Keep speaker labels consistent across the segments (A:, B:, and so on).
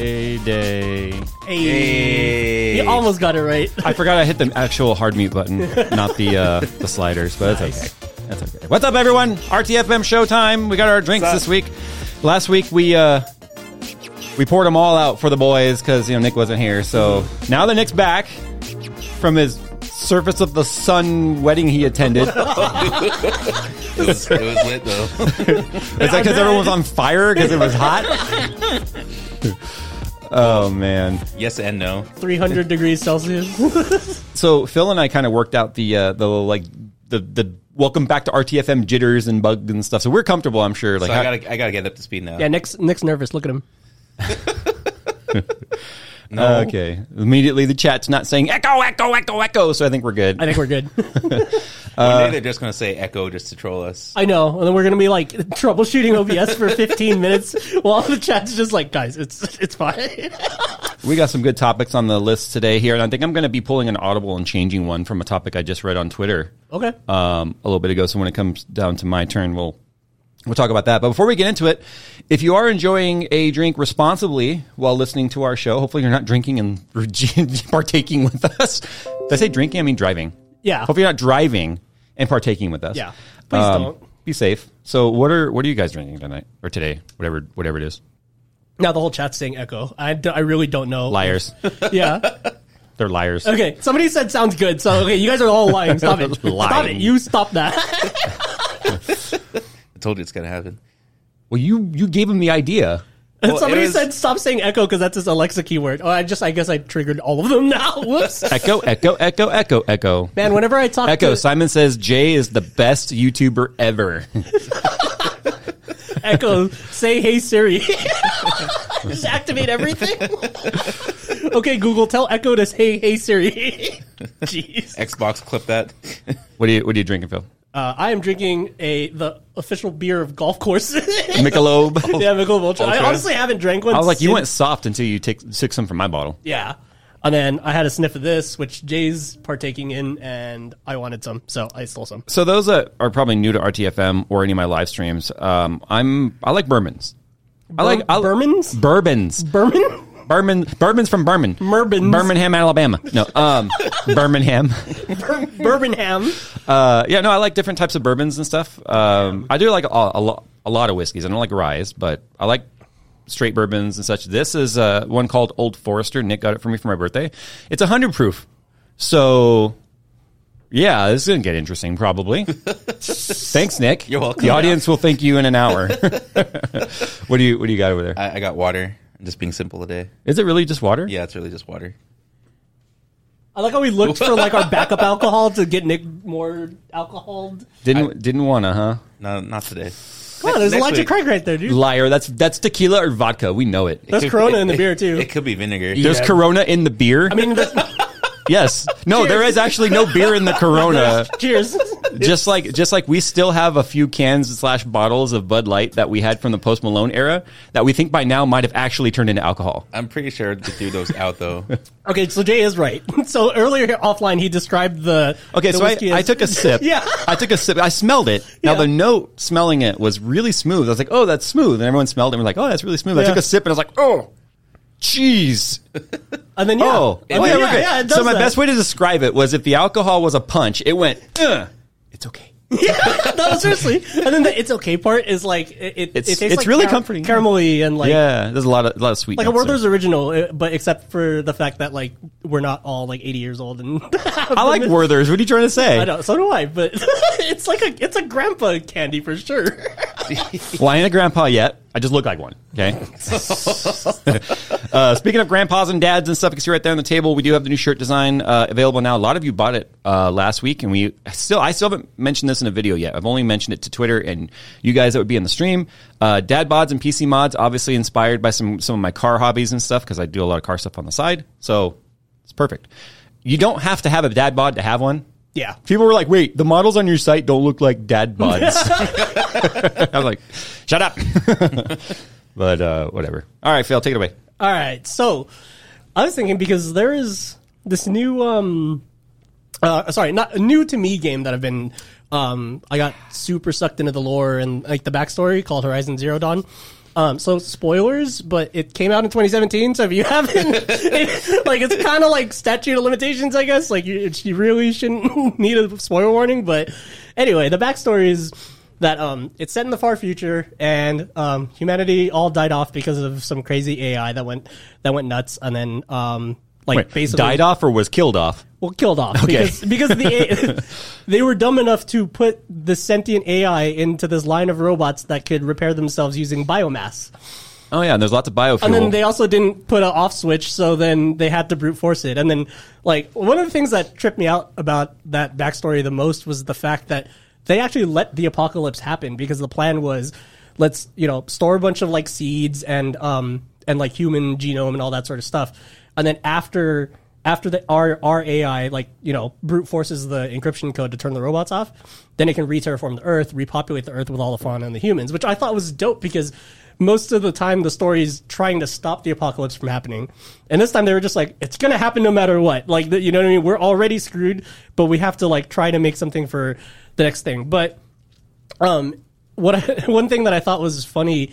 A: A day.
B: Hey.
C: He almost got it right.
A: I forgot I hit the actual hard mute button, not the uh, the sliders, but that's okay. That's okay. What's up, everyone? RTFM showtime. We got our drinks
B: What's up?
A: this week. Last week we uh, we poured them all out for the boys because you know Nick wasn't here. So now that Nick's back from his surface of the sun wedding he attended, is that
B: It was, it was lit though.
A: because everyone was on fire because it was hot? oh man.
B: Yes and no.
C: 300 degrees Celsius.
A: so Phil and I kind of worked out the uh, the like the the welcome back to RTFM jitters and bugs and stuff. So we're comfortable, I'm sure. Like
B: So I
A: how-
B: gotta, I gotta get up to speed now.
C: Yeah, Nick's, Nick's nervous. Look at him.
B: no.
A: okay, immediately the chat's not saying echo, echo, echo, echo. So I think we're good.
C: I think we're good.
B: One day they're just gonna say echo just to troll us.
C: I know. And then we're going to be like troubleshooting OBS for 15 minutes while the chat's just like, guys, it's it's fine.
A: we got some good topics on the list today here, and I think I'm going to be pulling an audible and changing one from a topic I just read on Twitter.
C: okay.
A: um, a little bit ago. So when it comes down to my turn, we'll we'll talk about that. But before we get into it, if you are enjoying a drink responsibly while listening to our show, hopefully you're not drinking and partaking with us. Did I say drinking? I mean driving.
C: Yeah.
A: Hopefully you're not driving and partaking with us. Um,
C: Yeah. Please don't.
A: Be safe. So what are what are you guys drinking tonight or today? Whatever whatever it is.
C: Now the whole chat's saying echo. I, d- I really don't know.
A: Liars.
C: Yeah.
A: They're liars.
C: Okay. Somebody said sounds good. So, okay, you guys are all lying. Stop it. Stop it.
A: Lying.
C: You stop that.
B: I told you it's gonna happen.
A: Well, you you gave him the idea.
B: Well,
C: Somebody
B: it was-
C: said stop saying echo because that's his Alexa keyword. Oh, I just, I guess I triggered all of them now. Whoops.
A: Echo, echo, echo, echo, echo.
C: Man, whenever I talk
A: Echo,
C: to
A: Simon says Jay is the best YouTuber ever.
C: Echo, say hey Siri. Just activate everything. okay, Google, tell Echo to say hey Siri. Jeez.
B: Xbox, clip that.
A: What are you What are you drinking, Phil?
C: Uh, I am drinking a the official beer of golf courses. yeah,
A: Michelob.
C: Michelob Ultra. I
B: Ultra.
C: honestly haven't drank one.
A: I was like, you
C: since-
A: went soft until you take, took some from my bottle.
C: Yeah. And then I had a sniff of this, which Jay's partaking in, and I wanted some, so I stole some.
A: So those that are probably new to RTFM or any of my live streams, um, I'm I like bourbons. I like I,
C: Bourbons?
A: Bourbons.
C: Berman?
A: Bourbon. Bourbons from Bourbon.
C: Murbins.
A: Birmingham, Alabama. No, um, Birmingham.
C: Birmingham.
A: Uh, yeah, no, I like different types of bourbons and stuff. Um, I do like a, a, lo- a lot of whiskeys. I don't like rye, but I like straight bourbons and such. This is uh, one called Old Forester. Nick got it for me for my birthday. It's 100 proof. So, yeah, this is going to get interesting probably. Thanks, Nick.
B: You're welcome.
A: The audience will thank you in an hour. what do you What do you got over there? Is
B: I, I got water. I'm just being simple today.
A: it really just water?
B: Yeah, it's really just water.
C: I like how we looked for like our backup alcohol to get Nick more alcoholed.
A: Didn't Didn't wanna, huh?
B: No, not today.
C: Come on,
B: Ne-
C: there's
B: next
C: Elijah
B: week.
C: Craig right there, dude.
A: Liar. That's That's tequila or vodka. We know it.
C: There's Corona in the beer too.
B: It could be vinegar.
A: There's Corona in the beer.
C: I mean, the,
A: Yes. No, there is actually no beer in the Corona.
C: cheers.
A: just like just like we still have a few cans slash bottles of Bud Light that we had from the Post Malone era that we think by now might have actually turned into alcohol.
B: I'm pretty sure the dude was out though.
C: Okay, so Jay is right. So earlier offline, he described the
A: Okay,
C: the
A: so I,
C: whiskey
A: I
C: as-
A: took a sip.
C: Yeah.
A: I took a sip. I smelled it. Now
C: Yeah.
A: the note smelling it was really smooth. I was like, oh, that's smooth. And everyone smelled it and was like, oh, that's really smooth. I
C: Yeah.
A: took a sip and I was like, oh, jeez.
C: and then yeah,
A: Oh,
C: And
A: okay,
C: then,
A: we're
C: yeah,
A: good.
C: yeah, it does
A: so my
C: that.
A: best way to describe it was if the alcohol was a punch, it went, "Ugh, it's okay.
C: Yeah, no, seriously. And then the it's okay part is like it. it
A: It's-
C: it tastes
A: it's
C: like
A: really
C: car-
A: comforting.
C: caramelly, and like
A: yeah, there's a lot of a lot of sweet.
C: like a
A: notes there.
C: Werther's original, uh, but except for the fact that like we're not all like 80 years old and
A: I like Werther's. What are you trying to say?
C: I know, so do I. But it's like a it's a grandpa candy for sure.
A: Well, I ain't a grandpa yet. I just look like one. Okay. uh, speaking of grandpas and dads and stuff, you can see right there on the table. We do have the new shirt design uh, available now. A lot of you bought it uh, last week, and we still I still haven't mentioned this in a video yet. I've only mentioned it to Twitter and you guys that would be in the stream. Uh, dad bods and PC mods, obviously inspired by some some of my car hobbies and stuff because I do a lot of car stuff on the side. So it's perfect. You don't have to have a dad bod to have one.
C: Yeah.
A: People were like, "Wait, the models on your site don't look like dad bods." I'm like, shut up. but uh, whatever. All right, Phil, take it away.
C: All right. So I was thinking because there is this new um uh sorry, not new to me game that I've been Um, I got super sucked into the lore and like the backstory called Horizon Zero Dawn. Um, so spoilers, but it came out in 2017. So if you haven't, it, like it's kind of like statute of limitations, I guess. Like you, you really shouldn't need a spoiler warning. But anyway, the backstory is that um, it's set in the far future, and um, humanity all died off because of some crazy AI that went that went nuts, and then um, like
A: Wait,
C: basically
A: died off or was killed off?
C: well, killed off because because the they were dumb enough to put the sentient AI into this line of robots that could repair themselves using biomass,
A: Oh yeah, and there's lots of biofuel.
C: and then they also didn't put an off switch, so then they had to brute force it. And then, like one of the things that tripped me out about that backstory the most was the fact that they actually let the apocalypse happen because the plan was let's you know store a bunch of like seeds and um and like human genome and all that sort of stuff, and then after after the our, our AI like you know brute forces the encryption code to turn the robots off, then it can re-terraform the Earth, repopulate the Earth with all the fauna and the humans, which I thought was dope because most of the time the story is trying to stop the apocalypse from happening, and this time they were just like it's gonna happen no matter what, like the, you know what I mean? We're already screwed, but we have to like try to make something for the next thing. But um, what I, one thing that I thought was funny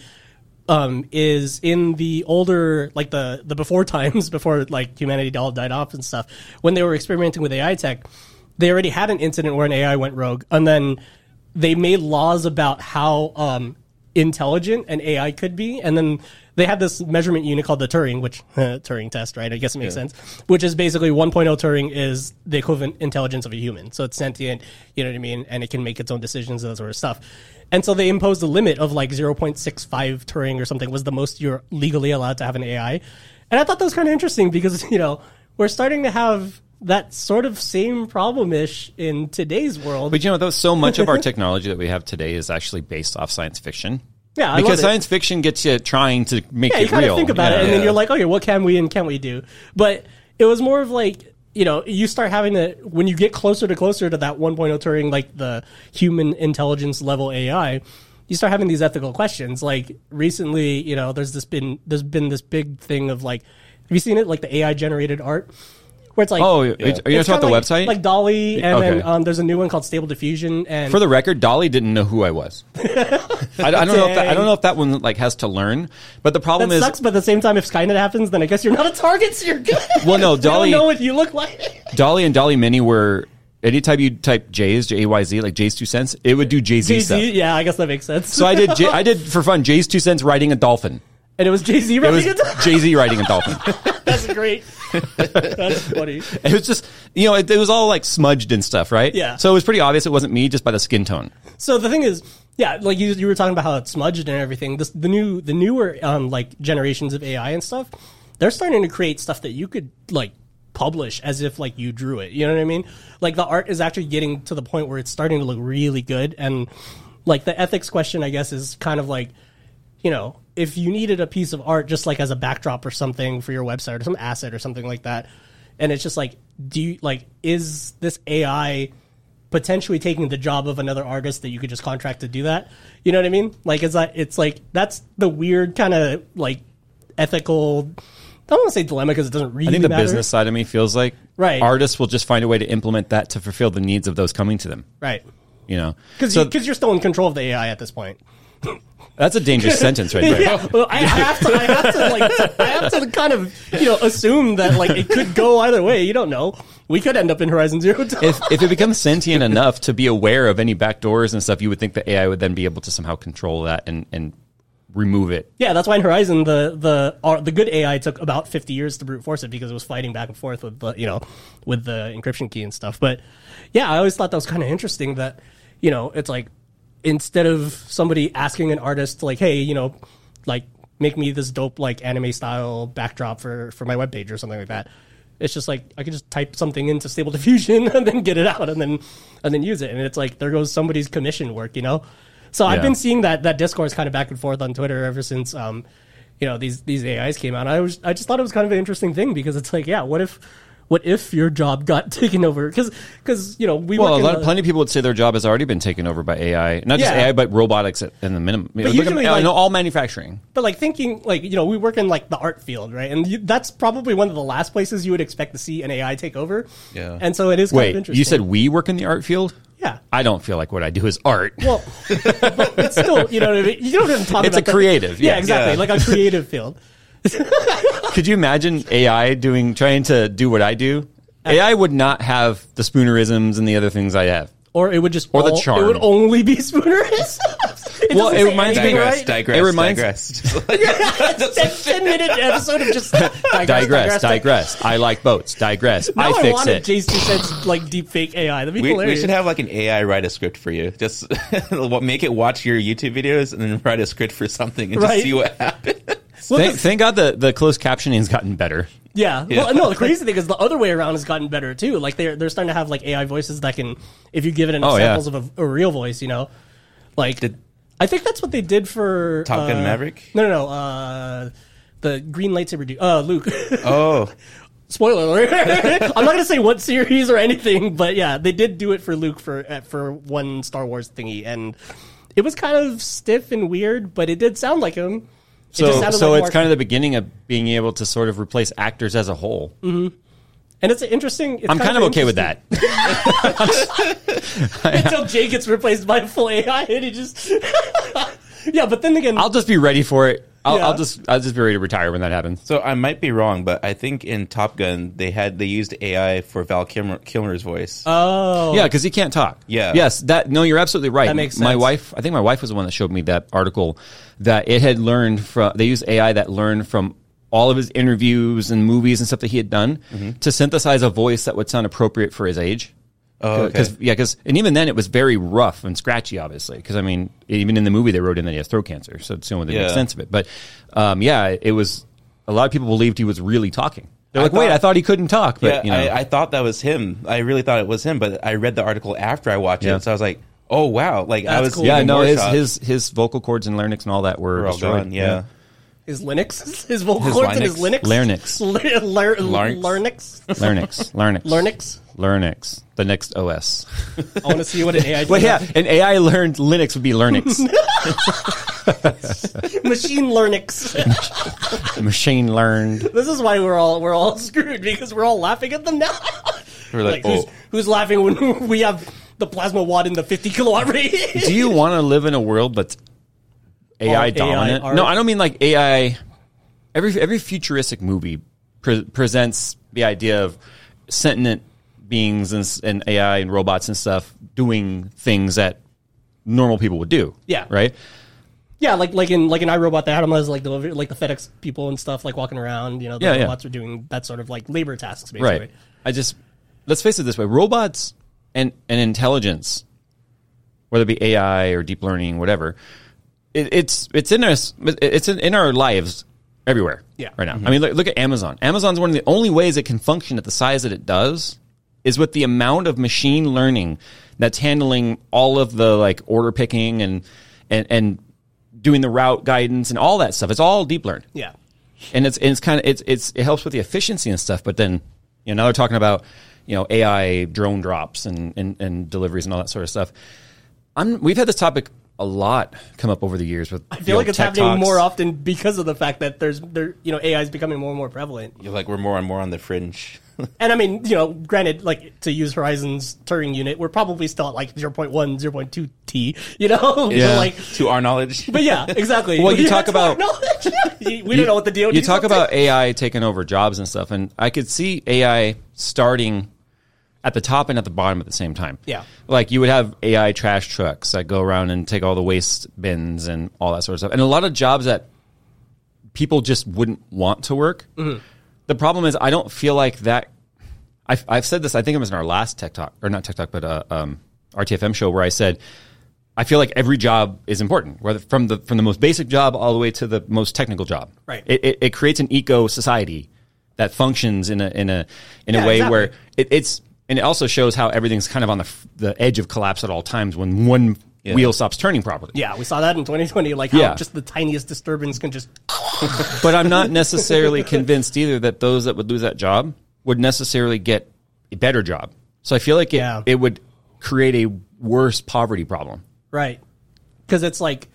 C: um, is in the older, like the the before times, before like humanity all died off and stuff, when they were experimenting with AI tech, they already had an incident where an AI went rogue, and then they made laws about how um, intelligent an AI could be, and then they had this measurement unit called the Turing, which Turing test, right? I guess it makes sense. Which is basically 1.0 Turing is the equivalent intelligence of a human, so it's sentient, you know what I mean, and it can make its own decisions and that sort of stuff. And so they imposed a limit of like 0.65 Turing or something was the most you're legally allowed to have an AI. And I thought that was kind of interesting because, you know, we're starting to have that sort of same problem ish in today's world.
A: But you know, though, so much of our technology that we have today is actually based off science fiction.
C: Yeah, I love
A: because
C: it.
A: science fiction gets you trying to make
C: yeah, you
A: it
C: kind
A: real.
C: of think about
A: Yeah.
C: it, and then you're like, okay, what can we and can't we do? But it was more of like, you know, you start having to when you get closer to closer to that 1.0 Turing, like the human intelligence level AI, you start having these ethical questions. Like recently, you know, there's this been there's been this big thing of like, have you seen it? Like the AI generated art, where it's like,
A: Oh, are you are you talking
C: it's
A: about the
C: kinda like,
A: website?
C: like Dolly, and
A: Okay.
C: then um, there's a new one called Stable Diffusion, and
A: For the record, Dolly didn't know who I was. I, I don't know. If that, I don't know if that one like has to learn. But the problem
C: that
A: is,
C: sucks. But at the same time, if Skynet happens, then I guess you're not a target, so you're good.
A: well, no, Dolly,
C: We don't know what you look like.
A: Dolly, and Dolly Mini were. Anytime you type J's, J A Y Z, like J's two cents, it would do Jay Z
C: Jay
A: stuff.
C: Z, yeah, I guess that makes sense.
A: So I did. J- I did for fun. Jay's two cents riding a dolphin.
C: and it was Jay Z
A: It was
C: running it.
A: Jay Z riding a dolphin.
C: That's great. That's funny.
A: It was just, you know, it, it was all like smudged and stuff, right?
C: Yeah.
A: So it was pretty obvious it wasn't me just by the skin tone.
C: So the thing is, yeah, like you, you were talking about how it's smudged and everything. This the new the newer um like generations of AI and stuff. They're starting to create stuff that you could like publish as if like you drew it. You know what I mean? Like the art is actually getting to the point where it's starting to look really good and like the ethics question I guess is kind of like you know, if you needed a piece of art just like as a backdrop or something for your website or some asset or something like that, and it's just like, do you like is this AI potentially taking the job of another artist that you could just contract to do that? You know what I mean? Like, is that it's like that's the weird kind of like ethical. I don't want to say dilemma because it doesn't really.
A: I think the
C: matter.
A: business side of me feels like
C: Right.
A: artists will just find a way to implement that to fulfill the needs of those coming to them,
C: right?
A: you know?
C: Because
A: So
C: you, are still in control of the AI at this point.
A: that's a dangerous sentence right there.
C: Yeah, well, I have to, I have to, like, I have to kind of, you know, assume that like it could go either way. You don't know. We could end up in Horizon Zero Dawn.
A: If, if it becomes sentient enough to be aware of any backdoors and stuff, you would think the AI would then be able to somehow control that and, and remove it.
C: yeah, that's why in Horizon the the our, the good AI took about fifty years to brute force it because it was fighting back and forth with the you know with the encryption key and stuff. But yeah, I always thought that was kind of interesting that you know it's like instead of somebody asking an artist like, hey, you know, like make me this dope like anime style backdrop for for my webpage or something like that. It's just like I can just type something into Stable Diffusion and then get it out and then and then use it. And it's like there goes somebody's commission work, you know. So I've
A: Yeah.
C: been seeing that that discourse kind of back and forth on Twitter ever since um, you know these these AIs came out. I was I just thought it was kind of an interesting thing because it's like yeah, what if what if your job got taken over? Because you know we
A: Well,
C: work
A: a
C: in
A: lot of,
C: the-
A: plenty of people would say their job has already been taken over by AI. Not just
C: Yeah.
A: AI, but robotics at, in the minimum. But
C: usually, like-
A: all manufacturing.
C: but like thinking like you know we work in like the art field right and you, that's probably one of the last places you would expect to see an ai take over
B: Yeah.
C: and so it is kind of
A: Wait,
C: interesting
A: you said we work in the art field?
C: Yeah.
A: I don't feel like what I do is art.
C: Well, but it's still, you know what I mean? You don't even talk
A: It's
C: about
A: a
C: that.
A: creative,
C: Yeah,
A: yeah.
C: exactly.
B: Yeah.
C: Like a creative field.
A: Could you imagine AI doing trying to do what I do? AI would not have the spoonerisms and the other things I have.
C: Or it would just
A: Or the
C: all-
A: charm.
C: It would only be Spoonerisms. It
A: Well, it
C: doesn't say
A: reminds me-
C: anything,
B: Digress,
C: right?
B: digress,
A: It reminds-
B: digress. Just like-
C: It's a ten-minute episode of just digress,
A: Digress, digress. I like boats. Digress.
C: Now
A: I
C: I,
A: fix
C: wanted
A: it.
C: Jason said like deep fake AI. That'd be
B: we, we
C: hilarious.
B: should have like an AI write a script for you. Just make it watch your YouTube videos and then write a script for something and
C: Right.
B: just see what happens.
C: Well,
A: thank,
C: the-
A: thank God the, the closed captioning's gotten better.
C: yeah.
B: Yeah.
C: Well, no. The crazy thing is the other way around has gotten better too. Like they're they're starting to have like AI voices that can, if you give it enough
A: Oh, yeah.
C: samples of a, a real voice, you know, like I think that's what they did for
B: Top Gun
C: uh,
B: Maverick?
C: No, no, no. Uh, the green lightsaber dude. Uh, Luke.
B: Oh,
C: Spoiler alert. I'm not gonna say what series or anything, but yeah, they did do it for Luke for uh, for one Star Wars thingy, and it was kind of stiff and weird, but it did sound like him. It just
A: So,
C: sounded
A: so
C: like
A: it's
C: Mark-
A: kind of the beginning of being able to sort of replace actors as a whole.
C: Mm-hmm. and it's interesting. It's
A: I'm kind of okay with that.
C: interesting until Jay gets replaced by full AI, and he just yeah. But then again,
A: I'll just be ready for it. I'll,
C: Yeah.
A: I'll just I'll just be ready to retire when that happens.
B: so I might be wrong, but I think in Top Gun they had they used AI for Val Kilmer, Kilmer's voice.
A: Yeah, because he can't talk.
B: Yeah.
A: Yes. That. No, you're absolutely right.
C: Oh. That makes
A: My
C: sense.
A: wife. I think my wife was the one that showed me that article that it had learned from. They used AI that learned from all of his interviews and movies and stuff that he had done
B: Mm-hmm.
A: to synthesize a voice that would sound appropriate for his age.
B: Oh, okay.
A: Cause, yeah, because and even then it was very rough and scratchy, obviously. Because I mean, even in the movie they wrote in that he has throat cancer, so it's the only way they make
B: Yeah.
A: sense of it. But um, yeah, it was a lot of people believed he was really talking. They're like, wait,
B: thought-
A: I thought he couldn't talk, but
B: yeah,
A: you know,
B: I, I thought that was him. I really thought it was him, but I read the article after I watched
A: Yeah.
B: it, so I was like, "Oh wow!" Like I
C: That's
B: was,
C: cool.
A: yeah,
B: even
A: no,
B: more
A: his,
B: shocked.
A: his his vocal cords and larynx and all that were,
B: We're all
A: destroyed.
B: gone, yeah.
C: his Linux, his vocal cords, and his Linux,
A: Larynx.
B: Linux?
C: Lar- lar-
B: Larynx.
C: larynx,
A: larynx, larynx,
C: larynx.
A: larynx, the next OS.
C: I want to see what an AI.
A: But
C: does.
A: yeah, an AI learned Linux would be larynx,
C: machine Linux.
A: machine learned.
C: This is why we're all we're all screwed because we're all laughing at them now.
B: We're like,
C: who's,
B: "Oh."
C: who's laughing when we have the plasma wad in the fifty kilowatt range?
A: Do you want to live in a world that's
C: All
A: AI
C: AI
A: dominant?
C: art?
A: no, I don't mean like AI. Every every futuristic movie pre- presents the idea of sentient beings and, s- and AI and robots and stuff doing things that normal people would do.
C: Yeah.
A: Right.
C: yeah, like like in like an iRobot, they had them as like the like the FedEx people and stuff, like walking around. You know, the
A: Yeah, yeah.
C: robots are doing that sort of like labor tasks, basically.
A: Right. I just let's face it this way: robots and and intelligence, whether it be AI or deep learning, whatever, it, it's it's in us. It's in, in our lives everywhere.
C: Yeah.
A: Right now, I mean, look, look at Amazon. Amazon's one of the only ways it can function at the size that it does is with the amount of machine learning that's handling all of the like order picking and and and doing the route guidance and all that stuff. It's all deep learned
C: Yeah.
A: and it's and it's kind of it's it's it helps with the efficiency and stuff. But then you know now they're talking about you know AI drone drops and and, and deliveries and all that sort of stuff. I'm we've had this topic a lot come up over the years with
C: I feel like it's happening more often because of the fact that there's there you know AI is becoming more and more prevalent.
B: You're like we're more and more on the fringe.
C: And I mean, you know, granted, like to use Horizon's Turing unit, we're probably still at like 0.1, 0.2 T, you know?
A: Yeah.
C: But like
B: to our knowledge.
C: But yeah, exactly.
A: Well, you
C: Yeah,
A: talk
C: that's our
A: about-
C: knowledge. You- we don't know what the deal.
A: You talk about AI taking over jobs and stuff, and I could see AI starting at the top and at the bottom at the same time.
C: Yeah.
A: Like you would have AI trash trucks that go around and take all the waste bins and all that sort of stuff. And a lot of jobs that people just wouldn't want to work.
C: Mm-hmm.
A: The problem is, I don't feel like that. I've, I've said this, I think it was in our last Tech Talk, or not Tech Talk, but uh, um, RTFM show where I said, I feel like every job is important, whether from the from the most basic job all the way to the most technical job.
C: Right.
A: It, it, it creates an eco society that functions in a in a in
C: Yeah,
A: a way
C: exactly.
A: where it, it's and it also shows how everything's kind of on the f- the edge of collapse at all times when one wheel stops turning properly.
C: Yeah, we saw that in 2020. Like how
A: Yeah.
C: just the tiniest disturbance can just.
A: But I'm not necessarily convinced either that those that would lose that job would necessarily get a better job. So I feel like it,
C: Yeah.
A: it would create a worse poverty problem.
C: Right. Because it's like,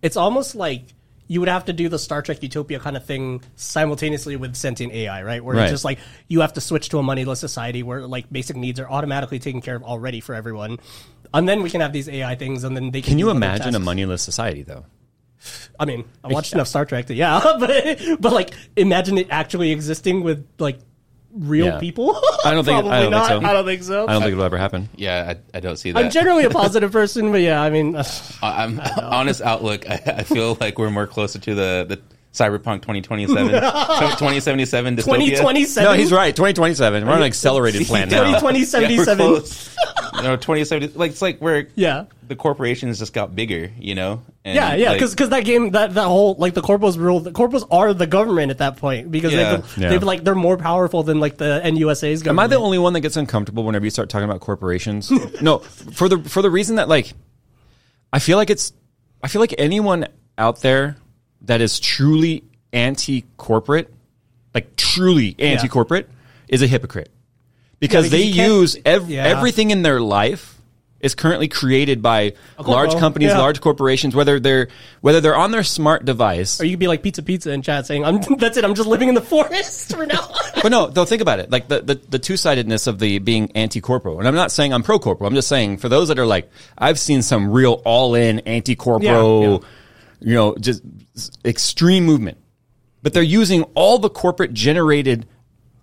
C: it's almost like you would have to do the Star Trek Utopia kind of thing simultaneously with sentient AI, right? Where
A: Right.
C: it's just like you have to switch to a moneyless society where like basic needs are automatically taken care of already for everyone. and then we can have these AI things, and then they can.
A: Can
C: do
A: you
C: other
A: imagine a
C: tasks.
A: moneyless society though?
C: I mean, I watched enough Star Trek to yeah, but but like imagine it actually existing with like real
A: Yeah.
C: people.
A: I don't think- I
C: Probably
A: don't
C: not.
A: think so.
C: I don't think so.
A: I don't think it'll ever happen.
B: Yeah, I, I don't see that.
C: I'm generally a positive person, but yeah, I mean,
B: I- I'm honest outlook. I, I feel like we're more closer to the, the cyberpunk 2027, 2077 dystopia.
C: 2027.
A: No, he's right. 2027. We're on an accelerated plan now.
C: 2020,
B: Yeah, we're
C: 77.
B: close. no, 2070. Like it's like where
C: Yeah.
B: the corporations just got bigger, you know. And
C: Yeah, yeah, because
B: like,
C: that game that that whole like the corpos rule the corpos are the government at that point because
B: Yeah.
C: they've,
A: Yeah.
C: they've like they're more powerful than like the NUSA's
A: Am I
C: government.
A: the only one that gets uncomfortable whenever you start talking about corporations? no, for the for the reason that like I feel like it's I feel like anyone out there that is truly anti-corporate, like truly anti-corporate is a hypocrite. Because,
C: because
A: they
C: you can't-
A: use ev-
C: Yeah.
A: everything in their life is currently created by
C: corpo,
A: large companies,
C: yeah.
A: large corporations whether they're whether they're on their smart device
C: or you could be like pizza pizza in chat saying I'm that's it I'm just living in the forest for now.
A: But no, though, think about it. Like the, the, the two sidedness of the being anti corporal. And I'm not saying I'm pro corporal. I'm just saying for those that are like, I've seen some real all in anti corporal,
C: Yeah, yeah.
A: you know, just s- extreme movement. But they're using all the corporate generated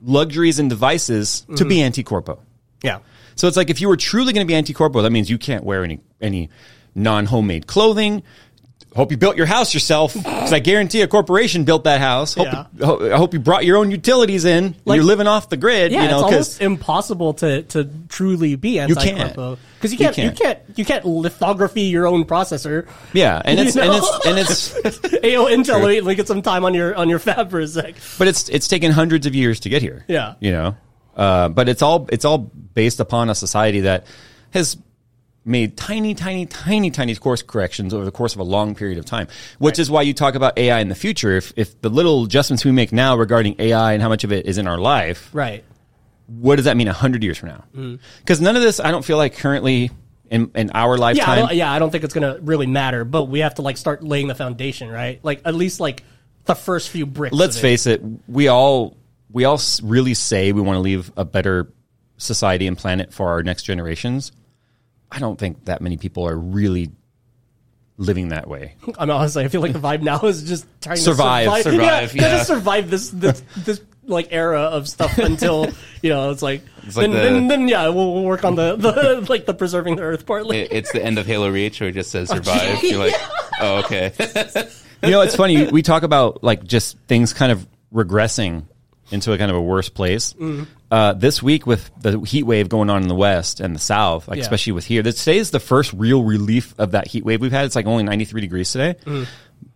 A: luxuries and devices to
C: Mm-hmm.
A: be anti corpo.
C: yeah,
A: So it's like if you were truly going to be anti corporal, that means you can't wear any, any non homemade clothing. Hope you built your house yourself. Because I guarantee a corporation built that house. Hope,
C: Yeah.
A: ho- I hope you brought your own utilities in. and
C: Like-
A: you're living off the grid,
C: yeah,
A: you know,
C: it's
A: because
C: almost impossible to to truly be anti-corpo because you can't you
A: can't.
C: can't you can't lithography your own processor.
A: yeah, and it's
C: You
A: and
C: know?
A: it's and it's,
C: AO Intel, let me- let me get some time on your on your fab for a sec.
A: but it's it's taken hundreds of years to get here.
C: Yeah.
A: you know, uh, but it's all it's all based upon a society that has made tiny, tiny, tiny, tiny course corrections over the course of a long period of time, which is why you talk about AI in the future. If if the little adjustments we make now regarding AI and how much of it is in our life,
C: Right.
A: what does that mean 100 years from now?
C: Mm.
A: Because none of this, I don't feel like currently in, in our
C: Yeah, I
A: lifetime.
C: don't, yeah, I don't think it's gonna really matter, but we have to like start laying the foundation, right? Like at least like the first few bricks.
A: Let's
C: of it.
A: face it, we all we all s- really say we want to leave a better society and planet for our next generations. I don't think that many people are really living that way.
C: I'm honestly, I feel like the vibe now is just trying
A: Survive,
C: to survive,
B: survive,
C: yeah, trying
B: yeah.
C: to survive this this this like era of stuff until you know it's like,
B: like
C: then,
B: the-
C: then then yeah, we'll, we'll work on the, the like the preserving the earth part. Like,
B: it- it's the end of Halo Reach, where it just says survive. You're like, oh okay.
A: you know, it's funny. We talk about like just things kind of regressing into a kind of a worse place. Uh, this week with the heat wave going on in the West and the South, like
C: Yeah.
A: especially with here, this today is the first real relief of that heat wave we've had. It's like only 93 degrees today.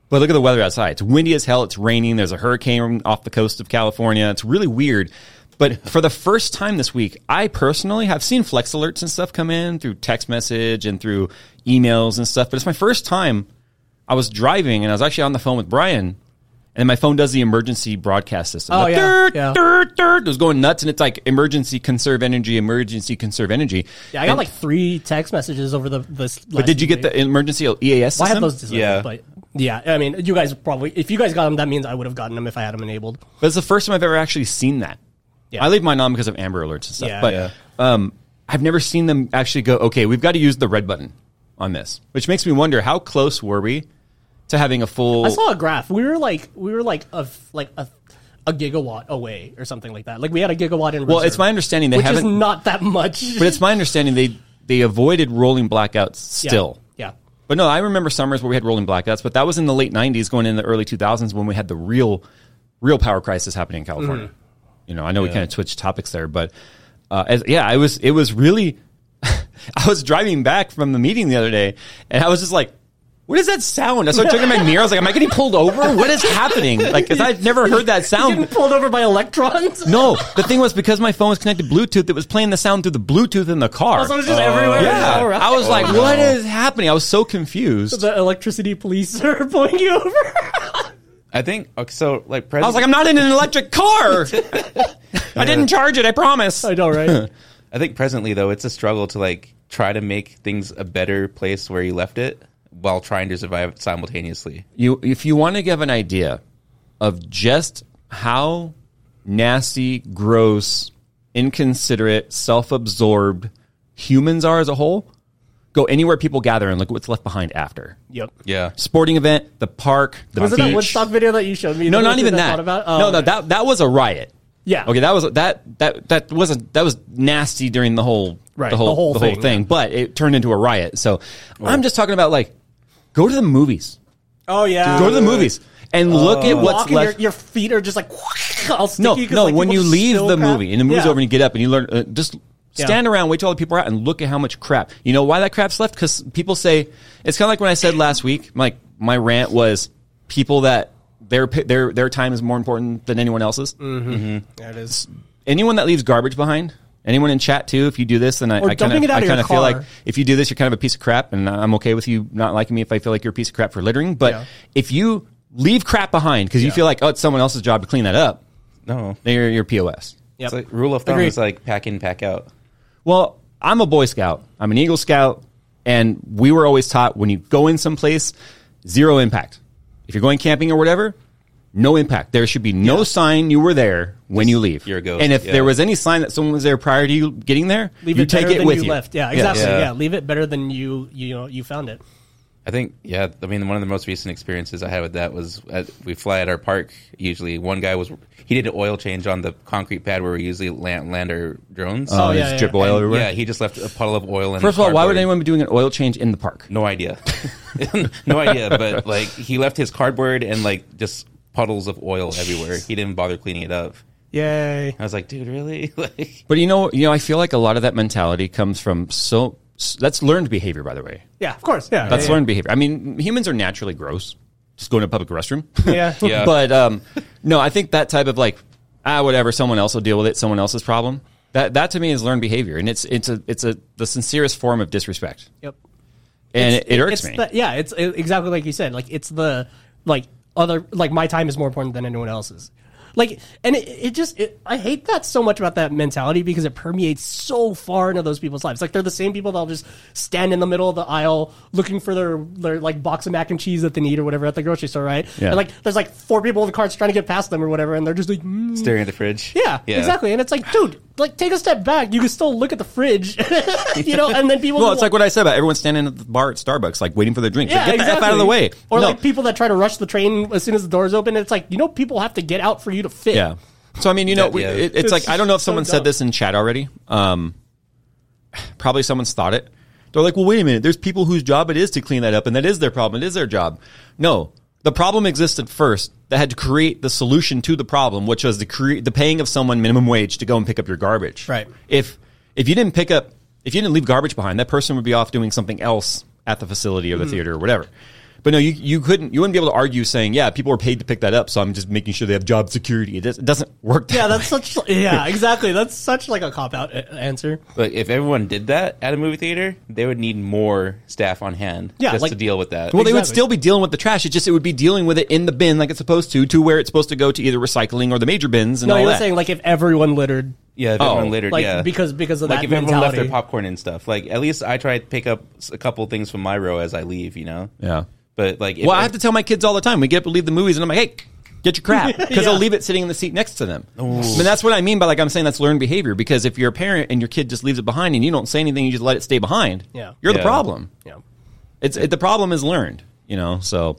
A: But look at the weather outside. It's windy as hell. It's raining. There's a hurricane off the coast of California. It's really weird. But for the first time this week, I personally have seen flex alerts and stuff come in through text message and through emails and stuff. But it's my first time I was driving and I was actually on the phone with Brian, and my phone does the emergency broadcast system.
C: Oh,
A: Like,
C: yeah,
A: "Dirt,
C: yeah."
A: dirt, dirt." It was going nuts, and it's like emergency conserve energy, emergency conserve energy.
C: yeah, I got
A: And-
C: like three text messages over the this.
A: But did you get the emergency EAS system?
C: I had those disabled,
B: Yeah.
C: but yeah, I mean, you guys probably if you guys got them, that means I would have gotten them if I had them enabled.
A: But it's the first time I've ever actually seen that.
C: Yeah.
A: I leave mine on because of Amber Alerts and stuff.
C: Yeah.
A: but
B: Yeah.
A: Um, I've never seen them actually go. Okay, we've got to use the red button on this, which makes me wonder how close were we to having a full.
C: I saw a graph. We were like we were like a like a a gigawatt away or something like that. Like we had a gigawatt in reserve.
A: well, it's my understanding they
C: which is
A: haven't.
C: not that much.
A: but it's my understanding they they avoided rolling blackouts still.
C: yeah.
A: But no, I remember summers where we had rolling blackouts, but that was in the late '90s, going into the early 2000s when we had the real, real power crisis happening in California.
C: Mm.
A: You know, I know we kind of switched topics there, but uh, as, yeah, I was it was really. I was driving back from the meeting the other day, and I was just like. What is that sound? I started checking my mirror. I was like, "Am I getting pulled over? What is happening?" Like, because I've never heard that sound.
C: Getting pulled over by electrons.
A: No, the thing was because my phone was connected Bluetooth, it was playing the sound through the Bluetooth in the car.
C: Oh,
A: Uh,
C: So it's just everywhere.
A: yeah,
C: All right.
A: I was like,
B: Oh, no.
A: "What is happening?" I was so confused.
C: the electricity police are pulling you over.
B: I think okay, so. Like,
A: I was like, "I'm not in an electric car. I didn't charge it. I promise."
C: I know, right?
B: Uh, I think presently though, it's a struggle to like try to make things a better place where you left it while trying to survive simultaneously.
A: You, if you want to give an idea of just how nasty, gross, inconsiderate, self-absorbed humans are as a whole, Go anywhere people gather and look what's left behind after.
C: Yep.
B: Yeah.
A: Sporting event, the park, the
C: Was it
A: beach.
C: that Woodstock video that you showed me?
A: No,
C: the
A: not
C: thing
A: even
C: I
A: that.
C: thought About? Oh,
A: no, no,
C: okay.
A: that that was a riot.
C: Yeah.
A: Okay, that was that that that wasn't that was nasty during the whole
C: Right,
A: the whole the whole thing, but it turned into a riot. So I'm just talking about like go to the movies,
C: Oh yeah.
A: go to the movies, and look at
C: You uh, walk
A: what's
C: and
A: left.
C: Your, your feet are just like all sticky.
A: no,
C: 'cause,
A: no,
C: like,
A: when
C: people
A: you
C: just
A: leave
C: spill
A: the
C: crap.
A: movie and the movie's
C: Yeah.
A: over and you get up and you learn uh, just
C: Yeah.
A: stand around, wait till all the people are out, and look at how much crap. You know why that crap's left? Because people say it's kind of like when I said last week. Like my rant was people that their pi- their their time is more important than anyone else's.
C: There it is.
A: anyone that leaves garbage behind, anyone in chat too, if you do this, then I,
C: Or
A: I kind
C: dumping it
A: of
C: out
A: I
C: of your
A: kind of feel
C: car.
A: like if you do this, you're kind of a piece of crap, and I'm okay with you not liking me if I feel like you're a piece of crap for littering. But
C: Yeah.
A: if you leave crap behind because you feel like oh, it's someone else's job to clean that up,
B: No.
A: then you're, you're POS.
C: Yep.
B: It's like rule of thumb
C: Agreed.
B: is like pack in, pack out.
A: Well, I'm a Boy Scout. I'm an Eagle Scout, and we were always taught when you go in someplace, zero impact. If you're going camping or whatever, no impact. There should be no sign you were there when you leave.
B: you're a ghost,
A: And if
B: yeah.
A: there was any sign that someone was there prior to you getting there,
C: Leave
A: you
C: it
A: take
C: better
A: it
C: than
A: with
C: you
A: you.
C: left. Yeah,
A: Yes.
C: exactly.
B: Yeah.
C: Yeah. leave it better than you you know you found it.
B: I think, yeah. I mean, one of the most recent experiences I had with that was at, we fly at our park. Usually, one guy was he did an oil change on the concrete pad where we usually land, land our drones.
A: Oh,
C: Oh,
A: there's
C: yeah,
A: drip
C: yeah.
A: oil
B: And,
A: everywhere.
B: Yeah, he just left a puddle of oil. In
A: First of all, why would
B: cardboard.
A: anyone be doing an oil change in the park?
B: No idea. no idea. But like, he left his cardboard and like just puddles of oil everywhere. He didn't bother cleaning it up.
C: Yay.
B: I was like, dude, really? Like,
A: But you know, you know, I feel like a lot of that mentality comes from so s- that's learned behavior, by the way.
C: Yeah, of course. Yeah.
A: That's
C: yeah,
A: learned behavior. I mean, humans are naturally gross. Just go to a public restroom.
C: Yeah. Yeah.
B: Yeah.
A: But um, no, I think that type of like ah whatever, someone else will deal with it. Someone else's problem. That that to me is learned behavior, and it's it's a it's a the sincerest form of disrespect,
C: Yep.
A: and it, it irks
C: It's
A: me.
C: the, yeah, it's it, exactly like you said. Like it's the like other like my time is more important than anyone else's. Like and it, it just it, I hate that so much about that mentality because it permeates so far into those people's lives. Like they're the same people that'll just stand in the middle of the aisle looking for their their like box of mac and cheese that they need or whatever at the grocery store, right?
A: Yeah.
C: And like there's like four people in the carts trying to get past them or whatever, and they're just like. "Mm."
B: staring at the fridge.
C: Yeah, exactly. And it's like, dude, like take a step back. You can still look at the fridge, you know. And then people.
A: well,
C: who-
A: it's like what I said about everyone standing at the bar at Starbucks, like waiting for their drink.
C: yeah,
A: Like, get the
C: exactly.
A: F out of the way.
C: Or
A: No.
C: like people that try to rush the train as soon as the doors open. It's like you know people have to get out for you to fit.
A: Yeah. So I mean, you know, we-
B: Yeah.
A: it- it's like I don't know if
C: so
A: someone
C: dumb.
A: said this in chat already. Um, probably someone's thought it. They're like, well, wait a minute. There's people whose job it is to clean that up, and that is their problem. It is their job. No, the problem existed first. That had to create the solution to the problem, which was the create the paying of someone minimum wage to go and pick up your garbage.
C: Right.
A: If if you didn't pick up, if you didn't leave garbage behind, that person would be off doing something else at the facility or
C: Mm-hmm.
A: the theater or whatever. But no, you, you couldn't. You wouldn't be able to argue saying, "Yeah, people are paid to pick that up, so I'm just making sure they have job security." It, does, it doesn't work. That
C: Yeah,
A: way.
C: that's such. Yeah, exactly. That's such like a cop out answer.
B: Like if everyone did that at a movie theater, they would need more staff on hand
C: Yeah,
B: just
C: like-
B: to deal with that.
A: Well, they would
C: Exactly.
A: still be dealing with the trash. It just it would be dealing with it in the bin like it's supposed to, to where it's supposed to go to either recycling or the major bins and
C: No,
A: all
C: you were
A: that.
C: saying like if everyone littered,
B: yeah, if everyone littered,
C: Oh, like
B: yeah.
C: because because of
B: like
C: that
B: if everyone left
C: mentality.
B: their popcorn and stuff, like at least I try to pick up s- a couple things from my row as I leave, you know.
A: yeah.
B: But like, if
A: Well, I have to tell my kids all the time. We get up and leave the movies, and I'm like, hey, get your crap. Because they'll leave it sitting in the seat next to them. And that's what I mean by, like, I'm saying that's learned behavior. Because if you're a parent and your kid just leaves it behind and you don't say anything, you just let it stay behind,
C: Yeah.
A: you're the
B: Yeah.
A: problem.
C: yeah.
A: It's it, The problem is learned, you know? So.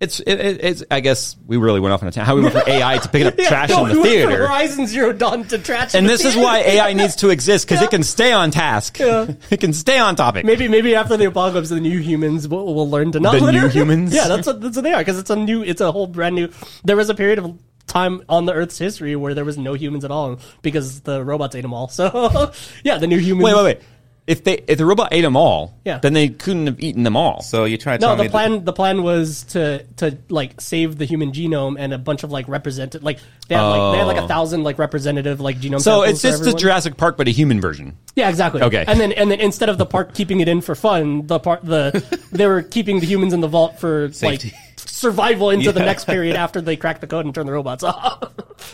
A: It's, it, it, it's, I guess we really went off on a tangent. How we went from AI to picking up trash in
C: no, we
A: the
C: went from
A: theater.
C: Horizon Zero Dawn to trash. in
A: And
C: the
A: this is
C: theater.
A: why AI needs to exist because it can stay on task.
C: Yeah.
A: It can stay on topic.
C: Maybe, maybe after the apocalypse, the new humans will, will learn to not
A: The
C: litter.
A: new humans?
C: yeah, that's what, that's what they are because it's a new, it's a whole brand new. There was a period of time on the Earth's history where there was no humans at all because the robots ate them all. So, yeah, the new humans.
A: Wait, wait, wait. If they if the robot ate them all,
C: Yeah.
A: then they couldn't have eaten them all.
B: so you try to
C: No,
B: tell
C: the
B: me
C: plan the plan was to to like save the human genome and a bunch of like represented like they had like they had like a thousand like representative like genome.
A: Oh. So
C: samples
A: it's just
C: for
A: the
C: everyone.
A: Jurassic Park, but a human version.
C: Yeah, exactly.
A: Okay.
C: And then and then instead of the park keeping it in for fun, the part the they were keeping the humans in the vault for
B: Safety.
C: like survival into the next period after they crack the code and turn the robots off.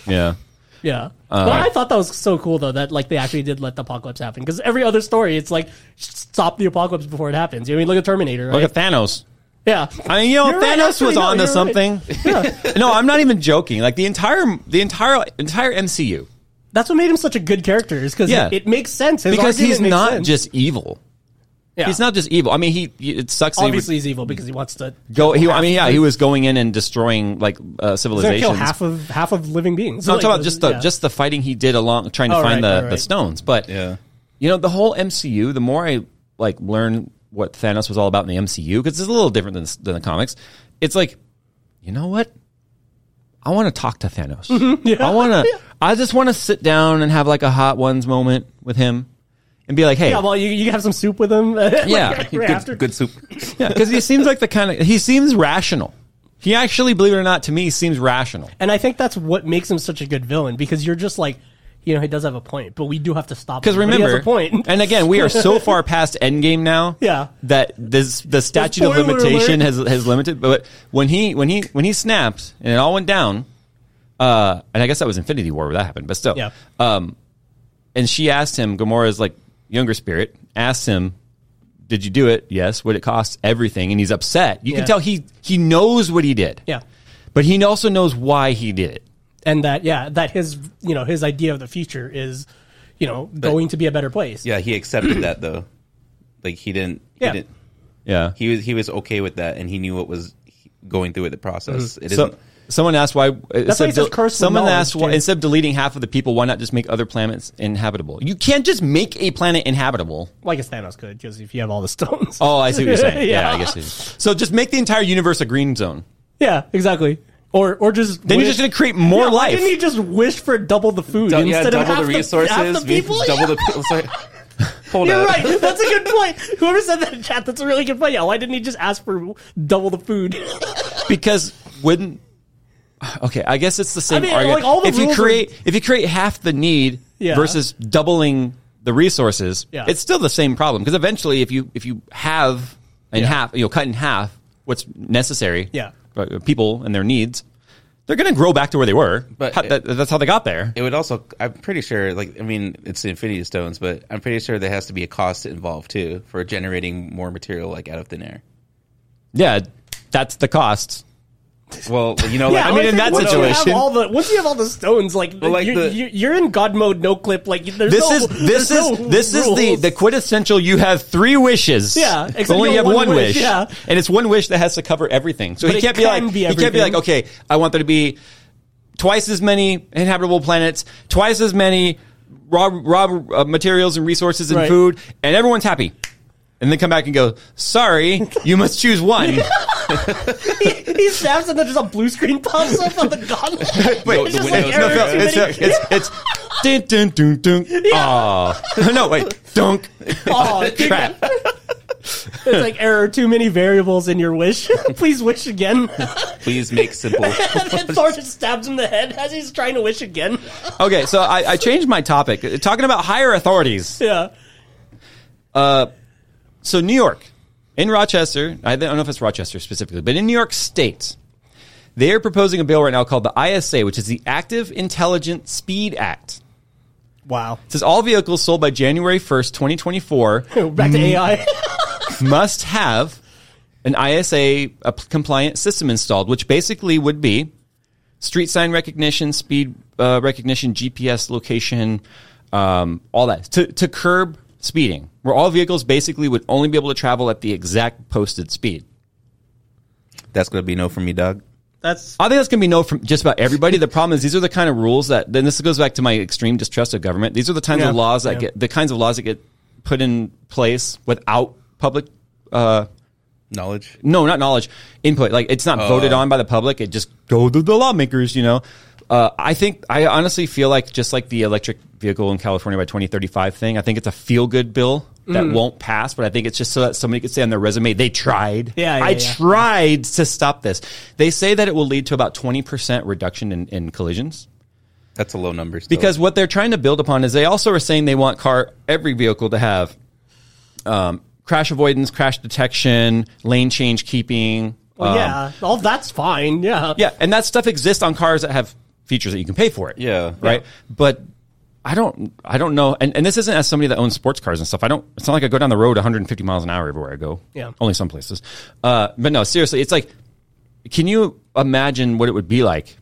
A: Yeah.
C: yeah. but I thought that was so cool though that like they actually did let the apocalypse happen because every other story it's like stop the apocalypse before it happens. You know, I mean, look at Terminator. Right?
A: Look at Thanos.
C: yeah.
A: I mean, you know,
C: You're right,
A: Thanos
C: actually,
A: was
C: no,
A: on
C: you're
A: to
C: right.
A: something. no, I'm not even joking. Like the entire the entire entire MCU
C: That's what made him such a good character is because
A: Yeah.
C: it, it makes sense. His
A: because
C: argument
A: he's
C: makes
A: not
C: sense.
A: just evil.
C: Yeah.
A: He's not just evil. I mean, he, he- it sucks. that he would
C: Obviously, he's evil because he wants to
A: go. He, I
C: half-
A: mean, yeah, he was going in and destroying like uh,
C: He's gonna
A: civilizations.
C: kill half of half of living beings.
A: No, I'm
C: Like,
A: talking about just the
C: yeah.
A: just the fighting he did along trying to
C: Oh,
A: find
C: right,
A: the,
C: right,
A: the
C: right.
A: stones. But
B: Yeah.
A: you know, the whole MCU. The more I like learn what Thanos was all about in the MCU, because it's a little different than than the comics. It's like, you know what? I want to talk to Thanos. I want to. I just want to sit down and have like a hot ones moment with him, and be like, hey,
C: yeah. Well, you, you have some soup with him. like,
A: Yeah.
C: right
A: Good-
B: Good,
C: after.
B: good soup.
A: yeah, because he seems like the kind of he seems rational. He actually, believe it or not, to me seems rational.
C: And I think that's what makes him such a good villain because you're just like, you know, he does have a point, but we do have to stop.
A: Because
C: him. But
A: remember,
C: he has a point.
A: and again, we are so far past Endgame now.
C: Yeah.
A: that this the statute of
C: Spoiler
A: limitation
C: alert.
A: has has limited. But when he when he when he snapped and it all went down, uh, and I guess that was Infinity War where that happened. But still,
C: Yeah.
A: Um, and she asked him, Gamora's like younger spirit asked him, "Did you do it? Yes. Would it cost everything?" And he's upset. You
C: Yeah.
A: can tell he he knows what he did.
C: Yeah.
A: but he also knows why he did it.
C: and that yeah, that his you know his idea of the future is, you know, going to be a better place.
B: Yeah, he accepted that though. Like he didn't. He
C: Yeah.
B: didn't,
A: Yeah.
B: he was he was okay with that, and he knew what was going through with the process.
C: Mm-hmm.
B: It
A: So,
B: isn't.
A: someone asked why. uh, That's
C: why it says curse with
A: someone
C: knowledge,
A: asked why,
C: James.
A: instead of deleting half of the people, why not just make other planets inhabitable? You can't just make a planet inhabitable.
C: Well, I guess Thanos could because if you have all the stones.
A: Oh, I see what you're saying. yeah.
C: Yeah.
A: I guess. It is. So just make the entire universe a green zone.
C: Yeah, exactly. Or or just
A: Then
C: wish-
A: you're just going to create more
C: Yeah, why
A: life.
C: Didn't he just wish for double the food
B: Dou- yeah,
C: instead of
B: double
C: half
B: the resources.
C: half the
B: maybe
C: people?
B: double the people. It's like, hold
C: You're
B: up.
C: right. That's a good point. Whoever said that in chat, that's a really good point. Yeah, why didn't he just ask for double the food?
A: because wouldn't okay i guess it's the same
C: mean,
A: argument
C: like, all the
A: if you
C: rules are-
A: create if you create half the need
C: Yeah.
A: versus doubling the resources
C: Yeah.
A: it's still the same problem because eventually if you if you have in
C: Yeah.
A: half you'll cut in half what's necessary
C: Yeah.
A: uh, people and their needs they're going to grow back to where they were
B: But
A: How-
B: it-
A: that, that's how they got there
B: It would also. I'm pretty sure. Like, I mean, it's the Infinity Stones, but I'm pretty sure there has to be a cost involved too for generating more material like out of thin air.
A: yeah that's the cost
B: Well, you know,
C: Yeah,
A: I
B: like,
A: mean,
C: like,
A: in that
C: once you
A: situation-
C: have all the once you have all the stones, like
B: like
C: you,
B: the-
C: you, you're in God mode, no clip. Like there's
A: this
C: no,
A: is
C: there's
A: this
C: no
A: is this is the,
C: rules.
A: the quintessential. You have three wishes.
C: Yeah,
A: But
C: except
A: only you have one, wish.
C: yeah.
A: and it's one wish that has to cover everything. So
C: But
A: he
C: it
A: can't be like
C: can be
A: he can't be
C: everything.
A: like okay, I want there to be twice as many inhabitable planets, twice as many raw raw uh, materials and resources and
C: Right.
A: food, and everyone's happy. And then come back and go, sorry, you must choose one.
C: he snaps and then just a blue screen pops up on the God.
A: Wait,
C: it's
B: the
C: just
B: windows
C: like
B: are
A: no,
C: Aaron,
A: no,
B: open.
C: too
A: it's,
C: many-
A: uh, it's it's dun, dun, dun, dun. Aw. no, wait, dunk.
C: Aw,
A: Crap.
C: It's like error, too many variables in your wish. Please wish again.
B: please make simple.
C: and then Thor just stabs him in the head as he's trying to wish again.
A: Okay, so I, I changed my topic. Talking about higher authorities.
C: Yeah.
A: So New York, in Rochester, I don't know if it's Rochester specifically, but in New York State, they are proposing a bill right now called the ISA, which is the Active Intelligent Speed Act.
C: Wow.
A: It says all vehicles sold by January 1st, 2024
C: Back to
A: Mm.
C: AI.
A: must have an ISA ap- compliant system installed, which basically would be street sign recognition, speed uh, recognition, GPS location, um, all that to, to curb speeding, where all vehicles basically would only be able to travel at the exact posted speed.
B: That's gonna be no for me, dog.
C: That's
A: I think that's going to be no from just about everybody. The problem is these are the kind of rules that then this goes back to my extreme distrust of government. These are the kinds
C: Yeah.
A: of laws that
C: Yeah.
A: get the kinds of laws that get put in place without public uh,
B: Knowledge.
A: no, not knowledge input. Like it's not voted
C: Oh.
A: on by the public. It just go to the lawmakers. You know, uh, I think I honestly feel like just like the electric vehicle in California by 2035 thing. I think it's a feel good bill
C: Mm.
A: that won't pass, but I think it's just so that somebody could say on their resume they tried.
C: Yeah, yeah,
A: I
C: yeah.
A: tried to stop this. They say that it will lead to about 20 percent reduction in, in collisions.
B: That's a low number. Still.
A: Because what they're trying to build upon is they also are saying they want car every vehicle to have um, crash avoidance, crash detection, lane change keeping.
C: well,
A: um,
C: yeah. All that's fine. Yeah.
A: yeah, and that stuff exists on cars that have features that you can pay for it.
B: Yeah.
A: Right. But I don't I don't know and, and this isn't as somebody that owns sports cars and stuff. I don't it's not like I go down the road 150 miles an hour everywhere I go.
C: Yeah.
A: Only some places. Uh, but no, seriously, it's like can you imagine what it would be like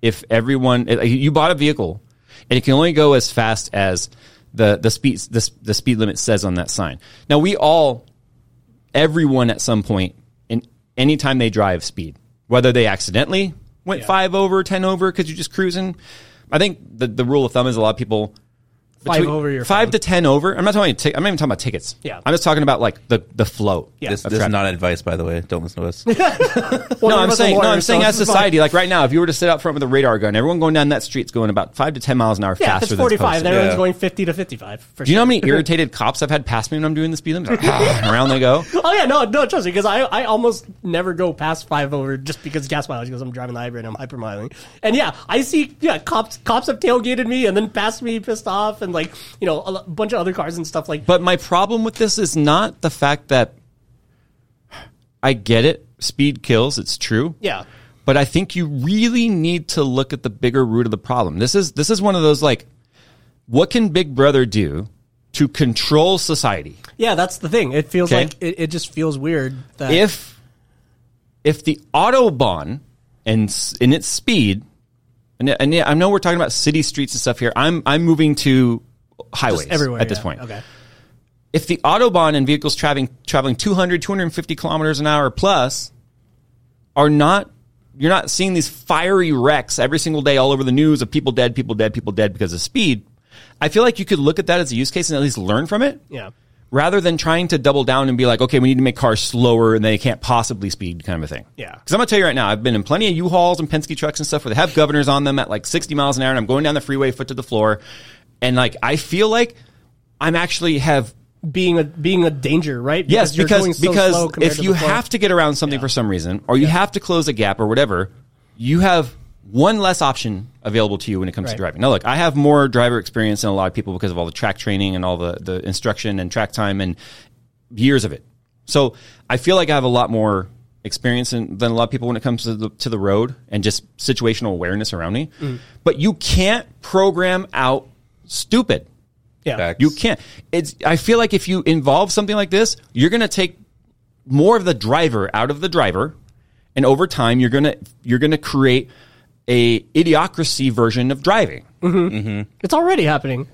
A: if everyone if you bought a vehicle and it can only go as fast as the the speed the, the speed limit says on that sign. Now we all, everyone at some point in any time they drive speed, whether they accidentally went five over, ten over because you're just cruising. I think the the rule of thumb is a lot of people
C: Five
A: between-
C: over, you're
A: five
C: fine.
A: to ten over. I'm not talking. T- I'm not even talking about tickets.
C: Yeah.
A: I'm just talking about like the the flow.
C: Yeah.
B: This,
A: of
B: this is
A: traffic.
B: not advice, by the way. Don't listen to us.
C: Well,
A: No,
C: one
A: I'm
C: of us a
A: saying, no,
C: lawyer,
A: I'm
C: so
A: saying as
C: this is
A: society,
C: fine.
A: like right now, if you were to sit out front with a radar gun, everyone going down that street's going about five to ten miles an hour
C: Yeah, if
A: faster
C: it's
A: than
C: 45,
A: supposed
C: and
A: to.
C: everyone's
B: Yeah.
C: going 50 to 55. For
A: Do you know
C: sure.
A: how many irritated cops I've had pass me when I'm doing the speed limit? Like, ah, around they go.
C: Oh yeah, no, no, trust me, because I, I almost never go past five over just because gas mileage because I'm driving the hybrid and I'm hypermiling. And yeah, I see yeah cops cops have tailgated me and then passed me pissed off and like you know a l- bunch of other cars and stuff like.
A: But my problem with this is not the fact that I get it. Speed kills. It's true.
C: yeah,
A: But I think you really need to look at the bigger root of the problem. This is this is one of those like, what can Big Brother do to control society?
C: yeah, that's the thing. It feels
A: Okay.
C: like it, it just feels weird that
A: if if the autobahn and s- in its speed and, and yeah, I know we're talking about city streets and stuff here. I'm I'm moving to highways
C: it's everywhere
A: at this
C: yeah.
A: point.
C: Okay,
A: If the autobahn and vehicles traveling traveling 200 250 kilometers an hour plus are not you're not seeing these fiery wrecks every single day all over the news of people dead, people dead, people dead because of speed. I feel like you could look at that as a use case and at least learn from it
C: yeah,
A: rather than trying to double down and be like, okay, we need to make cars slower and they can't possibly speed kind of a thing.
C: Yeah.
A: Because I'm going to tell you right now, I've been in plenty of U-Hauls and Penske trucks and stuff where they have governors on them at like 60 miles an hour and I'm going down the freeway foot to the floor. And like, I feel like I'm actually have
C: being a being a danger, right?
A: Yes,
C: you're
A: because
C: going so
A: because
C: slow compared
A: if
C: to
A: you
C: the flow.
A: have to get around something for some reason, or you have to close a gap or whatever, you have one less option available to you when it comes to
C: Right.
A: driving. Now, look, I have more driver experience than a lot of people because of all the track training and all the the instruction and track time and years of it. So I feel like I have a lot more experience in, than a lot of people when it comes to the to the road and just situational awareness around me.
C: Mm.
A: But you can't program out stupid.
C: yeah.
B: Facts.
A: You can't. It's. I feel like if you involve something like this, you're going to take more of the driver out of the driver, and over time, you're gonna you're gonna create a idiocracy version of driving.
C: It's already happening.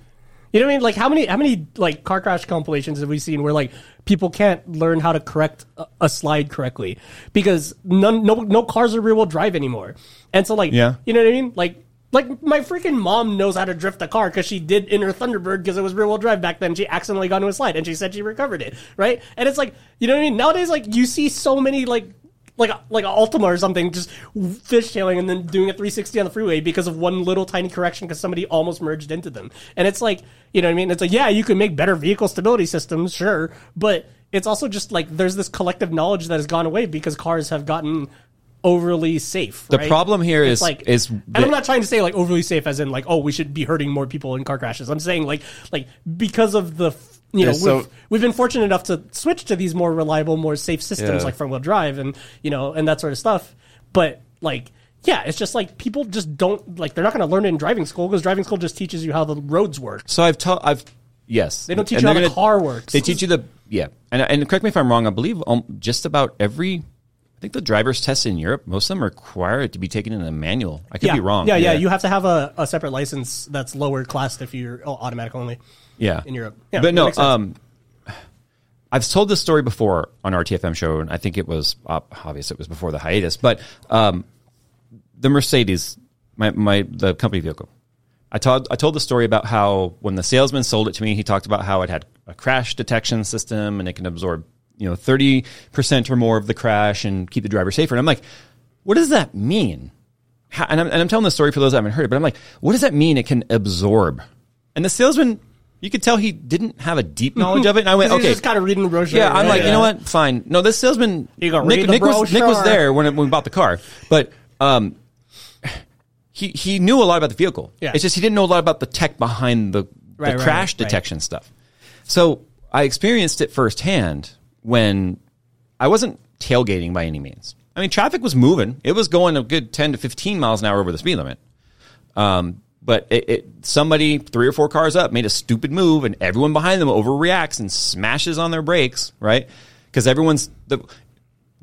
C: You know what I mean? Like how many how many like car crash compilations have we seen where like people can't learn how to correct a, a slide correctly because none no no cars are rear wheel drive anymore. And so like
A: Yeah.
C: you know what I mean? Like like my freaking mom knows how to drift a car because she did in her Thunderbird because it was rear wheel drive back then. She accidentally got into a slide and she said she recovered it, right? And it's like you know what I mean? Nowadays like you see so many like like a, like a Altima or something, just fishtailing and then doing a 360 on the freeway because of one little tiny correction because somebody almost merged into them. And it's like, you know what I mean? It's like, yeah, you can make better vehicle stability systems, sure, but it's also just like there's this collective knowledge that has gone away because cars have gotten overly safe.
A: The problem here is
C: like
A: is
C: and
A: that-
C: I'm not trying to say like overly safe as in like oh we should be hurting more people in car crashes. I'm saying like like because of the f- you know
B: Yeah, so-
C: we've, we've been fortunate enough to switch to these more reliable, more safe systems
B: Yeah.
C: like front wheel drive and you know and that sort of stuff. But like yeah, it's just like people just don't like they're not going to learn it in driving school because driving school just teaches you how the roads work.
A: So I've told I've yes. They
C: don't teach you how the car works.
A: They teach you the yeah. And and correct me if I'm wrong. I believe um, just about every. I think the driver's tests in Europe, most of them require it to be taken in a manual. I could
C: yeah.
A: be wrong.
C: Yeah, yeah, You have to have a, a separate license that's lower classed if you're oh, automatic only.
A: yeah.
C: in Europe. Yeah,
A: but
C: that
A: no,
C: makes sense.
A: um, I've told this story before on our TFM show, and I think it was ob- obvious it was before the hiatus. But um, the Mercedes, my, my the company vehicle, I told I told the story about how when the salesman sold it to me, he talked about how it had a crash detection system and it can absorb you know thirty percent or more of the crash and keep the driver safer. And I'm like, what does that mean? How, and, I'm, and I'm telling the story for those that haven't heard it, but I'm like, what does that mean? It can absorb. And the salesman, you could tell he didn't have a deep knowledge of it. And I went,
C: You're
A: okay,
C: just kind of reading the brochure.
A: yeah, I'm
C: right?
A: like, you know what? Fine. No, this salesman.
C: You gonna read
A: Nick,
C: the
A: Nick was Nick was
C: brochure.
A: there when, when we bought the car, but um, he he knew a lot about the vehicle.
C: Yeah.
A: It's just he didn't know a lot about the tech behind the,
C: Right,
A: the
C: right,
A: crash
C: right.
A: detection stuff. So I experienced it firsthand when I wasn't tailgating by any means. I mean, traffic was moving. It was going a good 10 to 15 miles an hour over the speed limit. Um, but it, it somebody three or four cars up made a stupid move, and everyone behind them overreacts and smashes on their brakes, right? Because everyone's the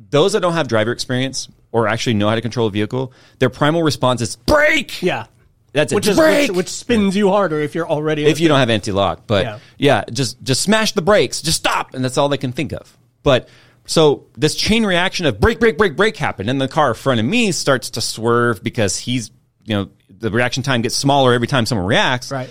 A: those that don't have driver experience or actually know how to control a vehicle, their primal response is brake.
C: Yeah.
A: That's it.
C: Which is
A: Brake!
C: which, which spins you harder if you're already
A: if you don't have anti-lock but
C: Yeah.
A: yeah. just just smash the brakes just stop and that's all they can think of but so this chain reaction of brake brake brake brake happened and the car in front of me starts to swerve because he's you know the reaction time gets smaller every time someone reacts
C: right.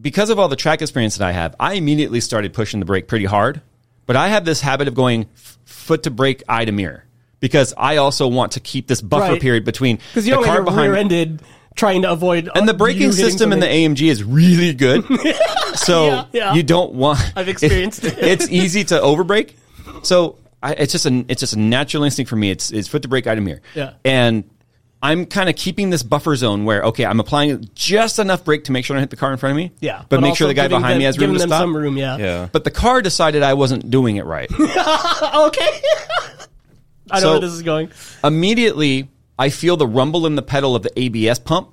A: because of all the track experience that I have, I immediately started pushing the brake pretty hard. But I have this habit of going f- foot to brake, eye to mirror, because I also want to keep this buffer
C: Right.
A: period between
C: Because you don't
A: car
C: get rear-ended trying to avoid uh,
A: and the
C: you
A: braking
C: hitting
A: system in the
C: something.
A: AMG is really good. so
C: Yeah, yeah.
A: you don't want.
C: I've experienced it.
A: It's easy to overbrake. So I, it's just an it's just a natural instinct for me. It's it's foot to brake, item here.
C: Yeah.
A: And I'm kind of keeping this buffer zone where okay, I'm applying just enough brake to make sure I don't hit the car in front of me.
C: yeah,
A: But, make sure
C: also
A: the guy
C: giving
A: behind
C: them-
A: me has
C: giving
A: room to
C: them
A: stop.
C: some room. Yeah.
B: Yeah.
A: But the car decided I wasn't doing it right.
C: Okay. I know
A: So-
C: where this is going.
A: immediately I feel the rumble in the pedal of the ABS pump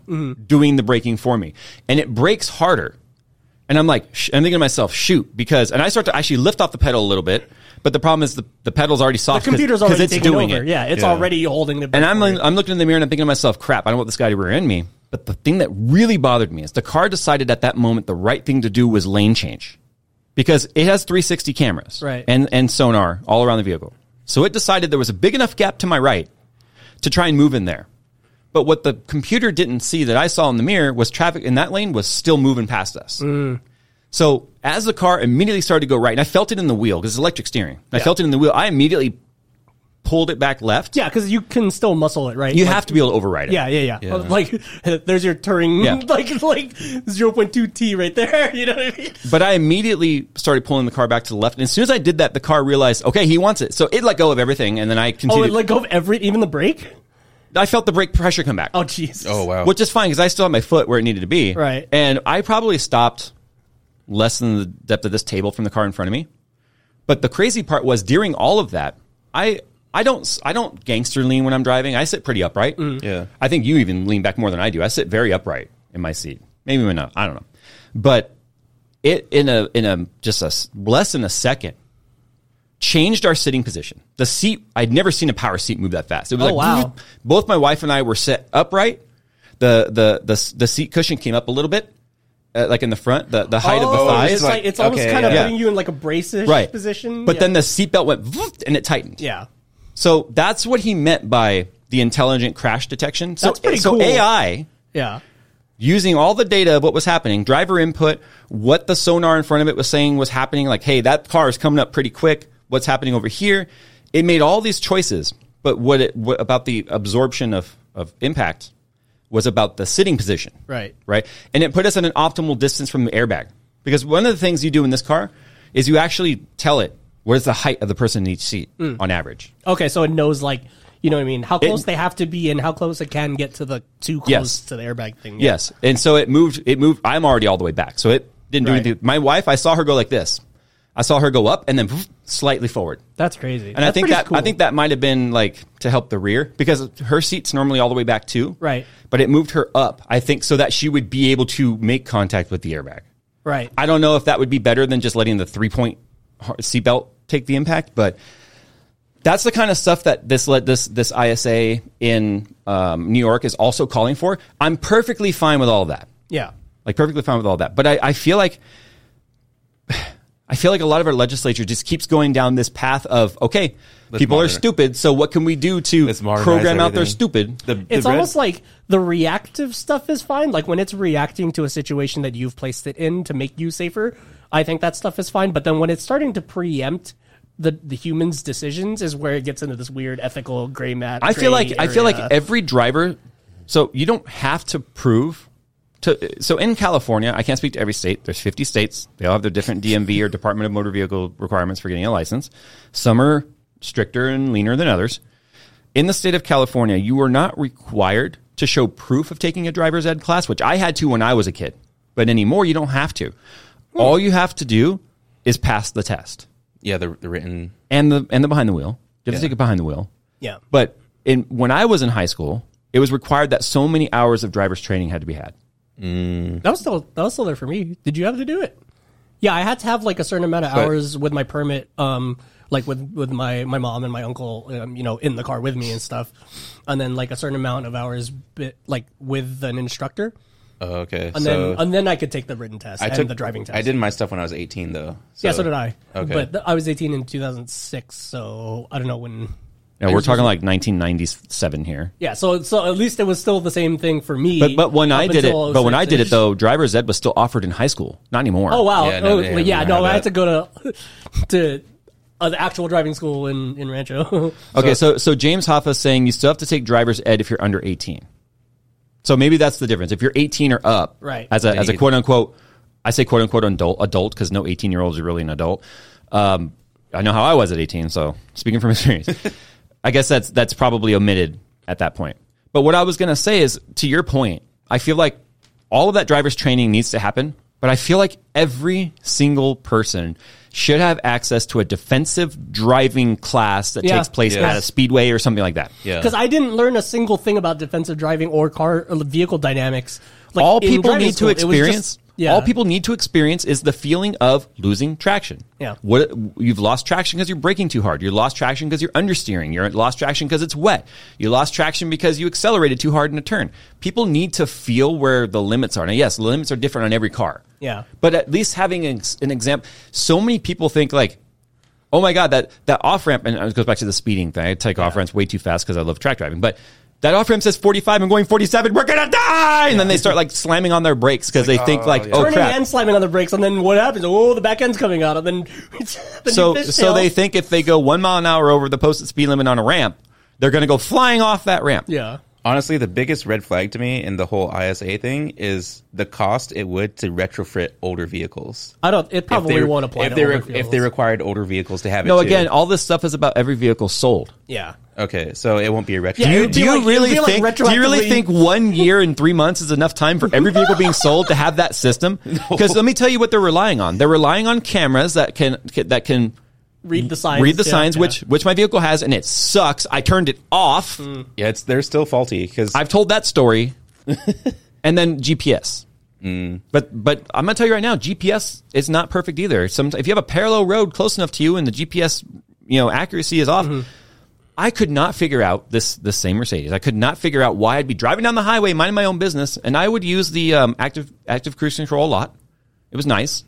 A: doing the braking for me, and it brakes harder. And I'm like, sh- I'm thinking to myself, shoot, because, and I start to actually lift off the pedal a little bit, but the problem is the, the pedal's already soft.
C: The computer's already taking over. Yeah, it's
B: Yeah.
C: already holding the.
A: And
C: brake
A: I'm,
C: for you.
A: I'm looking in the mirror and I'm thinking to myself, crap, I don't want this guy to rear end me. But the thing that really bothered me is the car decided at that moment the right thing to do was lane change because it has 360 cameras
C: Right.
A: and, and sonar all around the vehicle. So it decided there was a big enough gap to my right to try and move in there. But what the computer didn't see that I saw in the mirror was traffic in that lane was still moving past us. So as the car immediately started to go right, and I felt it in the wheel because it's electric steering. I felt it in the wheel. I immediately pulled it back left.
C: Yeah, because you can still muscle it, right?
A: You
C: Like-
A: have to be able to override it.
C: Yeah, yeah, yeah. Like, there's your Turing,
A: Yeah.
C: like, like 0.2 T right there. You know what I mean?
A: But I immediately started pulling the car back to the left. And as soon as I did that, the car realized, okay, he wants it. So it let go of everything. And then I
C: Oh,
A: continued.
C: it let go of every, even the brake.
A: I felt the brake pressure come back,
C: Oh, Jesus.
B: Oh wow.
A: which is fine because I still had my foot where it needed to be.
C: Right.
A: And I probably stopped less than the depth of this table from the car in front of me. But the crazy part was during all of that, I. I don't I don't gangster lean when I'm driving. I sit pretty upright.
C: Mm-hmm.
B: Yeah.
A: I think you even lean back more than I do. I sit very upright in my seat. Maybe even not. I don't know. But it in a in a just a s- less than a second changed our sitting position. The seat I'd never seen a power seat move that fast. It was
C: Oh,
A: like
C: wow.
A: both my wife and I were set upright. The the the s- the seat cushion came up a little bit, uh, like in the front, the the height of the
C: Oh,
A: thighs.
C: It's, like, it's almost
B: okay,
C: kind of
A: yeah.
C: putting you in like a brace-ish
A: right
C: position.
A: But
C: Yeah.
A: then the seatbelt went voop and it tightened.
C: yeah.
A: So that's what he meant by the intelligent crash detection. So
C: That's pretty
A: so
C: cool.
A: AI
C: Yeah.
A: using all the data of what was happening, driver input, what the sonar in front of it was saying was happening, like, hey, that car is coming up pretty quick. What's happening over here? It made all these choices, but what, it, what about the absorption of, of impact was about the sitting position.
C: Right.
A: Right. And it put us at an optimal distance from the airbag. Because one of the things you do in this car is you actually tell it where's the height of the person in each seat on average.
C: Okay, so it knows like, you know what I mean, how close they have to be and how close it can get to the too close
A: Yes.
C: to the airbag thing.
A: Yes. And so it moved it moved I'm already all the way back. So it didn't do
C: Right.
A: anything. My wife, I saw her go like this. I saw her go up and then slightly forward.
C: That's crazy.
A: And I think that I think that might have been like to help the rear because her seat's normally all the way back too.
C: Right.
A: But it moved her up, I think, so that she would be able to make contact with the airbag.
C: Right.
A: I don't know if that would be better than just letting the three point seatbelt take the impact, but that's the kind of stuff that this let this this ISA in um, New York is also calling for. I'm perfectly fine with all of that
C: yeah.
A: like perfectly fine with all that. But I, I feel like I feel like a lot of our legislature just keeps going down this path of okay, people
B: modernize-
A: are stupid, so what can we do to
B: Let's modernize
A: program out their
B: everything.
A: stupid?
B: The- the
C: It's
B: red-
C: almost like the reactive stuff is fine. Like when it's reacting to a situation that you've placed it in to make you safer, I think that stuff is fine. But then when it's starting to preempt the, the humans' decisions is where it gets into this weird ethical gray mat.
A: I feel like
C: gray
A: I feel like
C: area.
A: every driver. So you don't have to prove to. So in California, I can't speak to every state. There's 50 states. They all have their different DMV or Department of Motor Vehicle requirements for getting a license. Some are stricter and leaner than others. In the state of California, you are not required to show proof of taking a driver's ed class, which I had to when I was a kid. But anymore, you don't have to. All you have to do is pass the test
B: yeah, the, the written.
A: and the and the behind the wheel. You have to
B: Yeah.
A: take it behind the wheel.
C: yeah.
A: But in when I was in high school, it was required that so many hours of driver's training had to be had.
C: That was still that was still there for me. Did you have to do it? Yeah, I had to have like a certain amount of hours with my permit. Um, like with with my my mom and my uncle, um, you know, in the car with me and stuff, and then like a certain amount of hours, bit, like with an instructor,
B: Oh, okay.
C: and
B: so
C: then and then I could take the written test
B: I
C: and
B: took
C: the driving test.
B: I did my stuff when I was 18, though.
C: yeah, so did I.
B: Okay.
C: But th- I was 18 in 2006, so I don't know when.
A: Yeah, we're talking like 1997 here.
C: Yeah, so so at least it was still the same thing for me.
A: But but when
C: up
A: I did it,
C: until
A: but when I did it
C: 06.
A: though, driver's ed was still offered in high school, not anymore.
C: Oh wow!
B: Yeah,
C: Yeah,
B: no,
C: oh,
B: they
C: well, yeah,
B: haven't
C: no,
B: had
C: I had
B: that.
C: to go to to uh, the actual driving school in in Rancho.
A: Okay, so so James Hoffa is saying you still have to take driver's ed if you're under 18. So maybe that's the difference. If you're 18 or up,
C: Right.
A: As a
B: Then
A: as a
B: you-
A: quote unquote, I say quote unquote adult adult because no 18 year old is really an adult. Um, I know how I was at 18, so speaking from experience, I guess that's that's probably omitted at that point. But what I was gonna say is, to your point, I feel like all of that driver's training needs to happen, but I feel like every single person should have access to a defensive driving class that
C: Yeah.
A: takes place
B: Yeah.
A: at a speedway or something like that.
B: Yeah.
C: Because I didn't learn a single thing about defensive driving or car or vehicle dynamics. Like,
A: all
C: in
A: people
C: driving
A: need
C: school,
A: to
C: it was just-
A: experience
C: yeah.
A: all people need to experience is the feeling of losing traction
C: Yeah.
A: what you've lost traction because you're braking too hard you lost traction because you're understeering you lost traction because it's wet you lost traction because you accelerated too hard in a turn people need to feel where the limits are now yes the limits are different on every car
C: Yeah.
A: but at least having an, ex- an example so many people think like oh my god that that off ramp and it goes back to the speeding thing i take off ramps way too fast because i love track driving but that off ramp says 45 i'm going 47 we're gonna die and then they start like slamming on their brakes because they think like
B: yeah.
A: oh
C: Turning
A: crap
C: and slamming on the brakes, and then what happens? Oh, the back end's coming out, and then, then
A: so
C: you
A: so
C: fishtail.
A: they think if they go one mile an hour over the posted speed limit on a ramp they're gonna go flying off that ramp
C: yeah.
B: Honestly, the biggest red flag to me in the whole ISA thing is the cost it would to retrofit older vehicles.
C: I don't. It
B: If
C: probably
B: they-
C: won't apply
B: if
C: to
B: they
C: all
B: re-
C: the
B: if
C: fields.
B: they required older vehicles to have it.
A: no
B: too.
A: again all this stuff is about every vehicle sold
C: yeah.
B: Okay, so it won't be a retrofit.
C: Yeah, it would
A: do
C: be
A: you
C: like-
A: really
C: it'd be
A: think?
C: like
A: do you really
C: retroactively-
A: think one year and three months is enough time for every vehicle being sold to have that system? Because let me tell you what they're relying on. They're relying on cameras that can that can
C: Read the signs.
A: read the
C: yeah,
A: signs,
C: yeah.
A: which which my vehicle has, and it sucks. I turned it off.
B: yeah, it's they're still faulty because
A: I've told that story, and then GPS. But but I'm gonna tell you right now, GPS is not perfect either. Some if you have a parallel road close enough to you, and the GPS you know accuracy is off. I could not figure out this this same Mercedes. I could not figure out why I'd be driving down the highway, minding my own business, and I would use the um, active active cruise control a lot. It was nice,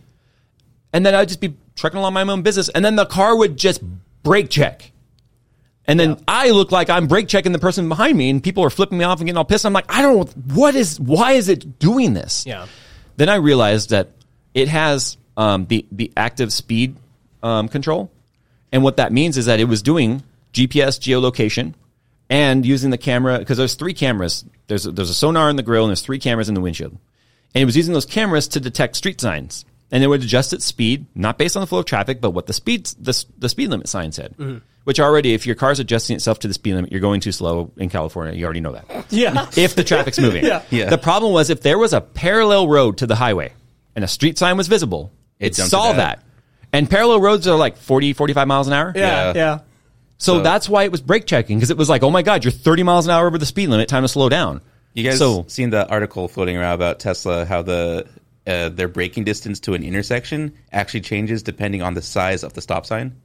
A: and then I'd just be trucking along my own business, and then the car would just brake check, and then I look like I'm brake checking the person behind me, and people are flipping me off and getting all pissed. I'm like, I don't. What is? Why is it doing this?
C: Yeah.
A: Then I realized that it has um, the the active speed um, control, and what that means is that it was doing GPS geolocation and using the camera because there's three cameras. There's a, there's a sonar in the grill and there's three cameras in the windshield, and it was using those cameras to detect street signs. And it would adjust its speed, not based on the flow of traffic, but what the speed the, s- the speed limit sign said. Which already, if your car's adjusting itself to the speed limit, you're going too slow in California. You already know that
C: Yeah.
A: if the traffic's moving.
C: Yeah.
B: Yeah.
A: The problem was if there was a parallel road to the highway and a street sign was visible, it,
B: jumped
A: saw
B: it out.
A: that. And parallel roads are like 40, 45 miles an hour.
C: Yeah.
B: Yeah.
C: Yeah.
A: So, that's why it was brake checking because it was like, oh my God, you're 30 miles an hour over the speed limit. Time to slow down.
B: you guys
A: So,
B: seen the article floating around about Tesla how the uh, their braking distance to an intersection actually changes depending on the size of the stop sign.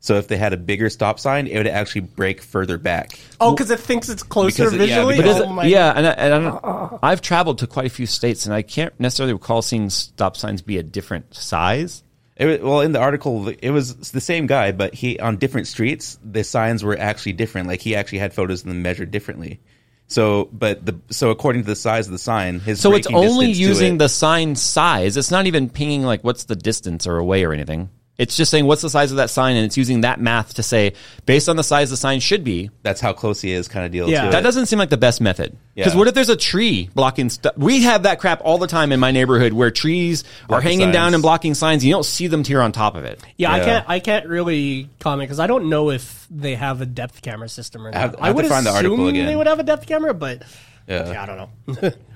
B: So if they had a bigger stop sign, it would actually brake further back.
C: Oh, because it thinks it's closer
B: Because it- yeah,
C: visually.
B: because
C: oh
B: it-
C: my
A: yeah, and, I, and I don't, I've traveled to quite a few states and I can't necessarily recall seeing stop signs be a different size.
B: It was, well, in the article, it was the same guy, but he on different streets, the signs were actually different. Like he actually had photos and then measured differently. So, but the so according to the size of the sign, his
A: So it's
B: braking
A: only
B: distance to
A: using
B: it-
A: the sign size. It's not even pinging like what's the distance or away or anything. It's just saying what's the size of that sign, and it's using that math to say based on the size the sign should be.
B: that's how close he is kind of deal.
C: Yeah.
B: to
A: That
B: it.
A: doesn't seem like the best method. Because
B: Yeah.
A: what if there's a tree blocking stuff? We have that crap all the time in my neighborhood where trees are
B: Blocking
A: hanging down
B: signs.
A: and blocking signs. And you don't see them here on top of it.
C: Yeah, I
B: Yeah.
C: can't. I can't really comment because I don't know if they have a depth camera system or not. I,
B: have- I have
C: would
B: to find the
C: assume
B: article again.
C: they would have a depth camera, but yeah,
B: Yeah.
C: I don't know.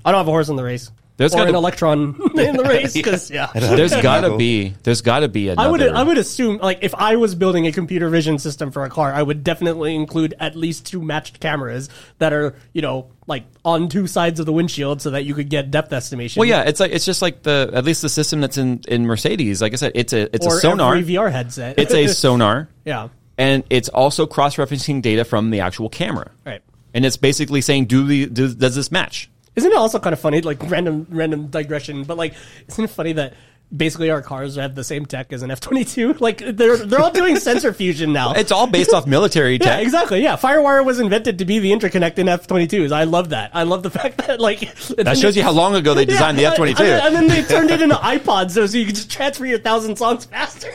C: I don't have a horse in the race.
A: There's
C: or
A: gotta-
C: an electron in the race because yeah.
A: There's gotta
B: know.
A: be. There's gotta be another.
C: I would I would assume like if I was building a computer vision system for a car, I would definitely include at least two matched cameras that are you know like on two sides of the windshield so that you could get depth estimation.
A: Well, Oh, yeah, it's like it's just like the at least the system that's in in Mercedes. Like I said, it's a it's
C: or
A: a sonar.
C: every VR headset.
A: It's a sonar.
C: yeah,
A: and it's also cross-referencing data from the actual camera.
C: right.
A: And it's basically saying, do the do, does this match?
C: Isn't it also kind of funny? Like random random digression, but like isn't it funny that. Basically, our cars have the same tech as an F twenty two. Like they're they're all doing sensor fusion now.
A: It's all based off military
C: Yeah,
A: tech.
C: exactly. Yeah, Firewire was invented to be the interconnect in F-22s. I love that. I love the fact that like
A: That shows you how long ago they designed the F-22.
C: And then they turned it into iPods, so, so you could just transfer your thousand songs faster.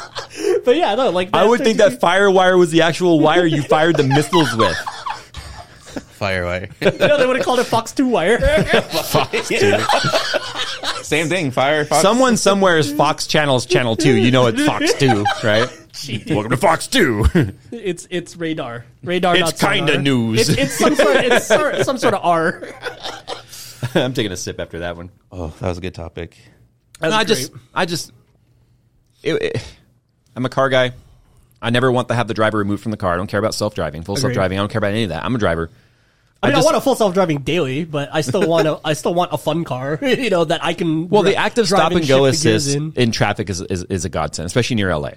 C: but yeah, no, like
A: I would think that firewire was the actual wire you fired the missiles with.
B: Firewire.
C: no, they would have called it Fox Two Wire.
B: Same thing. Fire. Fox.
A: Someone somewhere is Fox Channel's Channel 2. You know it's Fox 2, right? Welcome to Fox 2.
C: it's it's radar, radar.
A: It's
C: not sonar.
A: kinda news.
C: It's, it's some sort. Of, it's sor- some sort of R.
A: I'm taking a sip after that one.
B: Oh, that was a good topic.
A: No, I just, I just, it- it- I'm a car guy. I never want to have the driver removed from the car. I don't care about self driving, full
C: Agreed.
A: self driving. I don't care about any of that. I'm a driver.
C: I mean, I
A: just-
C: want a full self driving daily, but I still want a I still want a fun car. You know that I can.
A: Well,
C: dri-
A: the active
C: drive
A: stop and go
C: shift the gears
A: assist
C: in.
A: in traffic is, is, is a godsend, especially near LA.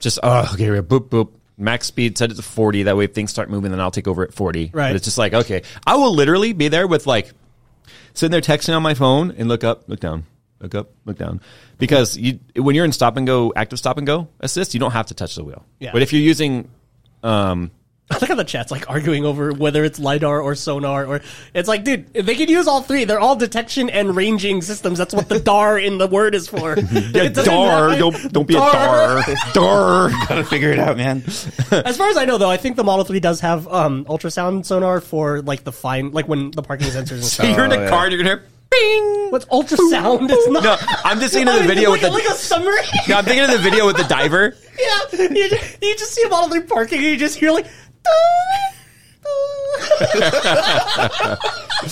A: Just, oh, okay, boop, boop. Max speed, set it to 40. That way, if things start moving, then I'll take over at 40.
C: Right.
A: But it's just like, okay, I will literally be there with like, sitting there texting on my phone and look up, look down, look up, look down. Because you, when you're in stop and go, active stop and go assist, you don't have to touch the wheel.
C: Yeah.
A: But if you're using um,
C: I Look at the chat's like arguing over whether it's lidar or sonar or it's like, dude, they could use all three. They're all detection and ranging systems. That's what the dar in the word is for. yeah,
A: dar, don't, don't be a dar. Dar.
B: Gotta figure it out, man.
C: As far as I know, though, I think the Model Three does have um, ultrasound sonar for like the fine, like when the parking sensors. And
A: So
C: stuff.
A: you're in
B: Oh,
A: a
B: yeah.
A: car, you're going to hear, bing.
C: What's ultrasound? It's not.
A: No, I'm just thinking of
C: I
A: the
C: mean,
A: video
C: like,
A: with the.
C: like a summary.
A: No, I'm thinking of the video with the diver.
C: yeah, you just, you just see a Model Three parking, and you just hear like. it's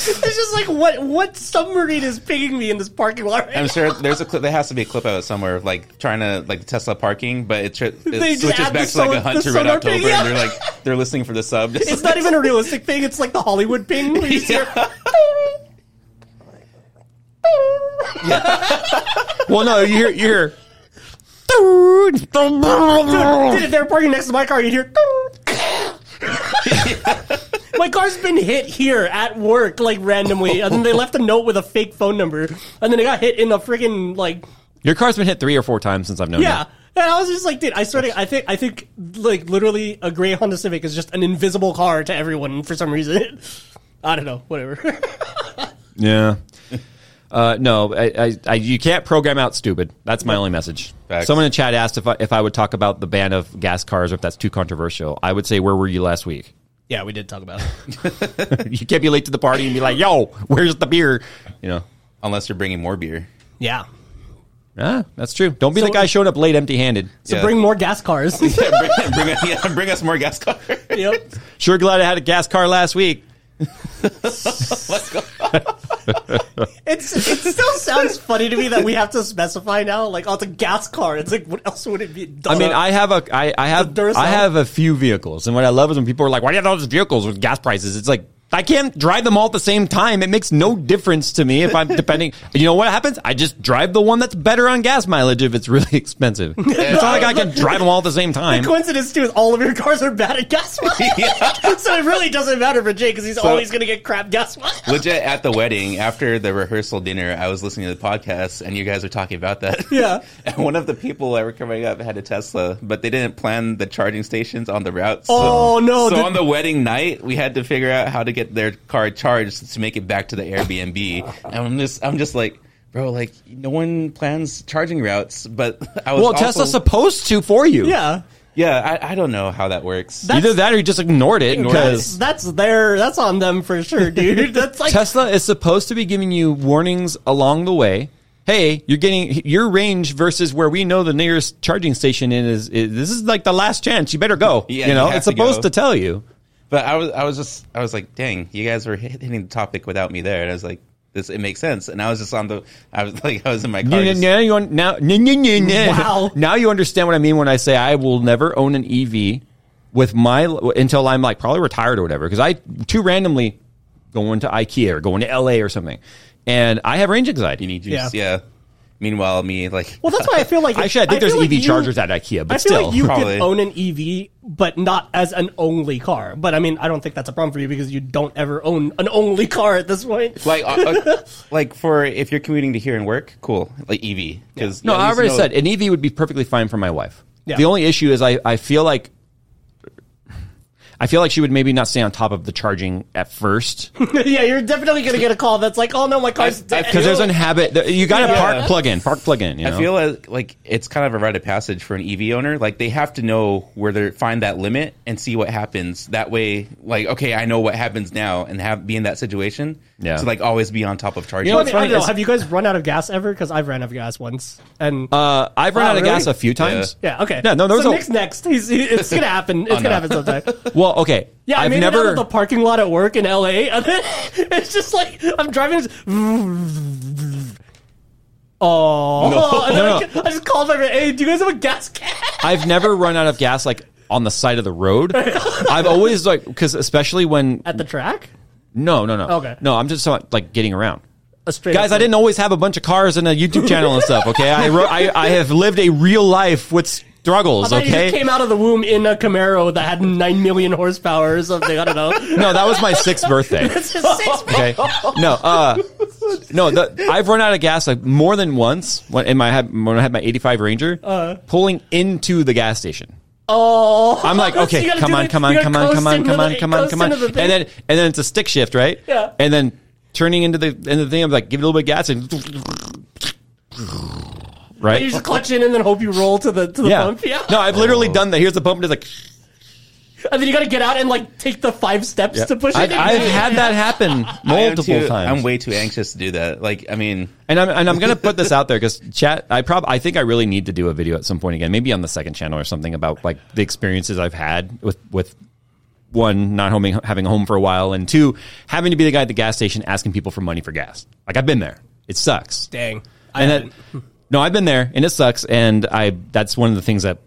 C: just like what what submarine is pinging me in this parking lot? Right
B: I'm sure there's a clip. There has to be a clip out somewhere of like trying to like Tesla parking, but it, tr- it
C: just
B: switches
C: add the
B: back to like
C: solar-
B: a hunt
C: the
B: to red
C: solar
B: October,
C: thing,
B: and they're
C: yeah.
B: like they're listening for the sub. Just
C: It's not even a realistic thing. It's like the Hollywood ping. Where you just hear,
A: Well, no, you hear, you hear.
C: Dude, if they were parking next to my car, you'd hear. my car's been hit here at work, like randomly, and then they left a note with a fake phone number, and then it got hit in the friggin' like
A: Your car's been hit three or four times since I've known
C: yeah. And I was just like, dude, I swear to, I think, I think, like, literally, a gray Honda Civic is just an invisible car to everyone for some reason. I don't know, whatever.
A: you. Yeah. Uh, no, I, I, I, you can't program out stupid. That's my only message.
B: Facts.
A: Someone in chat asked if I, if I would talk about the ban of gas cars or if that's too controversial. I would say, where were you last week?
C: yeah, we did talk about it.
A: You can't be late to the party and be like, yo, where's the beer? You know,
B: unless you're bringing more beer.
C: Yeah.
A: yeah, Ah, that's true. Don't be
C: So-
A: the guy showing up late empty handed.
C: So
B: Yeah.
C: bring more gas cars.
B: Yeah, bring, bring, yeah, bring us more gas car.
C: yep.
A: Sure glad I had a gas car last week.
C: It's, it still sounds funny to me that we have to specify now. Like, oh, it's a gas car. It's like, what else would it be?
A: I mean, I have a, I, I have,
C: The Duracell?
A: I have a few vehicles, and what I love is when people are like, "Why do you have all these vehicles with gas prices?" It's like I can't drive them all at the same time. It makes no difference to me if I'm depending. you know what happens? I just drive the one that's better on gas mileage if it's really expensive. It's not like I can drive them all at the same time.
C: coincidence too is all of your cars are bad at gas mileage. so it really doesn't matter for Jay because he's always going to get crap gas mileage.
B: Legit at the wedding after the rehearsal dinner, I was listening to the podcast and you guys were talking about that.
C: Yeah.
B: and one of the people that were coming up had a Tesla, but they didn't plan the charging stations on the route. So,
C: Oh, no,
B: So
C: the-
B: on the wedding night, we had to figure out how to get their car charged to make it back to the Airbnb. and I'm just, I'm just like, bro, like no one plans charging routes. But I was
A: well,
B: also-
A: Tesla's supposed to for you.
C: Yeah.
B: yeah, I, I don't know how that works.
A: Either that or you just ignored it
C: That's,
A: because
C: that's their, that's on them for sure, dude. That's like,
A: Tesla is supposed to be giving you warnings along the way. Hey, you're getting your range versus where we know the nearest charging station in is, is this is like the last chance. You better go.
B: Yeah,
A: you
B: you
A: know,
B: have
A: it's
B: to
A: supposed
B: go.
A: to tell you.
B: But I was, I was just, I was like, dang, you guys were hit- hitting the topic without me there, and I was like, This it makes sense. And I was just on the. I was like, I was in my car.
A: Now,
B: just-
A: now, you un- now, now, now, now,
C: Wow.
A: now you understand what I mean when I say I will never own an EV with my until I'm like probably retired or whatever because I too randomly going to IKEA or going to LA or something, and I have range
B: you
A: anxiety.
B: need juice.
C: Yeah.
B: Yeah. Meanwhile, me like.
C: Well, that's why I feel like
A: Actually, I think there's
C: feel like
A: EV
C: you-
A: chargers at IKEA, but
C: I feel
A: still,
C: like you
B: Probably.
C: could own an EV, but not as an only car. But I mean, I don't think that's a problem for you because you don't ever own an only car at this point.
B: like, uh, uh, like for if you're commuting to here and work, cool. Like E EV, because
A: No, I already said an EV would be perfectly fine for my wife.
C: Yeah.
A: The only issue is I, I feel like I feel like she would maybe not stay on top of the charging at first
C: yeah, you're definitely gonna get a call that's like, "Oh no, my car's
B: I- I
C: dead."
A: because there's a habit that- you got to
B: Yeah.
A: park plug in, park plug in. You know?
B: I feel like, like it's kind of a rite of passage for an EV owner. Like they have to know where they find that limit and see what happens. That way, like okay, I know what happens now, and have be in that situation.
A: Yeah.
B: To like always be on top of charging.
A: You
C: Well,
A: know
C: I, mean, I
A: funny
C: don't know.
A: is-
C: Have you guys run out of gas ever? Because I've ran out of gas once, and
A: Uh, I've run
C: Wow,
A: out of
C: really?
A: gas a few times.
C: yeah, okay,
A: No, no, there was
C: so
A: a- Oh,
C: Nick's next. He's, he- it's gonna happen. It's gonna happen sometime.
A: Well, okay.
C: Yeah, I
A: I've
C: made it out
A: never.
C: of the parking lot at work in LA, and then it's just like I'm driving. Just, oh no,
A: No,
C: I,
A: no.
C: I just called my friend. Hey, do you guys have a gas can?
A: I've never run out of gas like on the side of the road. I've always like because especially when
C: At the track,
A: no, no, no.
C: Okay.
A: No, I'm just talking, like getting around.
C: a straight
A: Guys, I didn't always have a bunch of cars and a YouTube channel and stuff. Okay, I ro- I, I have lived a real life with struggles.
C: I thought you just
A: Okay,
C: came out of the womb in a Camaro that had nine million horsepower or something. I don't know.
A: no, that was my sixth birthday.
C: It's just six
A: Okay, no, uh, no, the, I've run out of gas like more than once when in my when I had my '85 Ranger
C: Uh.
A: pulling into the gas station.
C: Oh,
A: I'm like,
C: So
A: okay,
C: you gotta
A: come
C: do
A: on,
C: the-
A: come
C: you
A: on,
C: gotta
A: come on, come on,
C: coast
A: come on,
C: into
A: come
C: the-
A: on, come on,
C: coast into
A: and
C: the
A: then
C: thing.
A: and then it's a stick shift, right?
C: Yeah.
A: And then turning into the into the thing, I'm like, give it a little bit of gas and
C: you
A: right.
C: just clutch in and then hope you roll to the to the
A: Yeah.
C: pump. Yeah.
A: No, I've literally done that. Here's the pump, and it's like
C: and then you gotta get out and like take the five steps to push
A: I've,
C: it.
A: I've had that happen
B: I am
A: multiple
B: too-
A: times.
B: I'm way too anxious to do that. Like I mean,
A: And I'm and I'm gonna put this out there because chat. I prob I think I really need to do a video at some point again, maybe on the second channel or something about like the experiences I've had with with one not homing, having a home for a while, and two having to be the guy at the gas station asking people for money for gas. Like I've been there. It sucks.
C: Dang.
A: and that, no, I've been there, and it sucks. And I that's one of the things that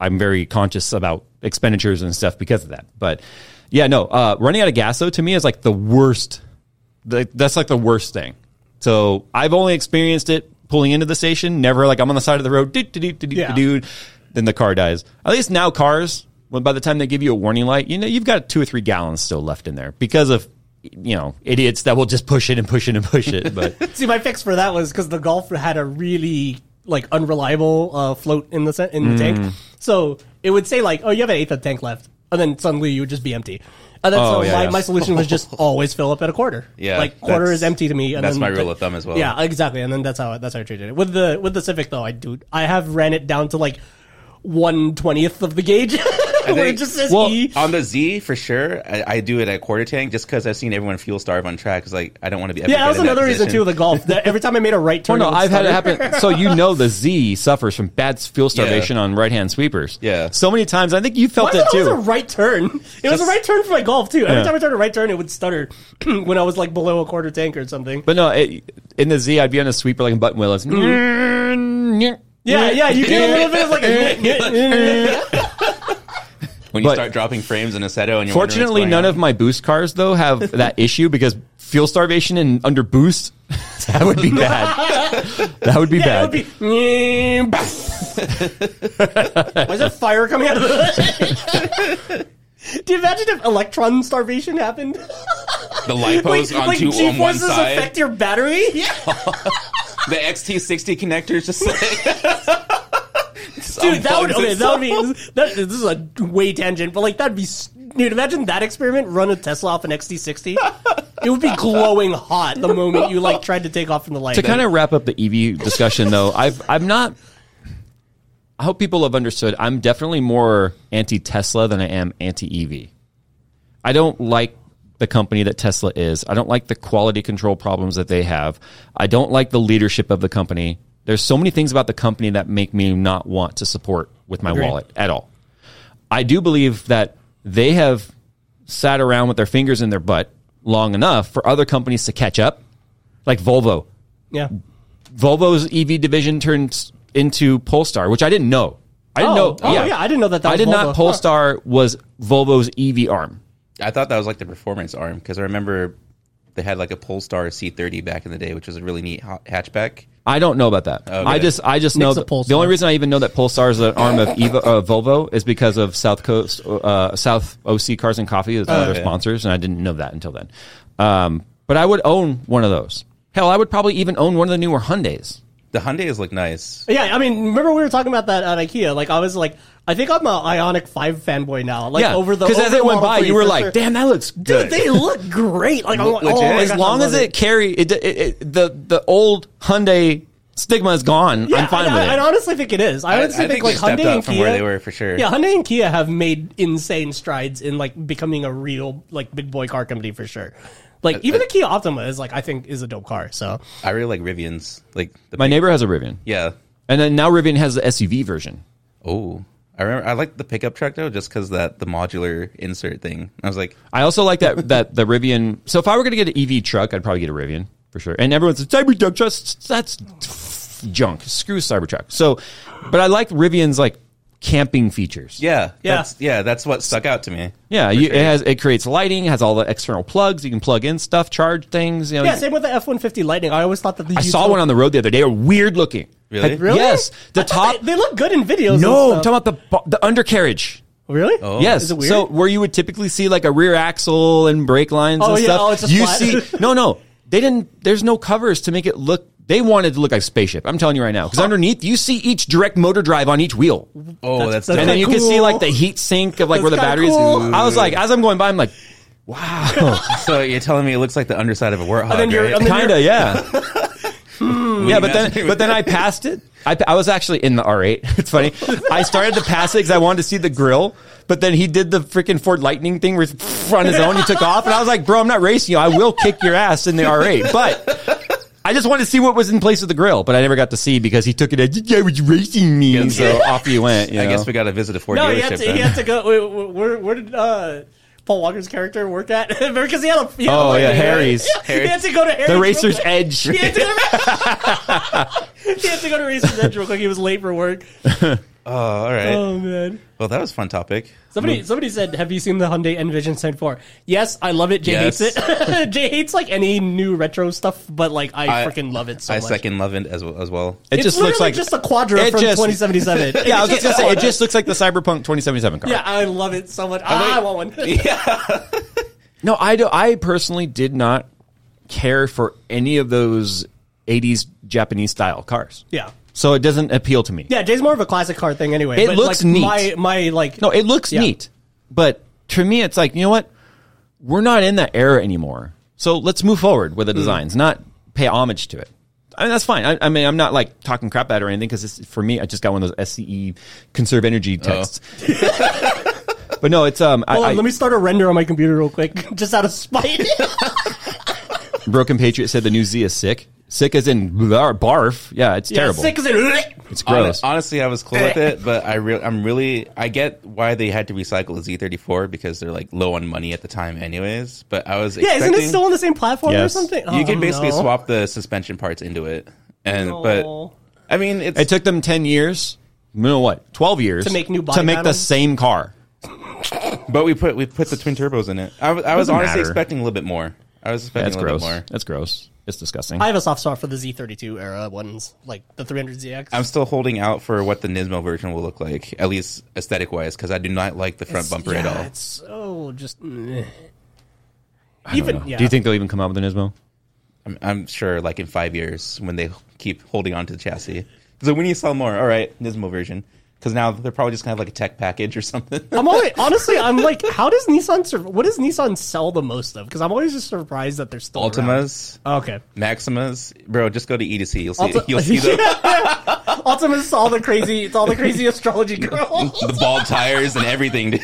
A: I'm very conscious about expenditures and stuff because of that. But yeah, no, uh, running out of gas though to me is like the worst. Like, that's like the worst thing. So I've only experienced it pulling into the station. Never like I'm on the side of the road, do do do do
C: Yeah.
A: do do. Then the car dies. At least now cars. Well, by the time they give you a warning light, you know you've got two or three gallons still left in there because of you know idiots that will just push it and push it and push it. But
C: See, my fix for that was because the Golf had a really like unreliable uh, float in the se- in the
B: Mm.
C: tank, so it would say like, "Oh, you have an eighth of tank left," and then suddenly you would just be empty. And then
A: Oh,
C: so
A: yeah,
C: my,
A: yeah.
C: my solution was just always fill up at a quarter.
B: Yeah,
C: like quarter
B: that's-
C: is empty to me. And
B: that's
C: then
B: my rule of thumb as well.
C: Yeah, exactly. And then that's how that's how I treated it with the with the Civic though. I do I have ran it down to like one twentieth of the gauge, where it
B: think-
C: just says
A: Well,
C: E.
B: on the Z for sure, I, I do it at quarter tank just because I've seen everyone fuel starve on track. Because like I don't want to be. ever
C: Yeah, that
B: get
C: was
B: in
C: another reason too.
B: position.
C: The Golf. That every time I made a right turn,
A: Well, no,
C: it would
A: I've had it
C: stutter.
A: happen. So you know the Z suffers from bad fuel starvation on right-hand sweepers.
B: Yeah.
A: So many times, I think you felt
C: I
A: it
C: thought it was a
A: too.
C: right turn. It was a
B: Just-
C: right turn for my golf too. Every
A: Yeah.
C: time I turned a right turn, it would stutter when I was like below a quarter tank or something.
A: But no, it, in the Z, I'd be on a sweeper like a button wheel. It's
C: yeah, Mm. yeah, you get a little bit of like a
B: when you
A: but-
B: start dropping frames in a seto, and you're wondering what's
A: Fortunately,
B: going
A: none
B: on.
A: of my boost cars though have that issue because fuel starvation and under boost that would be bad. that would be
C: yeah, it
A: bad.
C: would be. Why is there fire coming out of the? Do you imagine if electron starvation happened?
B: the lipos on
C: like
B: two
C: G
B: on one
C: forces
B: side.
C: affect your battery? Yeah,
B: the XT60 connectors just like
C: dude, that would
B: Unplugs
C: okay. That would
B: itself.
C: be. That, this is a way tangent, but like that'd be. s- Dude, imagine that experiment. Run a Tesla off an XT60. It would be glowing hot the moment you like tried to take off from the light.
A: to kind of wrap up the EV discussion, though, I've I'm not. I hope people have understood. I'm definitely more anti Tesla than I am anti EV. I don't like the company that Tesla is. I don't like the quality control problems that they have. I don't like the leadership of the company. There's so many things about the company that make me not want to support with my
C: Agreed.
A: wallet at all. I do believe that they have sat around with their fingers in their butt long enough for other companies to catch up like Volvo.
C: Yeah.
A: Volvo's EV division turns into Polestar, which I didn't know. I didn't
C: Oh.
A: know.
C: Oh, yeah, I didn't know that that
A: I
C: was
A: did
C: Volvo.
A: not. Polestar was Volvo's EV arm.
B: I thought that was like the performance arm because I remember they had like a Polestar C30 back in the day, which was a really neat ha- hatchback.
A: I don't know about that. I just, I just know
C: Nick's a
A: that,
C: Polestar.
A: the only reason I even know that Polestar is an arm of Evo, uh, Volvo is because of South Coast, uh, South OC Cars and Coffee is one of their
B: yeah.
A: sponsors, and I didn't know that until then. Um, but I would own one of those. Hell, I would probably even own one of the newer Hyundai's.
B: The Hyundai's look nice.
C: Yeah, I mean, remember we were talking about that at IKEA? Like, I was like, I think I'm a Ionic Five fanboy now. Like, over the
A: because as
C: over
A: it went
C: Model
A: by,
C: 3,
A: you were
C: for
A: like,
C: sure.
A: "Damn, that looks
C: dude,
A: good."
C: they look great. Like, I'm like,
B: Legit.
C: oh, my
A: as
C: God,
A: long
C: I
A: as
C: love
A: it, carry it, it, it, the the old Hyundai stigma is gone.
C: Yeah,
A: I'm fine
C: I,
A: with
C: I,
A: it.
C: I honestly think it is. I
B: I, I
C: honestly
B: think,
C: think,
B: they
C: like
B: stepped
C: Hyundai
B: up
C: and
B: from
C: Kia.
B: where they were for sure.
C: Yeah, Hyundai and Kia have made insane strides in like becoming a real like big boy car company for sure.
A: Uh,
C: Like even the Kia Optima is like I think is a dope car. So
A: Oh,
B: I really like Rivians. Like the
A: My neighbor has a Rivian,
B: yeah.
A: and then now Rivian has the SUV version.
B: Oh, I remember. I liked the pickup truck though, just because that the modular insert thing. I was like,
A: I also like that that the Rivian. So if I were going to get an EV truck, I'd probably get a Rivian for sure. And everyone's like, Cybertruck, just that's junk. Screw Cybertruck. So, but I like Rivian's like camping features.
B: yeah,
C: Yeah.
B: that's, yeah. That's what stuck out to me.
A: Yeah, you, it has it creates lighting, has all the external plugs. You can plug in stuff, charge things. You know,
C: yeah, same with the F one fifty Lightning. I always thought that the
A: I saw one on the road the other day. They were weird looking.
B: Really?
A: Had-
C: really?
A: Yes. The
C: I thought
A: top.
C: they, they look good in videos.
A: no, I'm talking
C: and stuff.
A: about the bo- the undercarriage.
C: really?
A: yes.
C: Is it weird?
A: So where you would typically see like a rear axle and brake lines
C: Oh,
A: and
C: yeah.
A: stuff.
C: Oh, it's just
A: you
C: flat.
A: see no no. They didn't there's no covers to make it look they wanted to look like spaceship. I'm telling you right now. Because underneath you see each direct motor drive on each wheel.
B: Oh,
C: That's-
B: that's,
C: that's
A: And
B: dope.
A: then you can see
C: Cool.
A: like the heat sink of like
C: That's
A: where the
C: kinda
A: batteries.
C: cool.
A: I was like, as I'm going by, I'm like, wow.
B: so you're telling me it looks like the underside of a warthog,
C: then you're-
B: right?
C: and then-
A: Kinda, yeah.
B: Hmm.
A: yeah, but then
B: imagine-
A: but then I passed it. I, pa- I was actually in the R8. It's funny. I started to pass it because I wanted to see the grill, but then he did the freaking Ford Lightning thing where he's on his own. He took off, and I was like, "Bro, I'm not racing you. I will kick your ass in the R8." But I just wanted to see what was in place of the grill, but I never got to see because he took it. as, Yeah, was racing me, and so off he went. You
B: I
A: know?
B: guess we got to visit a Ford
C: No, he
B: dealership.
C: had to.
B: then.
C: He had to go. Wait, wait, where, where did uh, Paul Walker's character work at? because he had a. He had a
A: Oh,
C: lightning,
A: yeah,
C: right?
A: Harry's.
C: Yeah, He had to go to Harry's.
A: the
C: real
A: Racer's
C: quick.
A: Edge.
C: He had, to, he had to go to Racer's Edge real quick. He was late for work.
B: Oh, all
A: Eh.
B: right.
C: Oh man.
B: well, that was a fun topic.
C: Somebody, somebody said, "Have you seen the Hyundai Envision Send 4? Yes, I love it. Jay
B: Yes.
C: hates it. Jay hates like any new retro stuff, but like I,
B: I-
C: freaking love it so
B: I
C: much.
B: second love it as well. As well.
A: It
C: It's
A: just
C: literally
A: looks like
C: just a Quadra
A: it
C: from
A: just-
C: 2077.
A: yeah. I was just gonna say it just looks like the Cyberpunk 2077 car.
C: yeah, I love it so much. Ah, I want one.
A: No, I do. I personally did not care for any of those '80s Japanese style cars.
C: yeah.
A: So it doesn't appeal to me.
C: Yeah, Jay's more of a classic car thing anyway.
A: It
C: but
A: looks
C: like
A: neat.
C: My my like
A: No, it looks
C: Yeah.
A: neat, but to me, it's like you know what? We're not in that era anymore. So let's move forward with the
C: Mm.
A: designs, not pay homage to it. I mean, that's fine. I, I mean, I'm not like talking crap about it or anything because for me, I just got one of those SCE conserve energy texts. but no, it's um,
C: Oh.
A: I,
C: Hold on,
A: I,
C: oh, let me start a render on my computer real quick, just out of spite.
A: Broken Patriot said the new Z is sick. Sick as in blar- barf. Yeah, it's terrible.
C: Sick as it.
A: It's
B: Hon-
A: gross.
B: honestly, I was cool with it, but I re- I'm really I get why they had to recycle the Z34 because they're like low on money at the time, anyways. But I was
C: Yeah, isn't
B: expecting,
C: it still on the same platform or
A: Yes.
C: something?
B: you can basically
C: Oh, no.
B: swap the suspension parts into it, and
C: No.
B: but I mean it's
A: It took them ten years. You know what? Twelve years
C: To make new body
A: to make the
C: panels?
A: same car.
B: but we put we put the twin turbos in it. I, was- I was
A: Doesn't
B: honestly
A: matter.
B: expecting a little bit more. I was expecting
A: That's
B: a little
A: gross.
B: bit more.
A: That's gross. It's disgusting.
C: I have a soft spot for the Z32 era ones, like the 300ZX.
B: I'm still holding out for what the Nismo version will look like, at least aesthetic wise, because I do not like the front bumper
C: yeah,
B: at all.
C: It's so just eh.
A: I
C: even
A: don't know.
C: yeah.
A: Do you think they'll even come out with an Nismo?
B: I'm, I'm sure, like in five years, when they keep holding on to the chassis, so we need to sell more. All right, Nismo version, because now they're probably just gonna have like a tech package or something.
C: I'm always honestly I'm like, how does Nissan sur- what does Nissan sell the most of? Because I'm always just surprised that they're still around.
B: Ultimas,
C: Okay.
B: Maximas, bro, just go to E to C. You'll see,
C: Ulti-
B: you'll see the,
C: Ultimus is all the crazy it's all the crazy astrology girls.
B: the bald tires and everything. dude.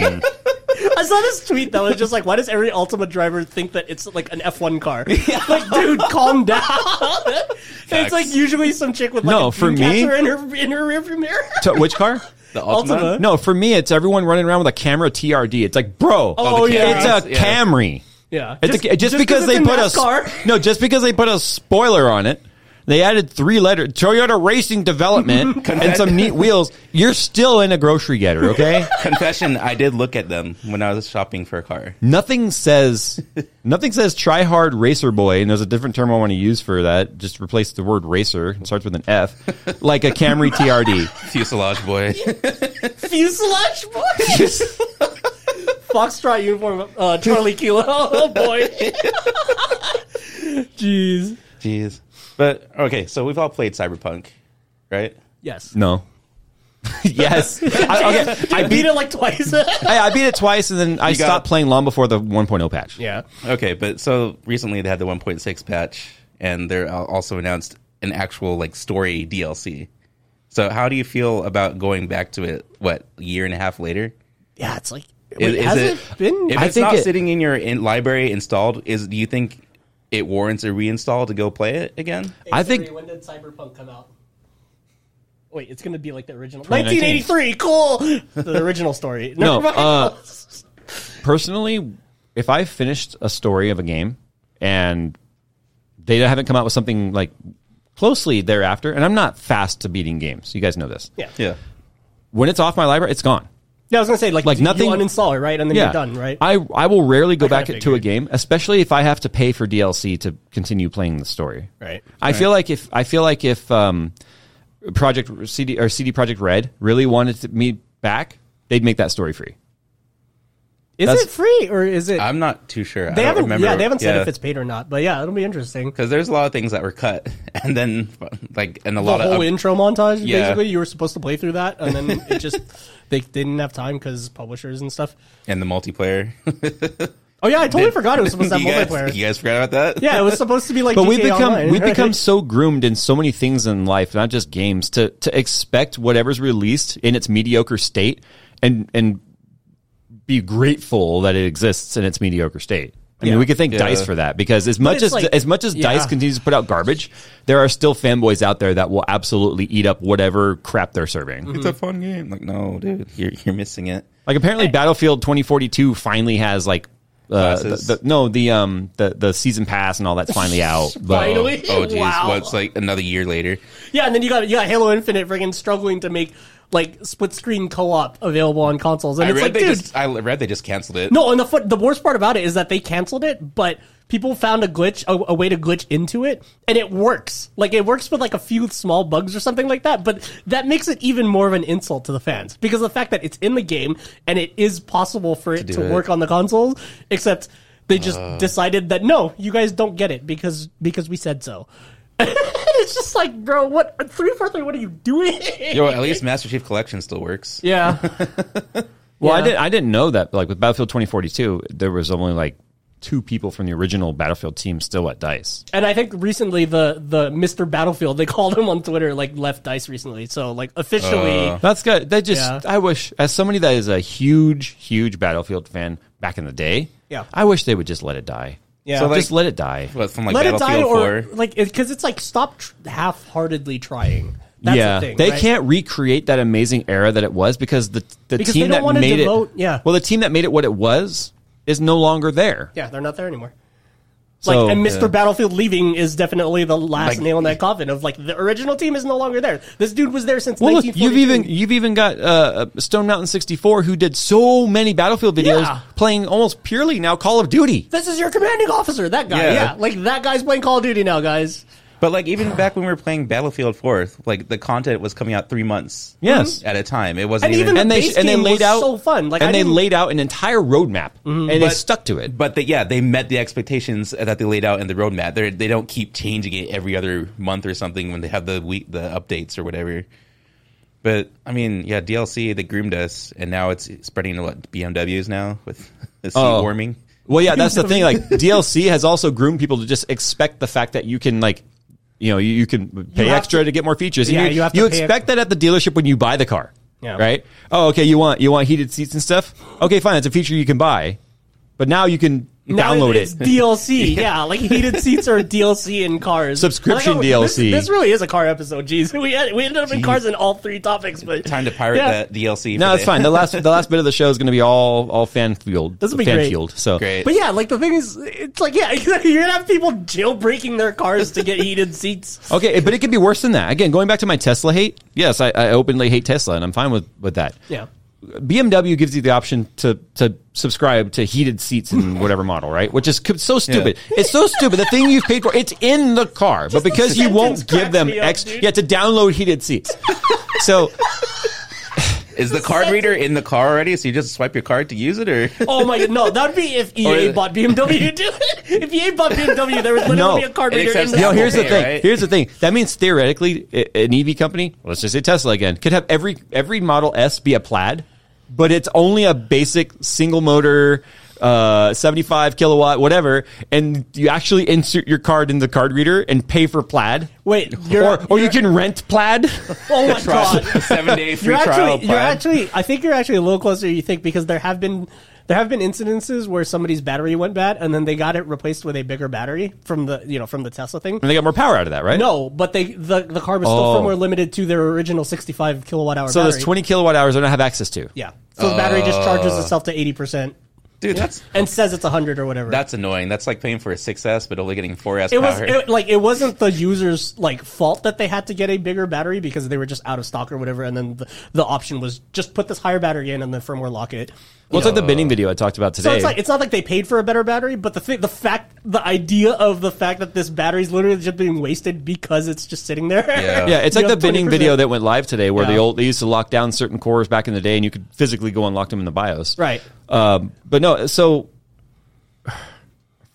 C: I saw this tweet that was just like, why does every Ultima driver think that it's like an F1 car? Like, dude, calm down. It's like usually some chick with like
A: No,
C: a
A: for
C: dream
A: me-
C: catcher in her in her rearview mirror.
A: To- which car?
B: the Ultima.
C: Ultima.
A: No, for me, it's everyone running around with a camera TRD. It's like, bro,
C: Oh,
B: the
C: yeah.
A: it's
B: cameras,
A: a
B: yeah.
A: Camry.
C: Yeah.
A: It's okay- just, because they
C: it's in
A: put a
C: NASCAR.
A: s- no, just because they put a spoiler on it, they added three letters: Toyota Racing Development and some neat wheels. You're still in a grocery getter, okay?
B: Confession: I did look at them when I was shopping for a car.
A: nothing says nothing says try hard racer boy, and there's a different term I want to use for that. Just replace the word racer. It starts with an F, like a Camry TRD.
B: Fuselage boy.
C: Fuselage boy. Foxtrot uniform, uh, Charlie Kilo. Oh boy. Jeez.
B: Jeez. But okay, so we've all played Cyberpunk, right?
C: Yes.
A: No. yes. I, okay.
C: I
A: I
C: beat
A: beat.
C: it like twice.
A: I, I beat it twice, and then I
B: got-
A: stopped playing long before the 1.0 patch.
C: yeah.
B: Okay, but so recently they had the 1.6 patch, and they're al- also announced an actual like story DLC. So how do you feel about going back to it? What a year and a half later?
C: Yeah, it's like.
B: Is-
C: Wait,
B: is
C: has
B: it-
C: it, been?
B: If
A: I
B: it's
A: think
B: not
A: it-
B: sitting in your in- library installed, is do you think it warrants a reinstall to go play it again?
A: I think-
C: When did Cyberpunk come out? Wait, it's going to be like the original. 1983,
A: 1983,
C: cool! The original story.
A: No,
C: Never mind.
A: uh, personally, if I finished a story of a game and they haven't come out with something like closely thereafter, and I'm not fast to beating games. You guys know this.
C: yeah.
B: Yeah.
A: When it's off my library, it's gone.
C: Yeah, I was going to say, like,
A: Like
C: you
A: nothing-
C: uninstall it, right? And then
A: Yeah,
C: you're done, right?
A: I I will rarely go
C: kinda
A: back to a
C: figured.
A: game, especially if I have to pay for DLC to continue playing the story.
C: Right.
A: I feel like if I feel like if um, Project CD or CD Project Red really wanted to- me back, they'd make that story free.
C: is
A: that's-
C: it free or is it.
B: I'm not too sure.
C: they
B: I don't
C: haven't,
B: remember.
C: yeah, they haven't said if it's paid or not, but yeah, it'll be interesting.
B: because there's a lot of things that were cut, and then like and a
C: the
B: lot
C: whole
B: of
C: intro montage.
B: Yeah.
C: Basically, you were supposed to play through that, and then it just they didn't have time because publishers and stuff.
B: and the multiplayer.
C: Oh yeah, I totally forgot it was supposed to
B: you,
C: have
B: guys,
C: multiplayer.
B: you guys forgot about that?
C: Yeah, it was supposed to be like.
A: But
C: GTA
A: we've become
C: Online,
A: we've
C: right?
A: become so groomed in so many things in life, not just games, to to expect whatever's released in its mediocre state and and be grateful that it exists in its mediocre state. I mean,
C: Yeah.
A: we could thank
B: Yeah.
A: Dice for that because as much
C: it's
A: as
C: like-
A: as much as Dice
C: yeah.
A: continues to put out garbage, there are still fanboys out there that will absolutely eat up whatever crap they're serving.
C: Mm-hmm.
B: It's a fun game. Like, no, dude, you're you're missing it.
A: Like apparently, Battlefield 2042 finally has like. Uh, the,
B: Classes.
A: the, no, the um, the the season pass and all that's finally out. But
C: Finally,
B: Oh, jeez,
C: wow.
B: what's like another year later?
C: yeah, and then you got you got Halo Infinite friggin' struggling to make like split screen co op available on consoles, and
B: I
C: it's
B: read
C: like,
B: they
C: dude,
B: just I read they just canceled it.
C: no. And the foot, the worst part about it is that they canceled it, but people found a glitch, a, a way to glitch into it, and it works. Like it works with like a few small bugs or something like that. But that makes it even more of an insult to the fans because the fact that it's in the game and it is possible for it Uh. to,
B: do it.
C: work on the console, except. They just decided that no, you guys don't get it because because we said so. it's just like, bro, what three four three? What are you doing?
B: Yo, at least Master Chief Collection still works.
C: Yeah.
A: Well, I
C: Yeah.
A: didn't. I didn't know that. Like with Battlefield 2042, there was only like two people from the original Battlefield team still at Dice.
C: And I think recently the the Mr. Battlefield they called him on Twitter like left dice recently. So like officially
B: Uh,
A: That's good. That just.
C: Yeah.
A: I wish, as somebody that is a huge, huge Battlefield fan back in the day,
C: Yeah.
A: I wish they would just let it die.
C: Yeah.
A: Yeah,
C: So, like-
A: just let it die.
B: But from like
C: let it die
B: Battlefield
C: or
B: 4.
C: like because it's like stop tr- half-heartedly trying. That's
A: yeah,
C: the thing.
A: they
C: right?
A: can't recreate that amazing era that it was because the the
C: Because they
A: team
C: don't
A: that
C: wanna
A: made
C: devote-
A: it.
C: yeah.
A: Well, the team that made it what it was is no longer there.
C: Yeah, they're not there anymore. Like
A: So-
C: and Mr. Battlefield leaving is definitely the last
B: Like-
C: nail in that coffin of like the original team is no longer there. This dude was there since
A: Well, look,
C: 1942.
A: you've even you've even got uh, Stone Mountain sixty four, who did so many Battlefield videos,
C: Yeah.
A: playing almost purely now Call of Duty.
C: this is your commanding officer, that guy. Yeah.
B: Yeah.
C: like that guy's playing Call of Duty now, guys.
B: But like even back when we were playing Battlefield 4, like the content was coming out 3 months
A: Yes.
B: at a time. It wasn't
C: And
B: even,
C: even-
A: And they
C: base
A: and they
C: game was
A: laid out
C: so fun. Like, I
A: and they
C: didn't- Mm-hmm.
A: laid out an entire roadmap, and they
B: But-
A: stuck to it.
B: but they, yeah, they met the expectations that they laid out in the roadmap. They they don't keep changing it every other month or something when they have the week the updates or whatever. But I mean, yeah, DLC they groomed us, and now it's spreading to what BMWs now with the sea
A: Oh.
B: warming.
A: Well, yeah, that's the thing. Like DLC has also groomed people to just expect the fact that you can like. You know, you, you can pay
C: have
A: extra to, get more features.
C: Yeah,
A: you,
C: you have to
A: you
C: pay
A: expect that at the dealership when you buy the car,
C: Yeah.
A: right? Oh, okay. You want you want heated seats and stuff. Okay, fine. It's a feature you can buy, but now you can
C: Now
A: Download
C: it's
A: it.
C: DLC. yeah. like heated seats are DLC in cars.
A: Subscription
C: I like how-
A: DLC.
C: This, this really is a car episode. Jeez, we had, we ended up in cars in all three topics, but
B: Time to pirate
C: Yeah.
B: that DLC.
A: No,
B: for
A: that's
B: the-
A: fine. The last the last bit of the show is going to be all all fan fueled.
C: This'll be
A: fan
C: great.
A: fueled. So
B: Great.
C: But yeah, like the thing is, it's like yeah, exactly. You're gonna have people jailbreaking their cars to get heated seats.
A: Okay, but it could be worse than that. Again, going back to my Tesla hate. Yes, I, I openly hate Tesla, and I'm fine with with that.
C: Yeah,
A: BMW gives you the option to to subscribe to heated seats in whatever model, right? Which is co- so stupid. It's so stupid. The thing you've paid for, it's in the car, but
C: the
A: because you
C: sentence
A: won't
C: cracks
A: give them
C: me up,
A: extra,
C: dude.
A: you have to download heated seats. So
B: Is the card reader in the car already? So you just swipe your card to use it, or
C: Oh my god, no, that'd be if EA
B: Or-
C: bought BMW too. if EA bought BMW, there would literally
A: No.
C: be a card
B: It
C: reader in
B: accepts
C: the
A: Yo,
B: Apple
A: here's the
B: Pay,
A: thing.
B: right?
A: Here's the thing. That means theoretically, i- an EV company, let's just say Tesla again, could have every every Model S be a Plaid, but it's only a basic single motor, uh, 75 kilowatt, whatever, and you actually insert your card in the card reader and pay for Plaid.
C: Wait, you're,
A: Or, or you
C: you're-
A: can rent plaid.
C: Oh my
B: Trial-
C: god,
B: seven day free
C: you're
B: trial?
C: actually, you're
B: plan?
C: actually, I think you're actually a little closer. You think because there have been there have been incidences where somebody's battery went bad and then they got it replaced with a bigger battery from the you know from the Tesla thing.
A: and they got more power out of that, right?
C: No, but they the, the car was still
A: Oh.
C: firmware limited to their original 65 kilowatt hour.
A: So
C: battery.
A: those 20 kilowatt hours I don't have access to.
C: Yeah, so the battery just charges itself to 80 percent
B: dude, that's
C: and says it's 100 or whatever.
B: that's annoying. That's like paying for a 6S, but only getting 4S
C: it was
B: power.
C: it, like it wasn't the user's like fault that they had to get a bigger battery because they were just out of stock or whatever, and then the, the option was just put this higher battery in and then firmware lock it.
A: Well, it's like the binning video I talked about today.
C: So it's like it's not like they paid for a better battery, but the thing, the fact, the idea of the fact that this battery's literally just being wasted because it's just sitting there.
B: Yeah.
A: yeah, it's
C: You
A: like the
C: have
A: binning
C: 20%.
A: video that went live today, where the
C: Yeah.
A: old they used to lock down certain cores back in the day, and you could physically go unlock them in the BIOS.
C: Right.
A: Um, but no, so I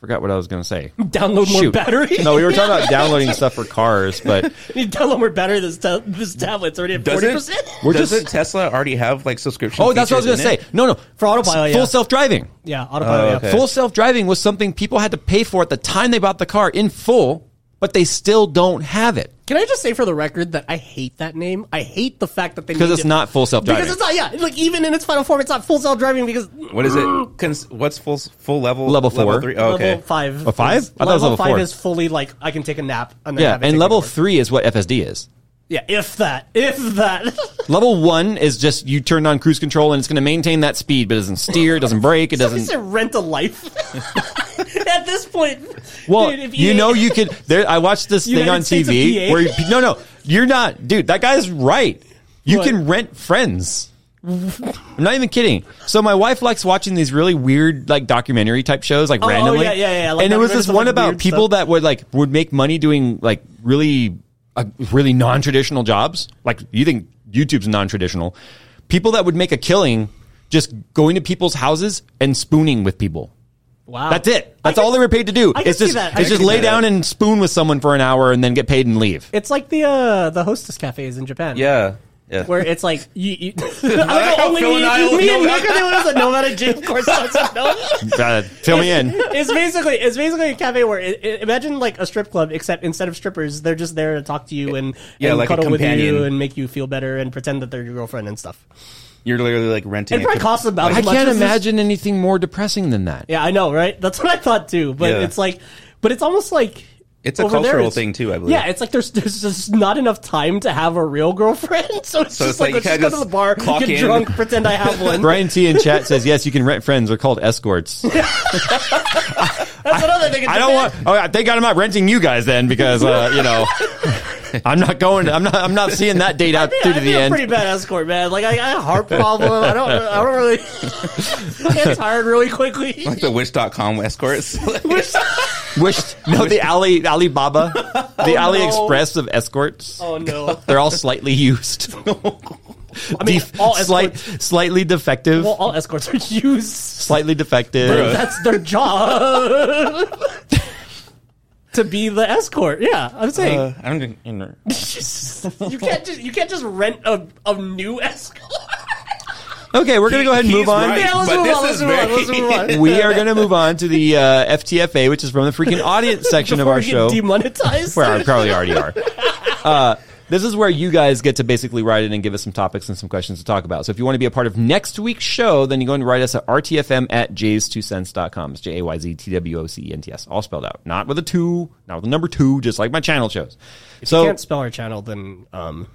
A: forgot what I was going to say.
C: Download more
A: Shoot.
C: battery.
A: No, we were talking about downloading stuff for cars, but
C: You download more battery. This ta- this tablet's already at forty
B: Doesn't,
C: percent.
A: We're
B: doesn't
A: just-
B: Tesla already have like subscription?
A: oh, that's what I was going
B: features
A: to
B: in
A: say.
B: it?
A: No, no,
C: For autopilot,
A: S- full
C: yeah.
A: self driving.
C: Yeah, autopilot.
B: okay.
C: yeah.
A: Full self driving was something people had to pay for at the time they bought the car in full, but they still don't have it.
C: Can I just say for the record that I hate that name. I hate the fact that they
A: Because
C: named
A: it's
C: it-
A: not full self-driving.
C: Because it's not. Yeah, like even in its final form, it's not full self driving. Because
B: What is it? Cons- what's full full level?
A: Level four.
B: three. Oh, okay.
C: level five,
A: A five?
C: is-
A: I thought it was
C: level,
A: level
C: five
A: four.
C: is fully like I can take a nap. And then
A: Yeah,
C: have it
A: and
C: take
A: level
C: over.
A: three is what FSD is.
C: Yeah, if that, if that.
A: Level one is just you turned on cruise control and it's going to maintain that speed, but it doesn't steer, it doesn't brake, it
C: Doesn't
A: doesn't.
C: said rent a life. At this point,
A: Well,
C: dude, if
A: you
C: EA
A: know you could. There, I watched this thing
C: United
A: on
C: States of
A: TV
C: PA.
A: where you- no, no, you're not, dude. That guy's right. You
C: What?
A: can rent friends. I'm not even kidding. So my wife likes watching these really weird, like documentary type shows, like
C: oh,
A: randomly.
C: yeah, yeah, yeah, like
A: and there was
C: documentaries
A: this
C: of,
A: one
C: like,
A: about
C: weird
A: people
C: stuff.
A: that would like would make money doing like really, uh, really non-traditional jobs. Like you think YouTube's non-traditional? People that would make a killing just going to people's houses and spooning with people.
C: Wow,
A: That's it. That's
C: I
A: all
C: can-
A: they were paid to do.
C: I can
A: It's
C: see
A: just
C: that. I
A: it's
C: can
A: just
C: see
A: lay
C: that.
A: down and spoon with someone for an hour and then get paid and leave.
C: It's like the uh, the hostess cafes in Japan.
B: Yeah. Yeah.
C: where it's like you. you I
B: how
C: only
B: Phil
C: me,
B: and I will
C: me
B: know
C: and
B: that.
C: Nick are the ones that know about a gym course. No,
A: Uh, fill me in.
C: it's basically it's basically a cafe where it, it- imagine like a strip club, except instead of strippers, they're just there to talk to you and,
B: Yeah,
C: and
B: like a
C: cuddle with you
B: companion.
C: and make you feel better and pretend that they're your girlfriend and stuff.
B: You're literally like renting.
C: It probably
B: a-
C: costs about.
A: I
C: as much
A: can't
C: as this-
A: imagine anything more depressing than that.
C: Yeah, I know, right? That's what I thought too. But
B: Yeah.
C: it's like, but it's almost like
B: It's a
C: over there,
B: cultural
C: it's-
B: thing too, I believe.
C: Yeah, it's like there's there's just not enough time to have a real girlfriend, so it's
B: So
C: just
B: it's
C: like,
B: like you
C: let's just go
B: kinda
C: to
B: just
C: the bar,
B: clock
C: get
B: in.
C: drunk, pretend I have one.
A: Brian T in chat says yes, you can rent friends. They're called escorts.
C: That's another thing. in
A: I don't
C: Japan.
A: want. Oh, thank God I'm not renting you guys then because uh, you know I'm not going. I'm not. I'm not seeing that date out
C: Yeah,
A: through
C: I'd
A: to
C: be
A: the
C: a
A: end.
C: pretty bad escort, man. Like I, I have a heart problem. I don't. I don't really. I get tired really quickly.
B: Like the Wish.com escorts.
A: Wished. No, the Ali Alibaba, the
C: Oh, no.
A: AliExpress of escorts.
C: oh no.
A: They're all slightly used.
C: I mean, all
A: slight,
C: escorts.
A: slightly defective.
C: Well, all escorts are used.
A: slightly defective.
C: That's their job. to be the escort. Yeah, I'm saying.
B: Uh, I'm gonna- you know.
C: you can't just you can't just rent a, a new escort.
A: Okay, we're gonna go ahead and
B: He's
A: move on.
B: right.
C: Yeah, let's
B: But
C: move
B: this
C: on. Let's
B: is
C: move on. Let's
B: very-
C: move on.
A: We are gonna move on to the uh, FTFA, which is from the freaking audience section of
C: Before
A: our
C: we get
A: show.
C: demonetized.
A: Where I probably already are. Uh, this is where you guys get to basically write in and give us some topics and some questions to talk about. So if you want to be a part of next week's show, then you go and write us at rtfm at jays2cents.com. It's J A Y Z T W O C E N T S, all spelled out. Not with a two, not with a number two, just like my channel shows. so
C: Can't spell our channel, then um,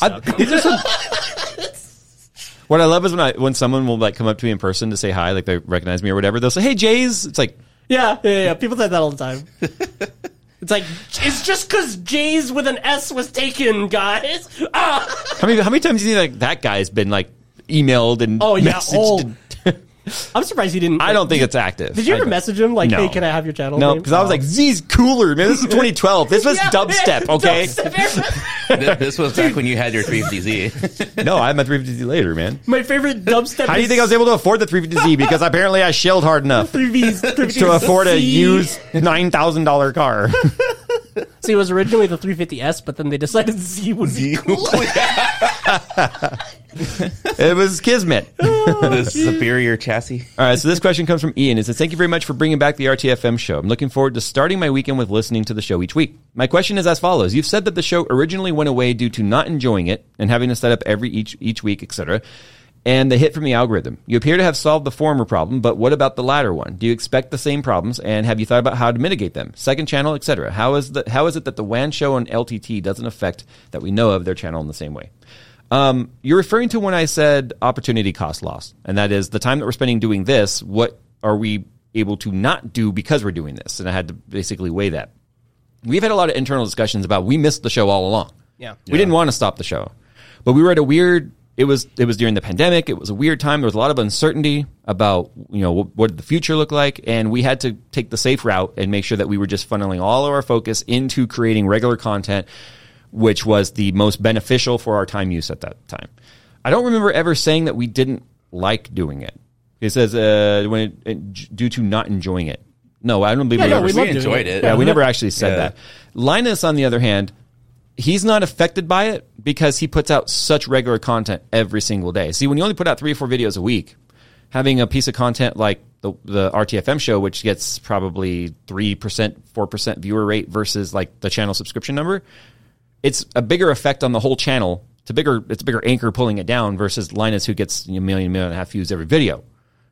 A: I, these are some. What I love is when I when someone will like come up to me in person to say hi, like they recognize me or whatever. They'll say, "Hey, Jays." It's like
C: yeah, yeah, yeah. People say that all the time. It's like it's just because J's with an S was taken, guys. Ah!
A: how many how many times do you think like that guy's been like emailed and
C: Oh yeah,
A: messaged
C: oh.
A: and-
C: I'm surprised you didn't.
A: I don't think it's active.
C: Did you ever
A: I-
C: message him like,
A: No.
C: "Hey, can I have your channel?"
A: No,
C: name?
A: because I was
C: Oh.
A: like, Z's cooler, man. This is 2012. This was
C: Yeah,
A: dubstep,
C: yeah,
A: okay?
C: dubstep.
B: Th- this was back when you had your 350Z.
A: no, I had my 350Z later, man.
C: My favorite dubstep.
A: How do you think I was able to afford the 350Z? Because apparently I shelled hard enough
C: three V's
A: to afford a used $9,000 car.
C: See, it was originally the 350S, but then they decided Z would be cool.
A: it was kismet.
B: the superior chassis.
A: All right, so this question comes from Ian. It says, Thank you very much for bringing back the RTFM show. I'm looking forward to starting my weekend with listening to the show each week. My question is as follows You've said that the show originally went away due to not enjoying it and having to set up every each, each week, etc., and the hit from the algorithm. You appear to have solved the former problem, but what about the latter one? Do you expect the same problems, and have you thought about how to mitigate them? Second channel, etc. How is the how is it that the WAN show on LTT doesn't affect that we know of their channel in the same way? Um, you're referring to when I said opportunity cost loss, and that is the time that we're spending doing this. What are we able to not do because we're doing this? And I had to basically weigh that. We've had a lot of internal discussions about we missed the show all along.
C: Yeah.
A: we didn't want to stop the show, but we were at a weird. It was it was during the pandemic. It was a weird time. There was a lot of uncertainty about you know what, what did the future look like, and we had to take the safe route and make sure that we were just funneling all of our focus into creating regular content which was the most beneficial for our time use at that time. I don't remember ever saying that we didn't like doing it. It says uh, when it, it- due to not enjoying it. No, I don't believe
C: Yeah,
A: we
C: no,
A: ever
C: we
A: said-
C: love
B: We
C: doing it.
B: enjoyed it.
A: yeah, we never actually said
B: Yeah.
A: that. Linus, on the other hand, he's not affected by it because he puts out such regular content every single day. See, when you only put out three or four videos a week, having a piece of content like the, the RTFM show, which gets probably 3%, 4% viewer rate versus like the channel subscription number, it's a bigger effect on the whole channel. It's a bigger, it's a bigger anchor pulling it down versus Linus who gets a million, million and a half views every video.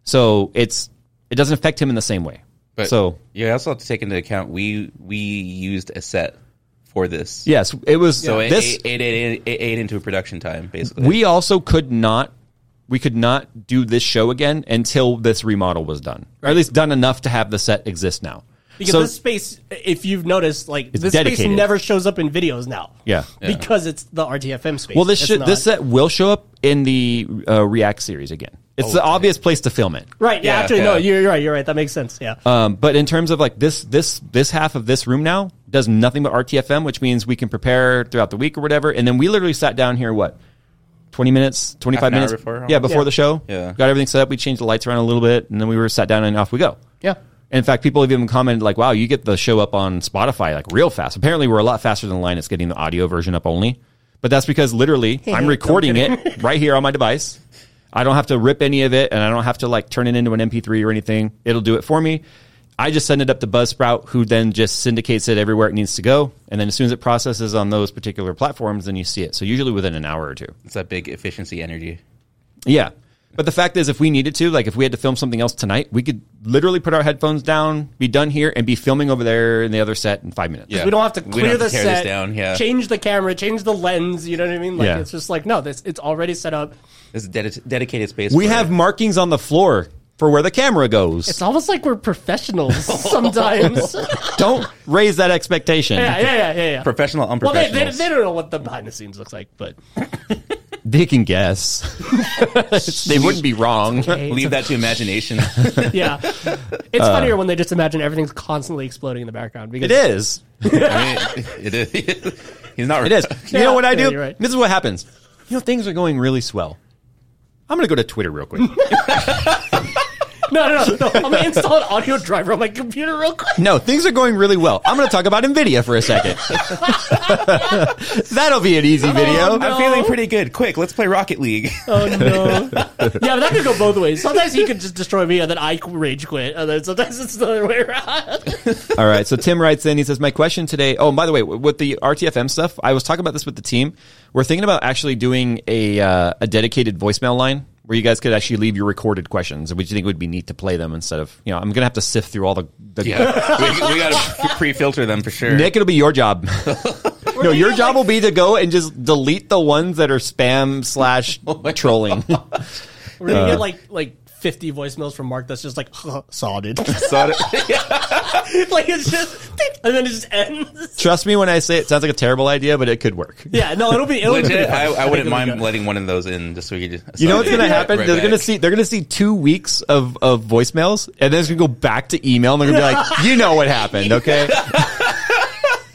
A: So it's, it doesn't affect him in the same way.
B: But
A: so
B: you also have to take into account we we used a set for this.
A: Yes, it was.
B: So it,
A: this
B: it, it, it, it ate into production time, basically.
A: we also could not, we could not do this show again until this remodel was done, or at least done enough to have the set exist now.
C: Because
A: so
C: this space, if you've noticed, like this
A: dedicated.
C: space never shows up in videos now.
A: Yeah. Yeah.
C: because it's the RTFM space.
A: well, this
C: It's
A: should, this
C: not-
A: set will show up in the uh, React series again. It's the obvious place to film it.
C: right? Yeah,
B: Yeah,
C: actually, no,
B: yeah.
C: you're you're right. You're right. That makes sense. Yeah,
A: Um, but in terms of like this, this, this half of this room now does nothing but RTFM, which means we can prepare throughout the week or whatever. And then we literally sat down here, what, 20 minutes, 25
B: Half an hour
A: minutes?
B: before,
A: yeah, before
C: Yeah.
A: the show.
B: Yeah.
A: Got everything set up. We changed the lights around a little bit and then we were sat down and off we go.
C: yeah.
A: In fact, people have even commented like, "Wow, you get the show up on Spotify like real fast." Apparently, we're a lot faster than Linus getting the audio version up only, but that's because literally I'm recording it right here on my device. I don't have to rip any of it, and I don't have to like turn it into an MP3 or anything. It'll do it for me. I just send it up to Buzzsprout, who then just syndicates it everywhere it needs to go, and then as soon as it processes on those particular platforms, then you see it. So usually within an hour or two.
B: It's that big efficiency energy.
A: Yeah. But the fact is, if we needed to, like if we had to film something else tonight, we could literally put our headphones down, be done here, and be filming over there in the other set in five minutes.
B: Yeah.
C: We don't have to
B: We
C: clear
B: don't have to
C: the
B: tear this
C: set,
B: down, yeah.
C: change the camera, change the lens. You know what I mean? Like
A: Yeah.
C: it's just like no, this it's already set up.
B: This is dedi- dedicated space.
A: We
B: for
A: have
B: it.
A: markings on the floor for where the camera goes.
C: It's almost like we're professionals sometimes.
A: don't raise that expectation.
C: yeah, yeah, yeah, yeah, yeah.
B: professional,
C: Well, they,
B: unprofessional.
C: they, they don't know what the behind the scenes looks like, but
A: They can guess. they wouldn't be wrong.
B: Leave that to imagination.
C: yeah, it's
A: Uh.
C: funnier when they just imagine everything's constantly exploding in the background. Because
A: It is.
B: I mean, it is. He's not.
A: It is. You know what I
C: Yeah,
A: do?
C: you're right.
A: This is what happens. You know, things are going really swell. I'm going to go to Twitter real quick.
C: No, no, no, no. I'm gonna install an audio driver on my computer real quick.
A: No, things are going really well. I'm going to talk about NVIDIA for a second. That'll be an easy video.
C: Oh, no.
B: I'm feeling pretty good. Quick, let's play Rocket League.
C: Oh no. yeah, but that could go both ways. Sometimes he could just destroy me, and then I rage quit, and then sometimes it's the other way around.
A: All right. So Tim writes in. He says, "My question today. Oh, and by the way, with the RTFM stuff, I was talking about this with the team. We're thinking about actually doing a uh, a dedicated voicemail line where you guys could actually leave your recorded questions, which you think would be neat to play them instead of you know I'm gonna have to sift through all the. the
B: Yeah, we, we gotta pre-filter them for sure.
A: Nick, it'll be your job. no, your job will be to go and just delete the ones that are spam slash trolling.
C: We're gonna
A: uh,
C: get like like 50 voicemails from Mark that's just like huh, saw dude.
B: So- yeah.
C: like it's just and then it just ends.
A: Trust me when I say it sounds like a terrible idea, but it could work.
C: Yeah, no, it'll be it'll be
B: Legit, I, I
C: it'll
B: wouldn't
C: be
B: mind
C: good.
B: letting one of those in just so we could.
A: You know what's gonna
B: Yeah,
A: happen?
B: right
A: they're
B: back.
A: gonna see they're gonna see two weeks of, of voicemails and then it's gonna go back to email and they're gonna be like, you know what happened, okay?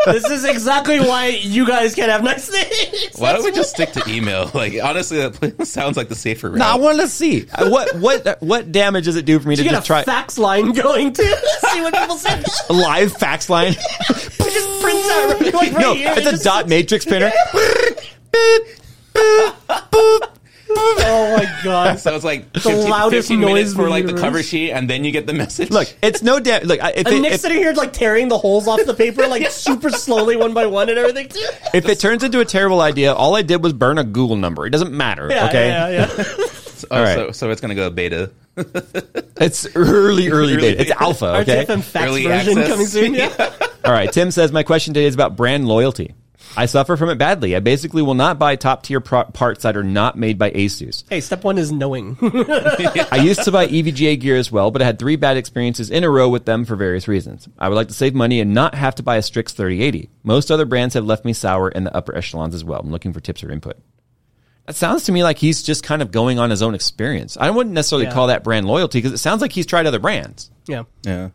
C: This is exactly why you guys can't have nice things.
B: Why don't we just stick to email? Like honestly, that sounds like the safer route.
A: no, I wanna see. Uh, What what what damage does it do for me to
C: You get a
A: just try
C: fax line going to see what people say. It
A: a live fax line?
C: just prints out like right
A: no,
C: here.
A: it's a
C: It just-
A: dot matrix printer.
C: Oh my god.
B: So it's like the
C: loudest noise
B: for like the
C: meters.
B: cover sheet, and then you get the message.
A: Look, it's no damage. Look, I- if
C: And
A: it,
C: Nick's
A: if,
C: sitting here like tearing the holes off the paper like super slowly one by one and everything too.
A: if it turns into a terrible idea, all I did was burn a Google number. It doesn't matter.
C: Yeah,
A: okay,
C: yeah, yeah.
B: oh,
A: all right.
B: so, so it's gonna go beta.
A: it's early, early,
B: Early
A: beta. It's
B: beta.
A: alpha. Okay,
C: RTFM fax
B: Early
C: version
B: access.
C: coming soon. Yeah.
A: All right. Tim says, My question today is about brand loyalty. I suffer from it badly. I basically will not buy top tier pro- parts that are not made by Asus.
C: hey, step one is knowing.
A: I used to buy E EVGA gear as well, but I had three bad experiences in a row with them for various reasons. I would like to save money and not have to buy a Strix 3080. Most other brands have left me sour in the upper echelons as well. I'm looking for tips or input. That sounds to me like he's just kind of going on his own experience. I wouldn't necessarily
C: Yeah.
A: call that brand loyalty because it sounds like he's tried other brands.
C: yeah.
B: Yeah.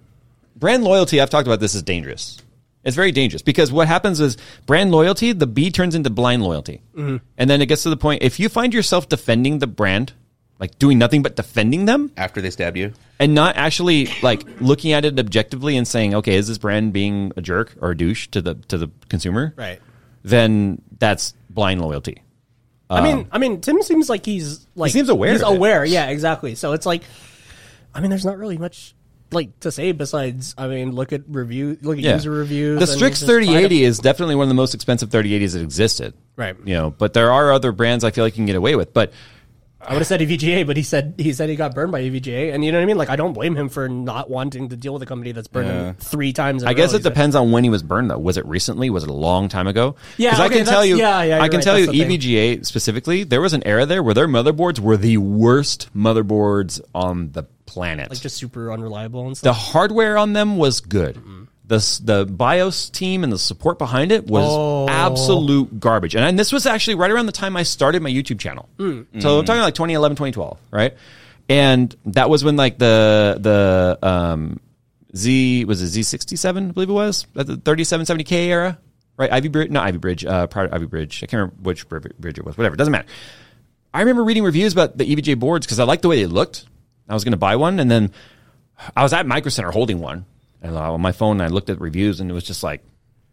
A: brand loyalty i've talked about this is dangerous it's very dangerous because what happens is brand loyalty the b turns into blind loyalty
C: Mm-hmm.
A: and then it gets to the point if you find yourself defending the brand like doing nothing but defending them
B: After they stab you,
A: and not actually like looking at it objectively and saying okay is this brand being a jerk or a douche to the to the consumer
C: Right.
A: then that's blind loyalty
C: I mean, I mean, Tim seems like he's like
A: Um, seems aware
C: He's
A: of it.
C: aware, yeah, exactly. So it's like, I mean, there's not really much like to say besides, I mean, look at review, look at user reviews.
A: The
C: and
A: Strix
C: just find
A: 3080 is definitely one of the most expensive 3080s that existed.
C: Right.
A: You know, but there are other brands I feel like you can get away with. But
C: a- I would have said EVGA, but he said he said he got burned by E EVGA, and you know what I mean. Like, I don't blame him for not wanting to deal with a company that's burned him three times. in
A: I
C: a
A: guess
C: row.
A: it depends on when he was burned, though. Was it recently? Was it a long time ago?
C: Yeah,
A: 'Cause I
C: okay,
A: can tell
C: that's-
A: you.
C: yeah, yeah,
A: I
C: you're
A: can
C: right,
A: tell
C: that's
A: you E
C: the thing.
A: EVGA specifically. There was an era there where their motherboards were the worst motherboards on the planet.
C: Like, just super unreliable and
A: the
C: stuff.
A: hardware on them was good. The s- the BIOS team and the support behind it was absolute garbage. And, and this was actually right around the time I started my YouTube channel. So I'm talking like 2011, 2012, right? And that was when like the the um, Z was it Z67, I believe it was, At the 3770K era, right? Ivy Bridge, not Ivy Bridge, uh, prior to Ivy Bridge. I can't remember which br- bridge it was. Whatever, doesn't matter. I remember reading reviews about the EVGA boards because I liked the way they looked. I was going to buy one, and then I was at Micro Center holding one, and I- on my phone I looked at reviews, and it was just like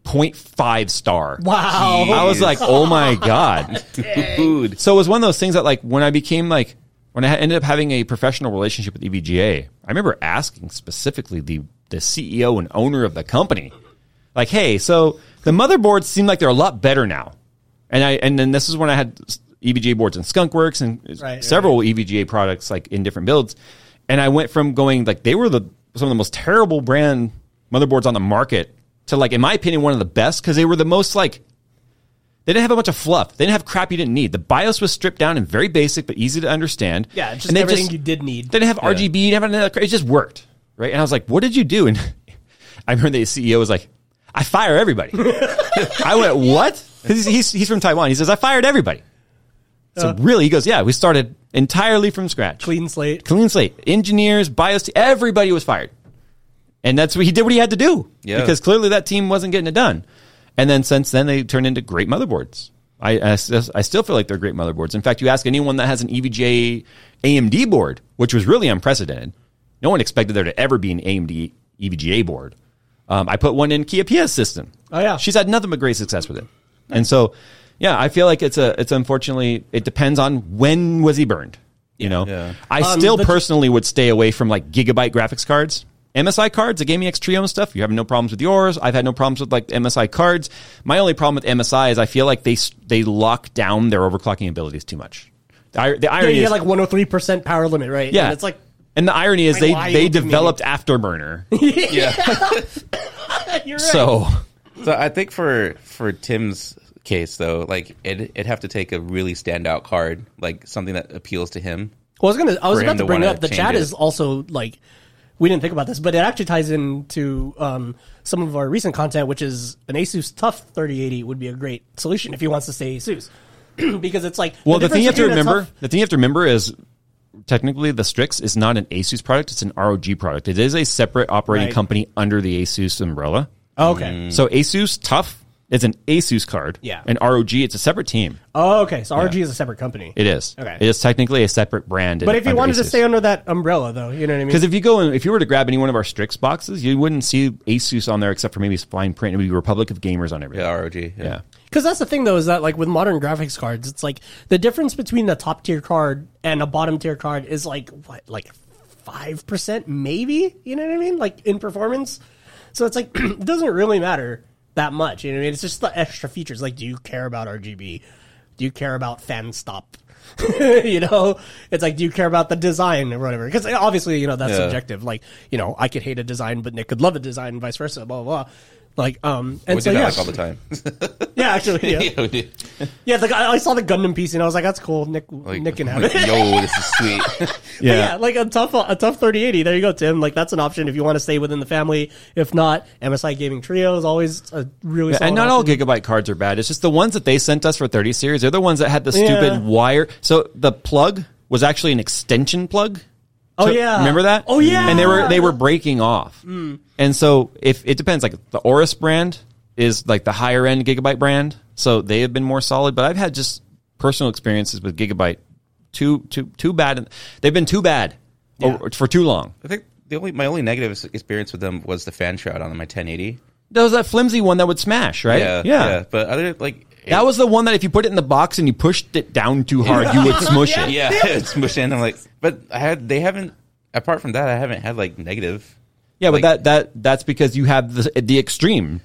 A: 0.5 star.
C: Wow.
A: I was like, oh my god.
B: food.
A: So it was one of those things that like when I became like when I ended up having a professional relationship with E EVGA, I remember asking specifically the the CEO and owner of the company, like, hey, so the motherboards seem like they're a lot better now, and I and then this is when I had E EVGA boards in Skunkworks and
C: Right,
A: several E EVGA products like in different builds, and I went from going like they were the some of the most terrible brand motherboards on the market to like in my opinion one of the best because they were the most like they didn't have a bunch of fluff. They didn't have crap you didn't need. The BIOS was stripped down and very basic, but easy to understand.
C: Yeah, just
A: And they
C: everything you did need.
A: They didn't have RGB. You didn't have any of that crap. It just worked, right? And I was like, "What did you do?" And I remember the CEO was like, "I fire everybody." I went, "What?" 'Cause He's, he's he's from Taiwan. He says, "I fired everybody."
C: Uh.
A: So really, he goes, "Yeah, we started entirely from scratch,
C: clean slate.
A: clean slate. Engineers, BIOS, te- everybody was fired." And that's what he did. What he had to do,
B: Yeah.
A: because clearly that team wasn't getting it done. And then since then, they turned into great motherboards. I, I, s- I still feel like they're great E motherboards. In fact, you ask anyone that has an EVGA AMD board, which was really unprecedented, No one expected there to ever be an AMD EVGA board. Um, I put one in Kia Pia's system.
C: Oh, yeah.
A: she's had nothing but great success with it. And so, yeah, I feel like it's a it's unfortunately it depends on when was he burned. You know,
B: Yeah.
A: I
C: Um,
A: still
C: but-
A: personally would stay away from like gigabyte graphics cards. MSI cards, the Gaming X Trio and stuff, you're having no problems with yours. I've had no problems with like MSI cards. My only problem with MSI is I feel like they s- they lock down their overclocking abilities too much. The, ir- the
C: Yeah,
A: irony
C: you
A: is,
C: get like 103% power limit, right?
A: yeah,
C: And it's like,
A: and the irony is
C: like,
A: they
C: why
A: they
C: you give me-
A: developed Afterburner,
C: eh, you're right.
A: so
B: So I think for for Tim's case though, like it it'd have to take a really standout card, like something that appeals to him.
C: Well, I was gonna. I was
B: for
C: about
B: him
C: to
B: to
C: bring it
B: wanna
C: up. The
B: change
C: chat
B: it.
C: is also like we didn't think about this, but it actually ties into um, some of our recent content, which is an ASUS Tough 3080 would be a great solution if he wants to stay ASUS, because it's like
A: Well, the, thing you have
C: difference
A: to
C: between a
A: remember,
C: Tough-
A: the thing you have to remember is technically the Strix is not an ASUS product; it's an ROG product. It is a separate operating
C: Right.
A: company under the ASUS umbrella.
C: Oh, okay.
A: So ASUS Tough is an ASUS card.
C: Yeah.
A: And ROG, it's a separate team.
C: Oh, okay. So RG is a separate company.
A: It is.
C: Okay.
A: It is technically a separate brand.
C: but if you wanted to stay under that umbrella, though, you know what I mean.
A: because if you go and if you were to grab any one of our Strix boxes, you wouldn't see ASUS on there except for maybe some fine print. It would be Republic of Gamers on everything.
B: Yeah, ROG. Yeah.
A: Yeah.
C: Because that's the thing, though, is that like with modern graphics cards, it's like the difference between a top tier card and a bottom tier card is like what, like five percent, maybe. You know what I mean? Like in performance, so it's like it doesn't really matter that much. You know what I mean? It's just the extra features. Like, do you care about RGB? Do you care about fan stop? you know, it's like, do you care about the design or whatever? Because obviously, you know, that's
B: Yeah.
C: subjective. Like, you know, I could hate a design, but Nick could love a design, and vice versa. Blah blah. blah. Like, um, and
B: We
C: so
B: do that
C: yeah,
B: like all the time.
C: yeah, actually, yeah.
B: Yeah, we do.
C: Yeah, like I I saw the Gundam piece and I was like, "That's cool, Nick.
B: Like,
C: Nick can have
B: like,
C: it."
B: Yo, this is sweet.
C: But yeah, like a tough, a tough thirty eighty. There you go, Tim. Like that's an option if you want to stay within the family. If not, MSI Gaming Trio is always a really.
A: and not all gigabyte cards are bad. It's just the ones that they sent us for 30 series. They're the ones that had the stupid
C: Yeah.
A: wire. So the plug was actually an extension plug.
C: Oh
A: So-
C: yeah,
A: remember that?
C: Oh yeah, Mm.
A: and they were they were breaking off. And so if it depends, like the Oris brand is like the higher end gigabyte brand, so they have been more solid. But I've had just personal experiences with gigabyte too too too bad. They've been too bad or- for too long.
B: I think the only my only negative s- experience with them was the fan shroud on my 1080.
A: There was that flimsy one that would smash, right?
B: Yeah, But other like it-
A: That was the one that if you put it in the box and you pushed it down too hard, you would smush it.
B: yeah, it's mushed in. I'm like, but I had they haven't. Apart from that, I haven't had like negative.
A: Yeah, but that
B: Like-
A: that that's because you have the the extreme.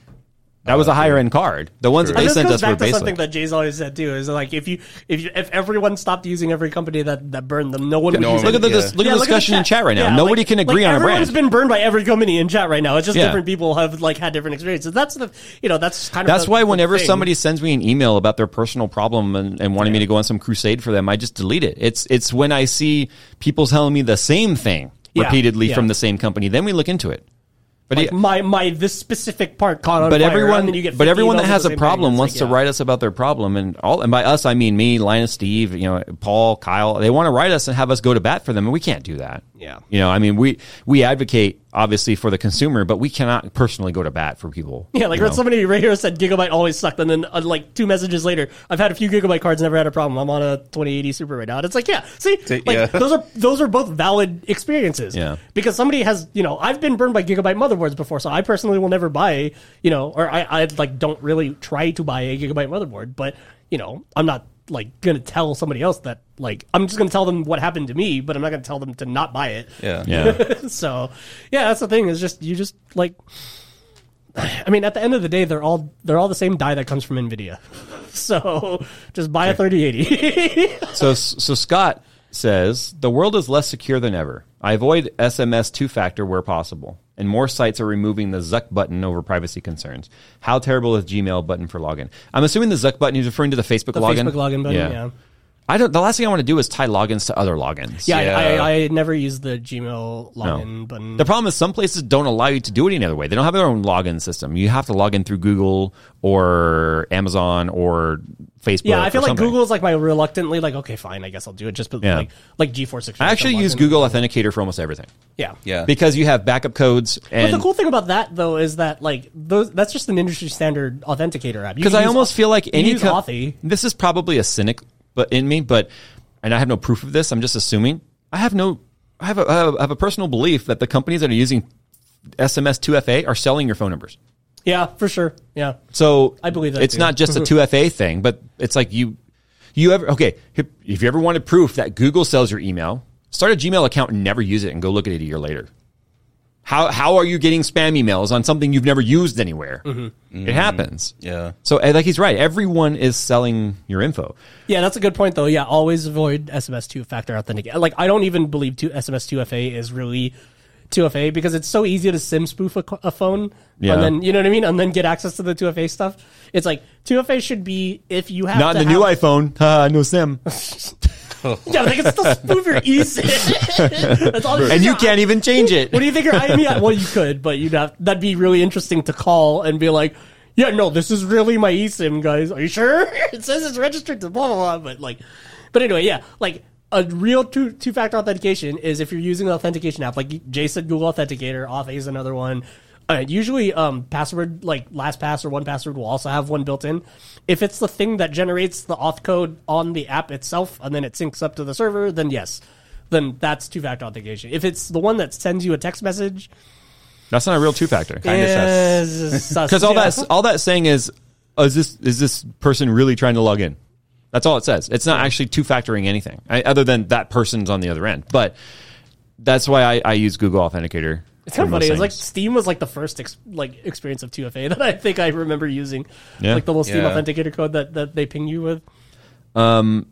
A: That was a higher end card. The ones that
B: Oh, True.
A: they
C: And this
A: sent
C: goes
A: us were
C: back to something
A: basically.
C: that Jay's always said too is like if you if you, if everyone stopped using every company that that burned them, no one would
B: No
C: use
B: one
A: Look
C: it.
A: at the
B: Yeah.
A: dis- look
C: Yeah,
A: at the discussion in chat right now.
C: Yeah,
A: Nobody
C: like-
A: can
C: like,
A: agree on a brand.
C: Everyone's been burned by every company in chat right now. It's just
A: Yeah.
C: different people have like had different experiences. That's the you know that's kind of
A: That's
C: the-
A: why
C: the
A: whenever
C: thing.
A: somebody sends me an email about their personal problem and, and wanting me to go on some crusade for them, I just delete it. It's it's when I see people telling me the same thing
C: Yeah.
A: repeatedly
C: Yeah.
A: from the same company, then we look into it. But
C: like
A: yeah,
C: my my this specific part caught on
A: but
C: fire,
A: everyone
C: and then you get
A: but
C: 50
A: everyone that
C: emails
A: has
C: with the
A: a
C: same
A: problem
C: thing.
A: wants
C: It's
A: to
C: like,
A: write us about their problem and all and by us I mean me, Linus, Steve, you know, Paul, Kyle, they want to write us and have us go to bat for them and we can't do that.
C: Yeah.
A: You know, I mean we we advocate obviously for the consumer, but we cannot personally go to bat for people.
C: yeah. Yeah, like
A: you know?
C: somebody right here said Gigabyte always sucked, and then uh, like two messages later, I've had a few Gigabyte cards, never had a problem. I'm on a 2080 Super right now, and it's like, yeah, see, like
B: yeah.
C: those are those are both valid experiences.
A: Yeah.
C: because somebody has, you know, I've been burned by Gigabyte motherboards before, so I personally will never buy, you know, or I, I like don't really try to buy a Gigabyte motherboard, but you know, I'm not like gonna tell somebody else that like I'm just gonna tell them what happened to me, but I'm not gonna tell them to not buy it.
B: Yeah,
A: Yeah.
C: so yeah that's the thing is just you just like i mean at the end of the day they're all they're all the same die that comes from nvidia so just buy a 3080
A: So, so Scott says the world is less secure than ever. I avoid SMS two factor where possible, and more sites are removing the Zuck button over privacy concerns. How terrible is Gmail button for login? I'm assuming the Zuck button. He's referring to the Facebook
C: the
A: login.
C: facebook login button yeah yeah,
A: I don't. The last thing I want to do is tie logins to other logins.
C: I-
B: Yeah.
C: I, I, never use the gmail login button
A: The problem is some places don't allow you to do it any other way. They don't have their own login system. You have to log in through Google or Amazon or Facebook.
C: yeah, I feel
A: or
C: like
A: something.
C: Google's like my reluctantly like okay, fine, I guess I'll do it. Just but
A: Yeah.
C: like like GeForce.
A: I actually use Google Authenticator for almost everything
C: Yeah,
B: yeah.
A: because you have backup codes.
C: But
A: And
C: the cool thing about that though is that like those that's just an industry standard authenticator app. You
A: because
C: can
A: I
C: use-
A: almost feel like
C: you
A: any
C: use
A: co-
C: Authy.
A: this is probably a cynic, but in me, but and I have no proof of this. I'm just assuming. I have no I have a, I have a- I have a personal belief that the companies that are using SMS 2FA are selling your phone numbers.
C: Yeah, for sure. Yeah.
A: So
C: I believe that
A: it's
C: too. Mm-hmm.
A: not just a 2FA thing, but it's like you, you ever okay? If if you ever wanted proof that Google sells your email, start a Gmail account and never use it, and go look at it a year later. How how are you getting spam emails on something you've never used anywhere?
C: Mm-hmm.
A: It happens.
B: Mm-hmm. Yeah.
A: So and, like he's right. Everyone is selling your info.
C: Yeah, that's a good point though. Yeah, always avoid SMS two factor authentication. Like I don't even believe two, SMS two FA is really two FA because it's so easy to sim spoof a, co- a phone.
A: Yeah.
C: And then you know what I mean, and then get access to the two FA stuff. It's like two FA should be if you have
A: Not
C: to
A: in the new
C: have-
A: iPhone. Uh, no SIM.
C: Yeah, but they can still spoof your eSIM. That's all they
A: and
C: do.
A: you can't even change it.
C: What do you think? Your, I mean, well, you could, but you'd have that'd be really interesting to call and be like, "Yeah, no, this is really my eSIM, guys. Are you sure? It says it's registered to blah blah blah." But like, but anyway, yeah, like a real two two factor authentication is if you're using an authentication app, like Jay said, Google Authenticator, Auth8 is another one. Uh, usually, um, password like LastPass or One Password will also have one built in. If it's the thing that generates the auth code on the app itself and then it syncs up to the server, then yes then that's two factor authentication. If it's the one that sends you a text message,
A: That's not a real two factor.
B: Kinda sus.
A: Because all that all that saying is, oh, is this is this person really trying to log in? That's all it says. It's not actually two factoring anything I, other than that person's on the other end. But that's why I, I use Google Authenticator.
C: It's kind
A: for
C: of
A: most
C: funny. It's like
A: things.
C: Steam was like the first ex- like experience of 2FA that I think I remember using.
A: Yeah.
C: Like the little Steam
B: Yeah.
C: authenticator code that, that they ping you with.
A: when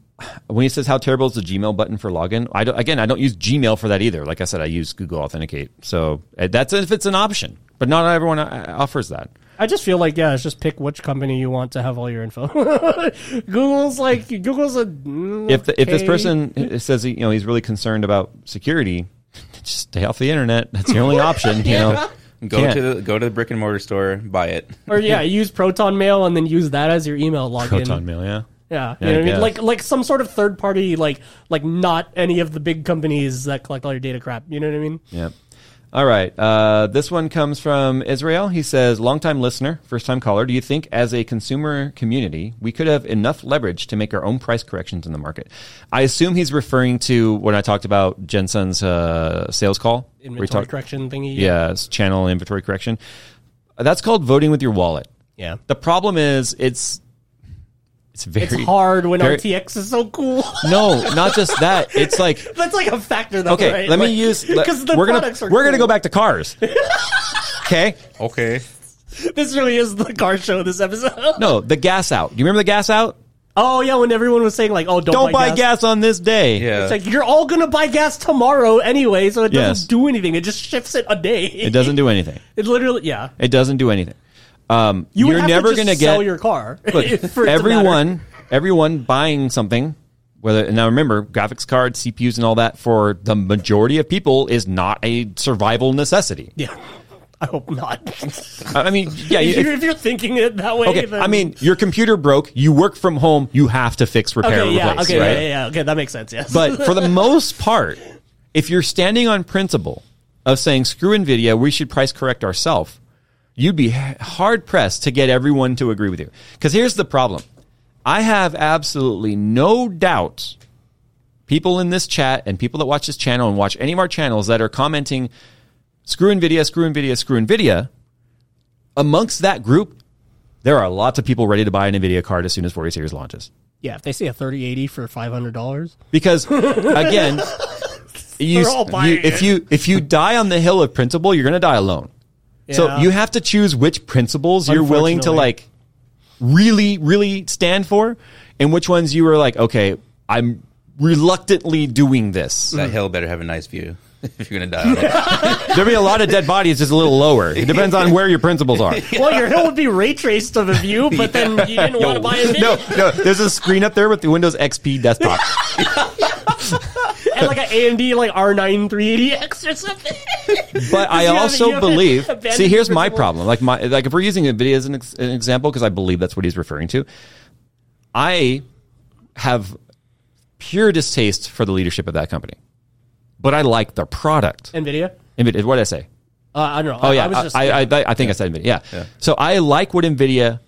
A: he says how terrible is the Gmail button for login. I don't, again, I don't use Gmail for that either. Like I said, I use Google Authenticate. So uh, that's if it's an option, but not everyone uh, offers that.
C: I just feel like yeah, it's just pick which company you want to have all your info. Google's like Google's a mm,
A: if the, if this
C: okay.
A: person i- says you know he's really concerned about security, just stay off the internet. That's your only option. You know,
B: Go
A: Can't.
B: to the, go to the brick and mortar store, buy it.
C: or yeah, use Proton Mail and then use that as your email login.
A: proton mail. Yeah,
C: Yeah,
A: Yeah,
C: you know
A: I
C: what I mean?
A: guess.
C: Like like some sort of third party, like like not any of the big companies that collect all your data crap. You know what I mean?
A: yeah. All right. Uh, this one comes from Israel. He says, "Longtime listener, first time caller. Do you think, as a consumer community, we could have enough leverage to make our own price corrections in the market?" I assume he's referring to when I talked about Jensen's uh, sales call. where he
C: Inventory
A: talked-
C: correction thingy.
A: Yeah, it's channel inventory correction. That's called voting with your wallet.
C: yeah.
A: The problem is it's it's very
C: It's hard when
A: very-
C: RTX is so cool.
A: No, not just that. It's like
C: That's like a factor, though.
A: okay,
C: right?
A: let me
C: Like,
A: use let-
C: 'cause the
A: we're gonna
C: products are
A: we're gonna
C: cool.
A: go back to cars. Okay,
B: Okay.
C: This really is the car show. This episode.
A: no, the gas out. Do you remember the gas out?
C: Oh yeah, when everyone was saying like, "Oh, don't,
A: Don't buy gas. on this day.
B: Yeah.
C: It's like you're all gonna buy gas tomorrow anyway, so it doesn't
A: Yes.
C: do anything. It just shifts it a day.
A: it doesn't do anything.
C: It literally, yeah.
A: It doesn't do anything. Um,
C: You would
A: are
C: have to
A: never
C: just
A: gonna
C: sell
A: get
C: your car.
A: Look,
C: for it to matter.
A: everyone, everyone buying something, whether and now remember, graphics cards, CPUs, and all that for the majority of people is not a survival necessity.
C: Yeah, I hope not.
A: I I mean, yeah,
C: if,
A: if-
C: you're, if you're thinking it that way,
A: okay.
C: then-
A: I mean, your computer broke. You work from home. You have to fix, repair,
C: okay,
A: or
C: yeah,
A: replace,
C: okay,
A: right?
C: yeah, yeah, yeah, okay, that makes sense. Yes,
A: But for the most part, if you're standing on principle of saying screw Nvidia, we should price correct ourselves, you'd be hard pressed to get everyone to agree with you. Because here's the problem: I have absolutely no doubt people in this chat and people that watch this channel and watch any of our channels that are commenting screw Nvidia, screw Nvidia, screw Nvidia. Amongst that group, there are lots of people ready to buy an Nvidia card as soon as 40 series launches
C: yeah, if they see a thirty eighty for five hundred dollars,
A: because again you,
C: They're all buying
A: you- if
C: it.
A: you if you die on the hill of principle you're going to die alone so
C: Yeah.
A: you have to choose which principles you're willing to
C: Unfortunately.
A: like really really stand for and which ones you are like okay i'm reluctantly doing this
B: That hill better have a nice view if you're gonna die. On it.
A: there'll be a lot of dead bodies just a little lower it depends on where your principles are
C: well, your hill would be ray traced of a view, but then you didn't want to buy a
A: no
C: video
A: no there's a screen up there with the windows xp desktop
C: and like an AMD like R nine three eighty X or something.
A: But I
C: You have- you
A: also
C: have
A: believe.
C: abandoned
A: See, here's my
C: principle.
A: problem. Like my like if we're using Nvidia as an, ex, an example because I believe that's what he's referring to. I have pure distaste for the leadership of that company, but I like their product.
C: Nvidia.
A: Nvidia, what did I say?
C: Uh, I don't know.
A: Oh yeah,
C: I,
A: I
C: was just
A: I, I, I think I said Nvidia. Yeah. So I like what Nvidia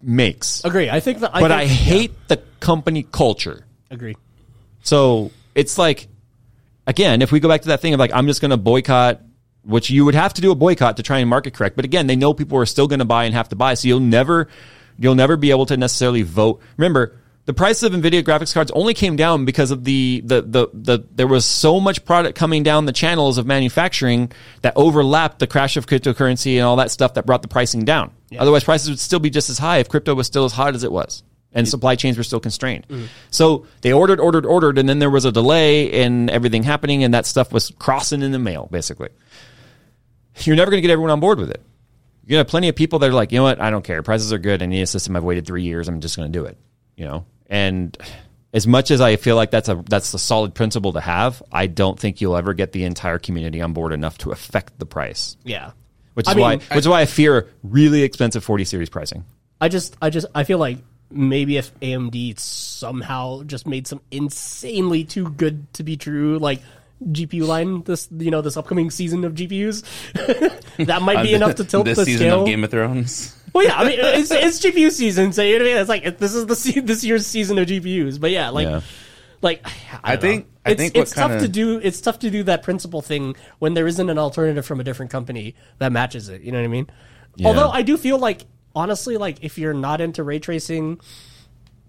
A: makes,
C: agree. I think that. I
A: but
C: think,
A: I hate the company culture.
C: agree.
A: So it's like again, if we go back to that thing of like, I'm just going to boycott, which you would have to do a boycott to try and market correct. But again, they know people are still going to buy and have to buy. So you'll never, you'll never be able to necessarily vote. Remember, the price of Nvidia graphics cards only came down because of the, the, the, the, there was so much product coming down the channels of manufacturing that overlapped the crash of cryptocurrency and all that stuff that brought the pricing down. Otherwise, prices would still be just as high if crypto was still as hot as it was and supply chains were still constrained.
C: Mm-hmm.
A: So they ordered, ordered, ordered, and then there was a delay in everything happening, and that stuff was crossing in the mail, basically. You're never going to get everyone on board with it. You have plenty of people that are like, you know what, I don't care. Prices are good. I need a system. I've waited three years. I'm just going to do it. You know, and as much as I feel like that's a that's a solid principle to have, I don't think you'll ever get the entire community on board enough to affect the price.
C: Yeah.
A: Which
C: I
A: is
C: mean,
A: why, which is why I fear really expensive 40 series pricing.
C: I just, I just, I feel like maybe if AMD somehow just made some insanely too good to be true, like GPU line this, you know, this upcoming season of GPUs, that might be enough to tilt
B: this
C: the
B: season
C: scale.
B: of Game of Thrones.
C: well, yeah, I mean, it's, it's GPU season, so you know what I mean. It's like this is the se- this year's season of GPUs, but yeah, like,
A: Yeah.
C: like I,
B: I
C: don't
B: think-
C: know.
B: I
C: it's,
B: think what
C: it's tough
B: kinda-
C: to do. It's tough to do that principal thing when there isn't an alternative from a different company that matches it. You know what I mean? Although I do feel like honestly, like if you're not into ray tracing,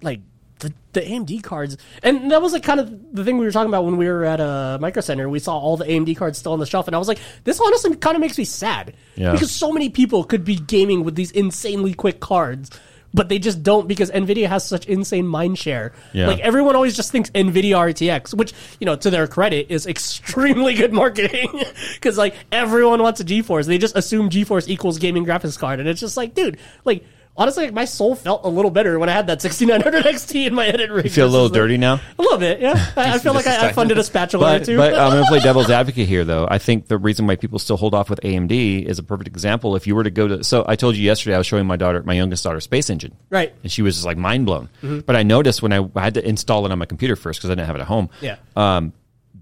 C: like the, the AMD cards, and that was like kind of the thing we were talking about when we were at a micro center. We saw all the AMD cards still on the shelf, and I was like, this honestly kind of makes me sad
A: Yeah.
C: because so many people could be gaming with these insanely quick cards. But they just don't because Nvidia has such insane mind share.
A: Yeah.
C: Like everyone always just thinks Nvidia RTX, which you know to their credit is extremely good marketing because like everyone wants a GeForce. They just assume GeForce equals gaming graphics card, and it's just like, dude, like honestly, like my soul felt a little better when I had that 6900 XT in my edit rig.
A: You feel a little dirty now?
C: A little bit, yeah. I, I feel like
B: just a
C: I, I
B: second.
C: funded a spatula
A: but,
C: or two.
A: but I'm going to play devil's advocate here, though. I think the reason why people still hold off with AMD is a perfect example. If you were to go to, so I told you yesterday, I was showing my daughter, my youngest daughter, Space Engine,
C: Right. Mm-hmm.
A: and she was just like mind blown. But I noticed when I, I had to install it on my computer first because I didn't have it at home.
C: Yeah.
A: um,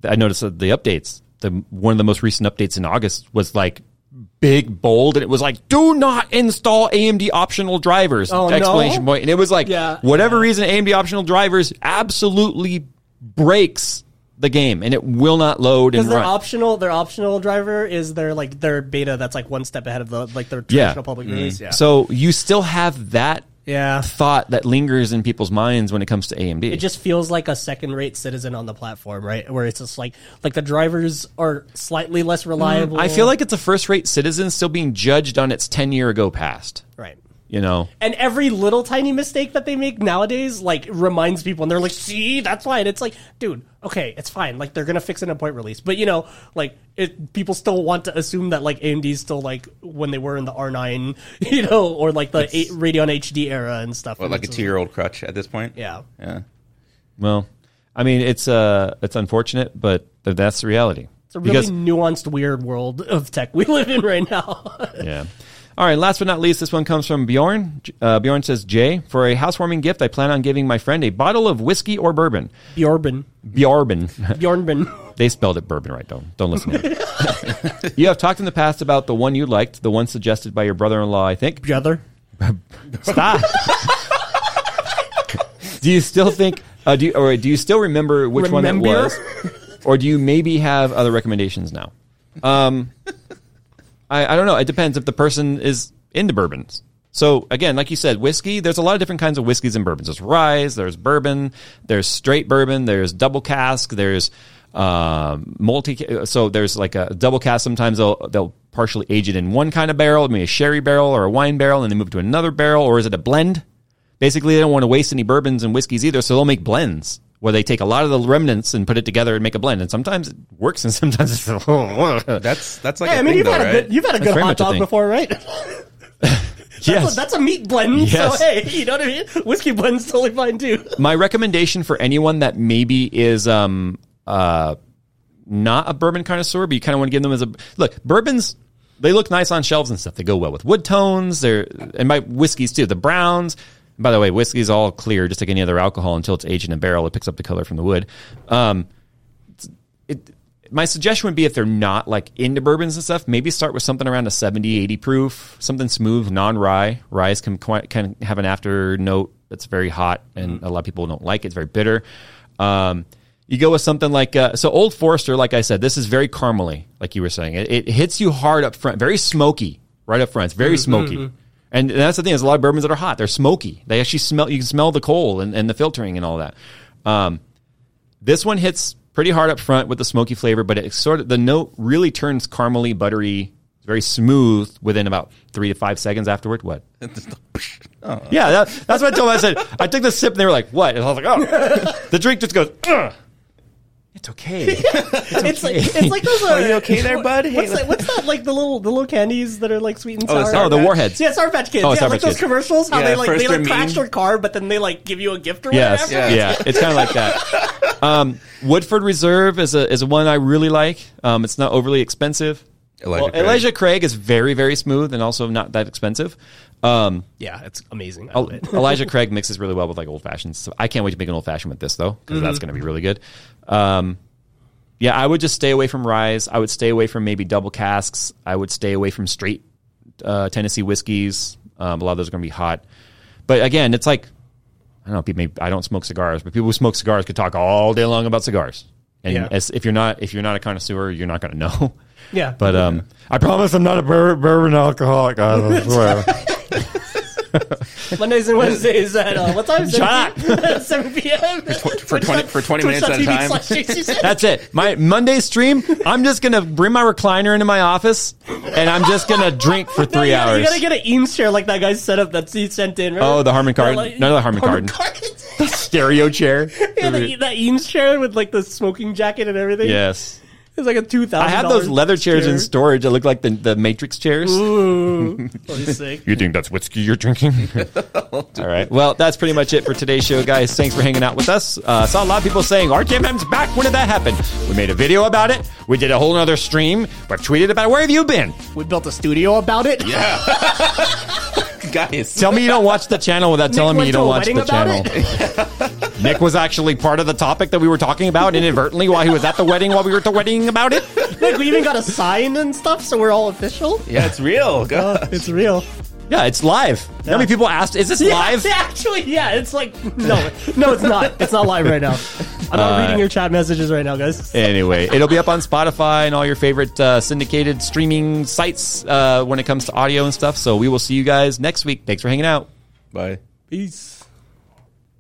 A: I noticed that the updates, the one of the most recent updates in August was like big bold and it was like do not install AMD optional drivers
C: Oh, no.
A: exclamation point. and it was like
C: Yeah.
A: whatever reason AMD optional drivers absolutely breaks the game and it will not load and
C: Because their
A: run.
C: optional, their optional driver is their like their beta that's like one step ahead of the like their
A: Yeah.
C: traditional public release. Yeah.
A: so you still have that
C: Yeah.
A: thought that lingers in people's minds when it comes to AMD.
C: it just feels like a second rate citizen on the platform, right? Where it's just like like the drivers are slightly less reliable.
A: Mm-hmm. I feel like it's a first rate citizen still being judged on its 10 year ago past.
C: right.
A: You know?
C: And every little tiny mistake that they make nowadays, like, reminds people, and they're like, "See, that's why." And it's like, dude, okay, it's fine. Like, they're gonna fix it in point release, but you know, like, it, people still want to assume that like AMD's still like when they were in the R9, you know, or like the eight, Radeon HD era and stuff.
B: What,
C: And
B: like a
C: it's
B: two year old crutch at this point?
C: yeah.
B: Yeah.
A: Well, I mean, it's uh, it's unfortunate, but th- that's the reality.
C: It's a really nuanced, weird world of tech we live in right now.
A: yeah. All right. Last but not least, this one comes from Bjorn. J- Uh, Bjorn says, "Jay, for a housewarming gift, I plan on giving my friend a bottle of whiskey or bourbon.
C: Bjorben,
A: Bjorben.
C: Bjornben.
A: They spelled it bourbon right. Don't don't listen to it. you have talked in the past about the one you liked, the one suggested by your brother-in-law. I think.
C: brother.
A: Stop. do you still think? Uh, do you, or do you still remember which one
C: Remember?
A: it was? Or do you maybe have other recommendations now? Um, I, I don't know. It depends if the person is into bourbons. So again, like you said, whiskey. There's a lot of different kinds of whiskeys and bourbons. There's rye, there's bourbon, there's straight bourbon, there's double cask, there's um multi. So there's like a double cask. Sometimes they'll they'll partially age it in one kind of barrel, maybe a sherry barrel or a wine barrel, and then move to another barrel, or is it a blend? Basically, they don't want to waste any bourbons and whiskeys either, so they'll make blends where they take a lot of the remnants and put it together and make a blend. And sometimes it works, and sometimes it's
B: That's that's like
C: Hey,
B: a
C: I mean,
B: thing,
C: you've
B: though,
C: had a
B: right?
C: good, you've had a
A: That's
C: good
A: very
C: hot
A: much a
C: dog
A: thing.
C: before, right?
A: yes.
C: That's a meat blend.
A: Yes.
C: So hey, you know what I mean? Whiskey blend's totally fine too.
A: my recommendation for anyone that maybe is um uh not a bourbon connoisseur, but you kind of want to give them as a look. Bourbons they look nice on shelves and stuff. They go well with wood tones. They're and my whiskeys too. The browns. By the way, whiskey's all clear, just like any other alcohol, until it's aged in a barrel. It picks up the color from the wood. Um, it, my suggestion would be if they're not like into bourbons and stuff, maybe start with something around a 70, 80 proof, something smooth, non rye. Rye can, quite- can have an after note that's very hot, and a lot of people don't like it. It's very bitter. Um, You go with something like uh, so Old Forester. Like I said, this is very caramely, like you were saying. It, it hits you hard up front, very smoky right up front. It's very smoky, and, and that's the thing. There's a lot of bourbons that are hot. They're smoky. They actually smell. You can smell the coal and, and the filtering and all that. Um, this one hits pretty hard up front with the smoky flavor, but it sort of the note really turns caramely, buttery, very smooth within about three to five seconds afterward. What?
B: oh.
A: Yeah, that, that's what I told them. I said, I took the sip and they were like, what? And I was like, oh. The drink just goes, Ugh. it's okay.
C: It's like it's like those. Uh,
B: Are you okay there, bud? Hey,
C: What's that, what's that? Like the little the little candies that are like sweet and
B: Oh,
C: sour.
B: the Sour
A: Oh, the Patch. Warheads.
C: Yeah, sour patch kids.
A: Oh,
C: yeah,
A: Sour
C: like
A: Patch
C: those
A: Kids.
C: commercials. How
B: Yeah,
C: they like
B: first
C: they like
B: they're
C: crash
B: mean.
C: your car, but then they like give you a gift or
A: Yes,
C: whatever.
A: yeah, it's kind of like that. Um, Woodford Reserve is a is one I really like. Um, it's not overly expensive.
B: Elijah
A: well,
B: Craig.
A: Elijah Craig is very very smooth and also not that expensive. Um,
C: Yeah, it's amazing. I
B: Oh.
A: El-
C: love it.
A: Elijah Craig mixes really well with like old fashions. So I can't wait to make an old fashioned with this though, because that's
C: Mm-hmm.
A: going to be really good. Um, yeah, I would just stay away from rye's. I would stay away from maybe double casks. I would stay away from straight uh, Tennessee whiskeys. Um, a lot of those are going to be hot. But again, it's like I don't know. People, may I don't smoke cigars, but people who smoke cigars could talk all day long about cigars. And
C: Yeah.
A: as, if you're not if you're not a connoisseur, you're not going to know.
C: Yeah.
A: But um, I promise I'm not a bur- bourbon alcoholic. I swear.
C: Mondays and Wednesdays at uh, what time?
A: Shut
C: 7 p.m. 7 p.m.
B: for 20 for 20 minutes at a time.
C: time.
A: That's it. My Monday stream. I'm just gonna bring my recliner into my office, and I'm just gonna drink for three hours.
C: You gotta get an Eames chair like that guy set up that he sent in. Remember?
A: Oh, the Harman Kardon.
C: They're like-
A: No, the Harman Stereo chair.
C: yeah, the, that Eames chair with like the smoking jacket and everything.
A: yes.
C: It's like a two thousand.
A: I have those leather chairs in storage. that look like the, the Matrix chairs.
C: sick.
A: You think that's whiskey you're drinking? All right. Well, that's pretty much it for today's show, guys. Thanks for hanging out with us. Uh, saw a lot of people saying RTMM's back. When did that happen? We made a video about it. We did a whole other stream. We've tweeted about it. Where have you been?
C: We built a studio about it. Yeah,
B: guys.
A: Tell me you don't watch the channel without telling me
C: went
A: you
C: to
A: don't
C: a
A: watch
C: wedding
A: the
C: about
A: channel. Nick was actually part of the topic that we were talking about inadvertently while he was at the wedding while we were at the wedding about it.
C: Look, we even got a sign and stuff, so we're all official.
B: Yeah, it's real. God.
C: Uh, it's real.
A: Yeah, it's live. How many people asked, is this live?
C: Yeah, actually, yeah. It's like no, no, it's not. It's not live right now. I'm not reading your chat messages right now, guys.
A: Anyway, it'll be up on Spotify and all your favorite uh, syndicated streaming sites uh, when it comes to audio and stuff. So we will see you guys next week. Thanks for hanging out.
B: Bye.
C: Peace.